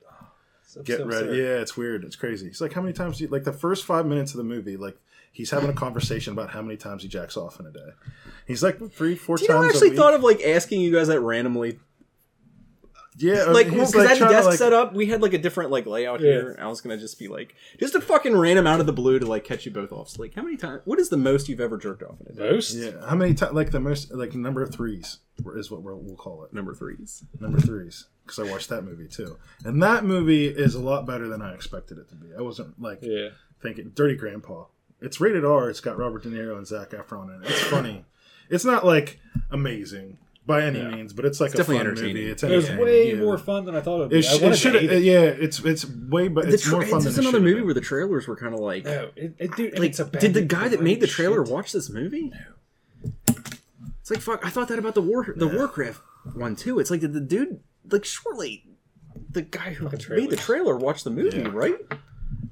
Speaker 3: So-
Speaker 2: get
Speaker 3: so
Speaker 2: ready.
Speaker 3: absurd.
Speaker 2: Yeah, it's weird. It's crazy. It's like how many times do you like the first five minutes of the movie, like he's having a conversation about how many times he jacks off in a day. He's like three, four
Speaker 1: Do you know, I
Speaker 2: times.
Speaker 1: actually
Speaker 2: a week.
Speaker 1: thought of like asking you guys that randomly
Speaker 2: Yeah,
Speaker 1: Um, like
Speaker 2: he's,
Speaker 1: because I had a
Speaker 2: trying to,
Speaker 1: desk
Speaker 2: like-
Speaker 1: set up, we had like a different like layout here. and I was gonna just be like, just a fucking random out of the blue to like catch you both off. So, like, how many times? What is the most you've ever jerked off in a day?
Speaker 3: Most?
Speaker 2: Yeah, how many times? Like the most, like number of threes is what we'll, we'll call it.
Speaker 1: Number threes.
Speaker 2: Number threes, because I watched that movie too, and that movie is a lot better than I expected it to be. I wasn't like
Speaker 3: Yeah.
Speaker 2: thinking Dirty Grandpa. It's rated R. It's got Robert De Niro and Zach Efron in it. It's funny. it's not like amazing by any means, but it's like a
Speaker 1: definitely
Speaker 2: fun
Speaker 1: entertaining.
Speaker 2: movie. It's
Speaker 3: It was
Speaker 2: entertaining,
Speaker 3: way
Speaker 2: yeah.
Speaker 3: more fun than I thought it would be.
Speaker 2: It, sh-
Speaker 3: I
Speaker 2: it
Speaker 3: wanted
Speaker 2: should.
Speaker 3: to hate it.
Speaker 2: Yeah, it's it's way, but it's more fun
Speaker 1: this
Speaker 2: than it
Speaker 1: another
Speaker 2: should've
Speaker 1: movie
Speaker 2: been.
Speaker 1: where the trailers were kind of like,
Speaker 3: No, it, it, dude,
Speaker 1: like
Speaker 3: it's a
Speaker 1: did the guy that made the trailer
Speaker 3: shit.
Speaker 1: watch this movie? It's like fuck. I thought that about the war, the Warcraft one too. It's like did the dude like surely the guy who made the
Speaker 3: trailers.
Speaker 1: trailer watched the movie,
Speaker 2: Yeah.
Speaker 1: right?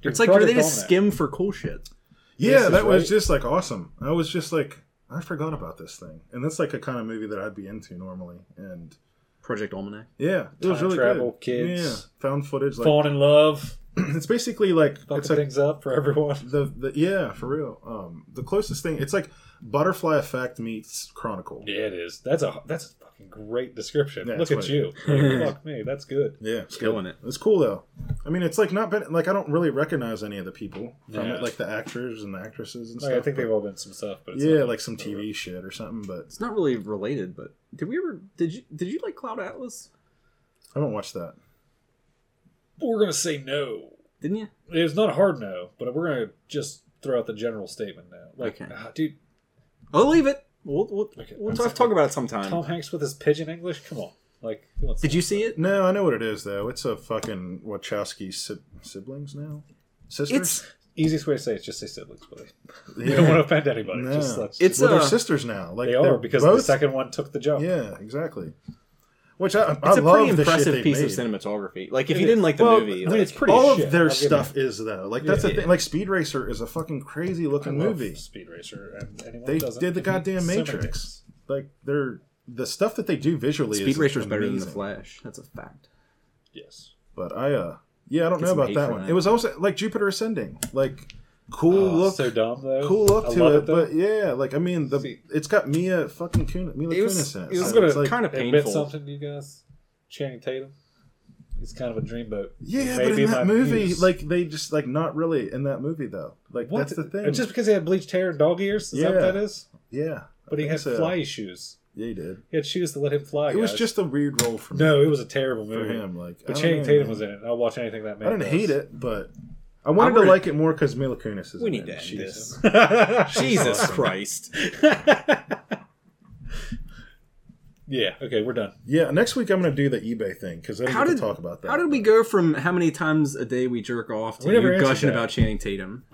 Speaker 1: it's
Speaker 3: Dude,
Speaker 1: like do they
Speaker 3: Project
Speaker 1: just
Speaker 3: Almanac.
Speaker 1: skim for cool shit?
Speaker 2: Yeah,
Speaker 3: This is
Speaker 2: that was
Speaker 3: right.
Speaker 2: just like awesome. I was just like, I forgot about this thing, and that's like a kind of movie that I'd be into normally. And
Speaker 1: Project Almanac.
Speaker 2: yeah, it was
Speaker 3: Time
Speaker 2: really
Speaker 3: travel,
Speaker 2: good.
Speaker 3: kids.
Speaker 2: Yeah, found footage. Like
Speaker 3: Falling in love,
Speaker 2: it's basically like
Speaker 3: fucking
Speaker 2: it's like
Speaker 3: things up for everyone.
Speaker 2: the, the yeah for real. Um, the closest thing it's like Butterfly Effect meets Chronicle.
Speaker 3: Yeah, it is. That's a that's a fucking great description.
Speaker 2: Yeah,
Speaker 3: Look
Speaker 2: that's
Speaker 3: at
Speaker 2: what-
Speaker 3: you. Like, fuck me, that's good.
Speaker 2: Yeah, it's
Speaker 1: Killing
Speaker 2: good.
Speaker 1: it.
Speaker 2: It's cool though. I mean, it's like not been like I don't really recognize any of the people from
Speaker 3: Yeah.
Speaker 2: it, like the actors and the actresses and
Speaker 3: Like,
Speaker 2: stuff.
Speaker 3: I think
Speaker 2: but-
Speaker 3: they've all been some stuff, but it's
Speaker 2: yeah,
Speaker 3: not-
Speaker 2: like some TV shit or something. But
Speaker 1: It's not really related, but did we ever did you did you like Cloud Atlas?
Speaker 2: I haven't watched that.
Speaker 3: We're gonna say no.
Speaker 1: Didn't you?
Speaker 3: It's not a hard no, but we're gonna just throw out the general statement now. Like,
Speaker 1: Okay.
Speaker 3: ah, dude,
Speaker 1: I'll leave it. We'll we'll,
Speaker 3: Okay,
Speaker 1: we'll
Speaker 3: that's
Speaker 1: talk,
Speaker 3: okay.
Speaker 1: talk about it sometime.
Speaker 3: Tom Hanks with his pigeon English. Come on, like, what's
Speaker 1: Did you see it?
Speaker 2: No, I know what it is though. It's a fucking Wachowski si- siblings now, sisters.
Speaker 1: It's
Speaker 3: easiest way to say it? is Just say siblings, buddy. You
Speaker 2: yeah.
Speaker 3: don't want to offend anybody.
Speaker 2: No.
Speaker 3: Just let's.
Speaker 1: It's
Speaker 2: well,
Speaker 1: a-
Speaker 2: they're sisters now. Like
Speaker 3: uh, they are
Speaker 2: they're
Speaker 3: because
Speaker 2: both,
Speaker 3: the second one took the jump.
Speaker 2: Yeah, exactly. Which I, I
Speaker 1: it's a
Speaker 2: love
Speaker 1: pretty
Speaker 2: the shit
Speaker 1: impressive
Speaker 2: they
Speaker 1: piece
Speaker 2: made.
Speaker 1: of cinematography. Like if
Speaker 3: It
Speaker 1: you
Speaker 3: is.
Speaker 1: didn't like the
Speaker 2: Well,
Speaker 1: movie,
Speaker 3: I mean,
Speaker 1: like-
Speaker 3: it's pretty.
Speaker 2: All
Speaker 3: shit.
Speaker 2: of their
Speaker 3: I'll give
Speaker 2: stuff is though. Like that's the
Speaker 1: Yeah.
Speaker 2: thing. Like Speed Racer is a fucking crazy
Speaker 3: it. I
Speaker 2: looking
Speaker 3: love
Speaker 2: movie.
Speaker 3: Speed Racer. And anyone
Speaker 2: They
Speaker 3: who doesn't-
Speaker 2: did the goddamn
Speaker 3: So many
Speaker 2: Matrix.
Speaker 3: things.
Speaker 2: Like they're the stuff that they do visually.
Speaker 1: Speed
Speaker 2: is
Speaker 1: Racer's better than the
Speaker 2: amazing.
Speaker 1: Flash. That's a fact.
Speaker 3: Yes.
Speaker 2: But I uh yeah I don't
Speaker 1: Get
Speaker 2: know
Speaker 1: some
Speaker 2: about
Speaker 1: hate
Speaker 2: that
Speaker 1: for
Speaker 2: one.
Speaker 1: that.
Speaker 2: It was also like Jupiter Ascending. Like cool
Speaker 3: Oh,
Speaker 2: look.
Speaker 3: so dumb though.
Speaker 2: cool
Speaker 3: I
Speaker 2: look to
Speaker 3: love
Speaker 2: it,
Speaker 3: though.
Speaker 2: but yeah, like I mean, the
Speaker 3: See-
Speaker 2: it's got Mia fucking Kunis, Mila
Speaker 1: It was-
Speaker 2: Kunis in it.
Speaker 1: it was
Speaker 2: so
Speaker 1: gonna
Speaker 2: it's like,
Speaker 1: kind of
Speaker 3: admit
Speaker 1: painful.
Speaker 3: something to you guys. Channing Tatum. He's kind of a dreamboat.
Speaker 2: yeah,
Speaker 3: Maybe
Speaker 2: but in that
Speaker 3: my
Speaker 2: movie,
Speaker 3: views-
Speaker 2: like they just like not really in that movie though. Like
Speaker 3: What?
Speaker 2: that's the thing.
Speaker 3: Just because he had bleached hair and dog ears, is that
Speaker 2: Yeah.
Speaker 3: what that is?
Speaker 2: yeah,
Speaker 3: But he
Speaker 2: think
Speaker 3: had
Speaker 2: so.
Speaker 3: fly shoes.
Speaker 2: yeah, he did.
Speaker 3: He had shoes to let him fly.
Speaker 2: It was
Speaker 3: guys.
Speaker 2: just a weird role for me,
Speaker 3: no. It was a terrible
Speaker 2: for
Speaker 3: movie.
Speaker 2: him. Like, I
Speaker 3: But
Speaker 2: don't
Speaker 3: Channing
Speaker 2: know,
Speaker 3: Tatum
Speaker 2: man.
Speaker 3: was in it. and I'll watch anything that man.
Speaker 2: I didn't
Speaker 3: does.
Speaker 2: hate it, but I wanted
Speaker 1: gonna-
Speaker 2: to like it more because Mila Kunis is.
Speaker 1: We
Speaker 2: in
Speaker 1: need to
Speaker 2: it.
Speaker 1: end
Speaker 2: She's-
Speaker 1: this.
Speaker 2: Jesus
Speaker 1: Christ.
Speaker 3: yeah. Okay, we're done.
Speaker 2: Yeah, next week I'm going to do the eBay thing because I
Speaker 1: How
Speaker 2: didn't get
Speaker 1: did
Speaker 2: to talk about that.
Speaker 1: How did we go from how many times a day we jerk off to
Speaker 3: We never
Speaker 1: you
Speaker 3: answered
Speaker 1: gushing
Speaker 3: that.
Speaker 1: about Channing Tatum?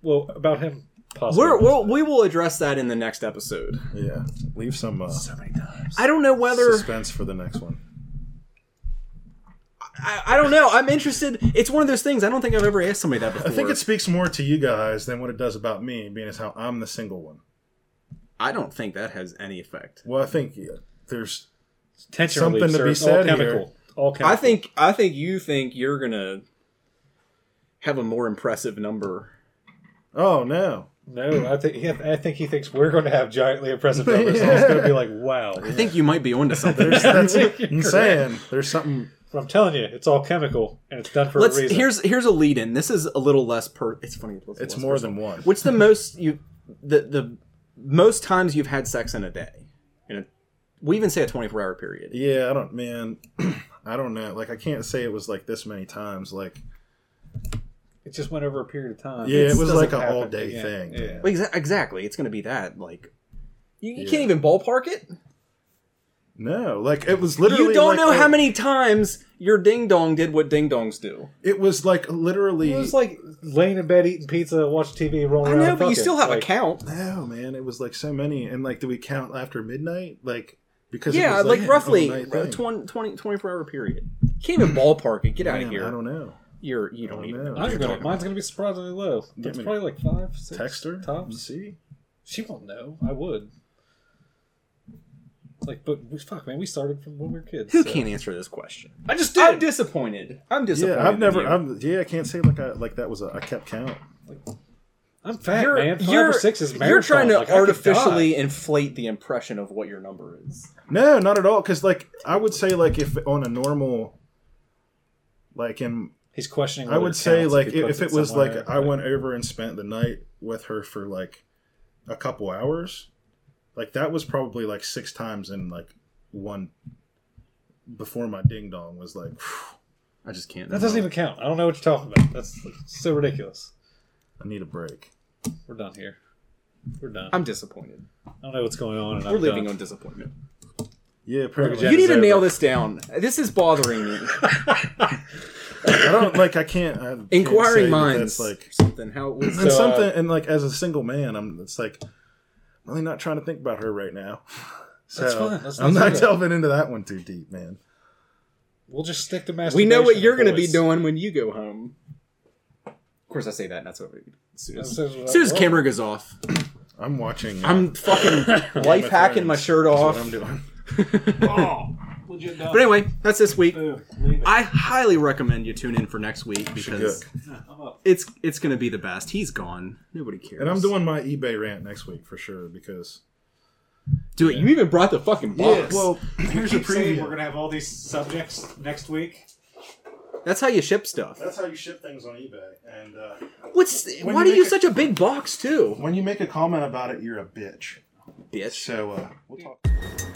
Speaker 3: Well, about him. Possibly.
Speaker 1: We're, we'll, we will address that in the next episode.
Speaker 2: Yeah, leave some uh,
Speaker 3: so many times.
Speaker 1: I don't know whether
Speaker 2: suspense for the next one.
Speaker 1: I, I don't know. I'm interested. It's one of those things. I don't think I've ever asked somebody that before.
Speaker 2: I think it speaks more to you guys than what it does about me, being as how I'm the single one.
Speaker 1: I don't think that has any effect.
Speaker 2: Well, I think yeah, there's
Speaker 3: Tension
Speaker 2: Something
Speaker 3: relief,
Speaker 2: to
Speaker 3: sir.
Speaker 2: be
Speaker 3: It's
Speaker 2: said
Speaker 3: all
Speaker 2: here.
Speaker 3: chemical. All chemical.
Speaker 1: I think I think you think you're gonna have a more impressive number.
Speaker 2: oh no,
Speaker 3: No, I think he, I think he thinks we're going to have giantly impressive numbers. And it's going to be like, wow.
Speaker 1: I think you might be onto something.
Speaker 2: there's that's
Speaker 3: You're
Speaker 2: I'm
Speaker 3: correct.
Speaker 2: saying there's something.
Speaker 3: But I'm telling you, it's all chemical and it's done for
Speaker 1: Let's
Speaker 3: a reason.
Speaker 1: here's here's a lead in. This is a little less per. It's funny. a little
Speaker 2: It's
Speaker 1: less
Speaker 2: more
Speaker 1: personal.
Speaker 2: than one.
Speaker 1: What's the most you the the most times you've had sex in a day? In a we even say a twenty four hour period.
Speaker 2: Yeah, I don't, man. I don't know. Like, I can't say it was like this many times. Like,
Speaker 3: it just went over a period of time.
Speaker 2: yeah, it was
Speaker 3: doesn't
Speaker 2: like an
Speaker 3: happen
Speaker 2: all day
Speaker 3: again.
Speaker 2: thing.
Speaker 3: Yeah.
Speaker 1: Well, exa- exactly. It's going to be that. Like you, you
Speaker 2: Yeah.
Speaker 1: can't even ballpark it.
Speaker 2: No, like it was literally.
Speaker 1: you don't
Speaker 2: like, oh,
Speaker 1: know
Speaker 2: a-
Speaker 1: how many times your ding dong did what ding dongs do.
Speaker 2: It was like literally.
Speaker 3: It was like laying in bed eating pizza, watching TV, rolling
Speaker 1: I
Speaker 3: around.
Speaker 1: know, but you
Speaker 3: fucking,
Speaker 1: still have
Speaker 3: like,
Speaker 1: a count.
Speaker 2: no, man. It was like so many, and like, do we count after midnight? Like, because it Oh,
Speaker 1: Yeah,
Speaker 2: was,
Speaker 1: like,
Speaker 2: an
Speaker 1: roughly
Speaker 2: all-night
Speaker 1: a
Speaker 2: thing.
Speaker 1: 20, 20 24 hour period. You can't even ballpark it. Get out
Speaker 2: Man,
Speaker 1: of here.
Speaker 2: I don't Oh, know.
Speaker 1: You're you
Speaker 2: I
Speaker 1: don't
Speaker 2: don't
Speaker 1: even.
Speaker 2: know.
Speaker 1: know what
Speaker 3: I'm
Speaker 1: you're
Speaker 3: gonna-
Speaker 1: talking
Speaker 3: mine's going to be surprisingly low. It's
Speaker 2: me-
Speaker 3: probably like five, six.
Speaker 2: Text her.
Speaker 3: Tops.
Speaker 2: See.
Speaker 3: She won't know. I would. Like, but we, fuck, man, we started from when we were kids.
Speaker 1: Who
Speaker 3: so-
Speaker 1: can't answer this question?
Speaker 3: I just
Speaker 1: I'm
Speaker 3: did.
Speaker 1: disappointed. I'm disappointed.
Speaker 2: Yeah, I've
Speaker 1: in
Speaker 2: never.
Speaker 1: you.
Speaker 2: I'm, yeah, I can't say like I like that was a. I kept count.
Speaker 3: I'm fat,
Speaker 1: You're-
Speaker 3: man. 5
Speaker 1: you're-
Speaker 3: or six is marathon.
Speaker 1: You're trying to
Speaker 3: Like, I could
Speaker 1: artificially
Speaker 3: die.
Speaker 1: inflate the impression of what your number is.
Speaker 2: No, not at all. Because like I would say, like if on a normal, like in
Speaker 3: He's questioning.
Speaker 2: I
Speaker 3: whether
Speaker 2: would
Speaker 3: it
Speaker 2: say
Speaker 3: counts
Speaker 2: like
Speaker 3: he
Speaker 2: if,
Speaker 3: puts
Speaker 2: if it was like
Speaker 3: somewhere,
Speaker 2: I went over and spent the night with her for like a couple hours, like that was probably like six times in like one before my ding dong was like "Phew,
Speaker 1: I just can't.
Speaker 3: That doesn't even count. I don't know what you're talking about. That's like, so ridiculous.
Speaker 2: I need a break.
Speaker 3: We're done here. We're done. I
Speaker 1: I'm disappointed.
Speaker 3: don't know what's going on. And
Speaker 1: We're
Speaker 3: I'm
Speaker 1: leaving on
Speaker 3: done.
Speaker 1: disappointment.
Speaker 2: Yeah, apparently.
Speaker 3: That
Speaker 1: you need
Speaker 3: is
Speaker 1: to nail
Speaker 3: over.
Speaker 1: this down. This is bothering me.
Speaker 2: I don't like. I can't. I can't say
Speaker 1: Inquiring
Speaker 2: that
Speaker 1: minds.
Speaker 2: That's like
Speaker 1: something. How it was.
Speaker 2: and
Speaker 3: So, uh,
Speaker 2: something and like as a single man, I'm. It's like I'm really not trying to think about her right now. So
Speaker 3: That's fine. That's
Speaker 2: I'm
Speaker 3: not
Speaker 2: not delving into that one too deep, man.
Speaker 3: We'll just stick to masturbation.
Speaker 1: We know what you're going to be
Speaker 3: boys.
Speaker 1: doing when you go
Speaker 3: Um,
Speaker 1: home. Of course, I say that. And that's what. We, as soon
Speaker 3: That's
Speaker 1: as,
Speaker 3: what I
Speaker 1: as soon as
Speaker 3: want.
Speaker 1: camera goes off,
Speaker 2: I'm watching. uh,
Speaker 1: I'm fucking life
Speaker 2: of
Speaker 1: hacking my shirt
Speaker 2: Thrones. that's
Speaker 1: off.
Speaker 2: what I'm doing.
Speaker 3: Oh, legit done.
Speaker 1: But anyway, that's this week.
Speaker 3: Boom. Leave it.
Speaker 1: I highly recommend you tune in for next week because
Speaker 3: I'm up.
Speaker 1: it's it's going to be the best. He's gone. Nobody cares.
Speaker 2: And I'm doing my eBay rant next week for sure because
Speaker 1: Do it. You even brought the fucking box.
Speaker 2: Oh, well, here's a
Speaker 3: Keep saying
Speaker 2: preview.
Speaker 3: We're gonna have all these subjects next week.
Speaker 1: that's how you ship stuff.
Speaker 2: That's how you ship things on eBay. And uh,
Speaker 1: What's
Speaker 2: When
Speaker 1: why
Speaker 2: you
Speaker 1: do you
Speaker 2: make a-
Speaker 1: such a big box too?
Speaker 2: when you make a comment about it, you're a bitch.
Speaker 1: Bitch.
Speaker 2: So uh, we'll talk.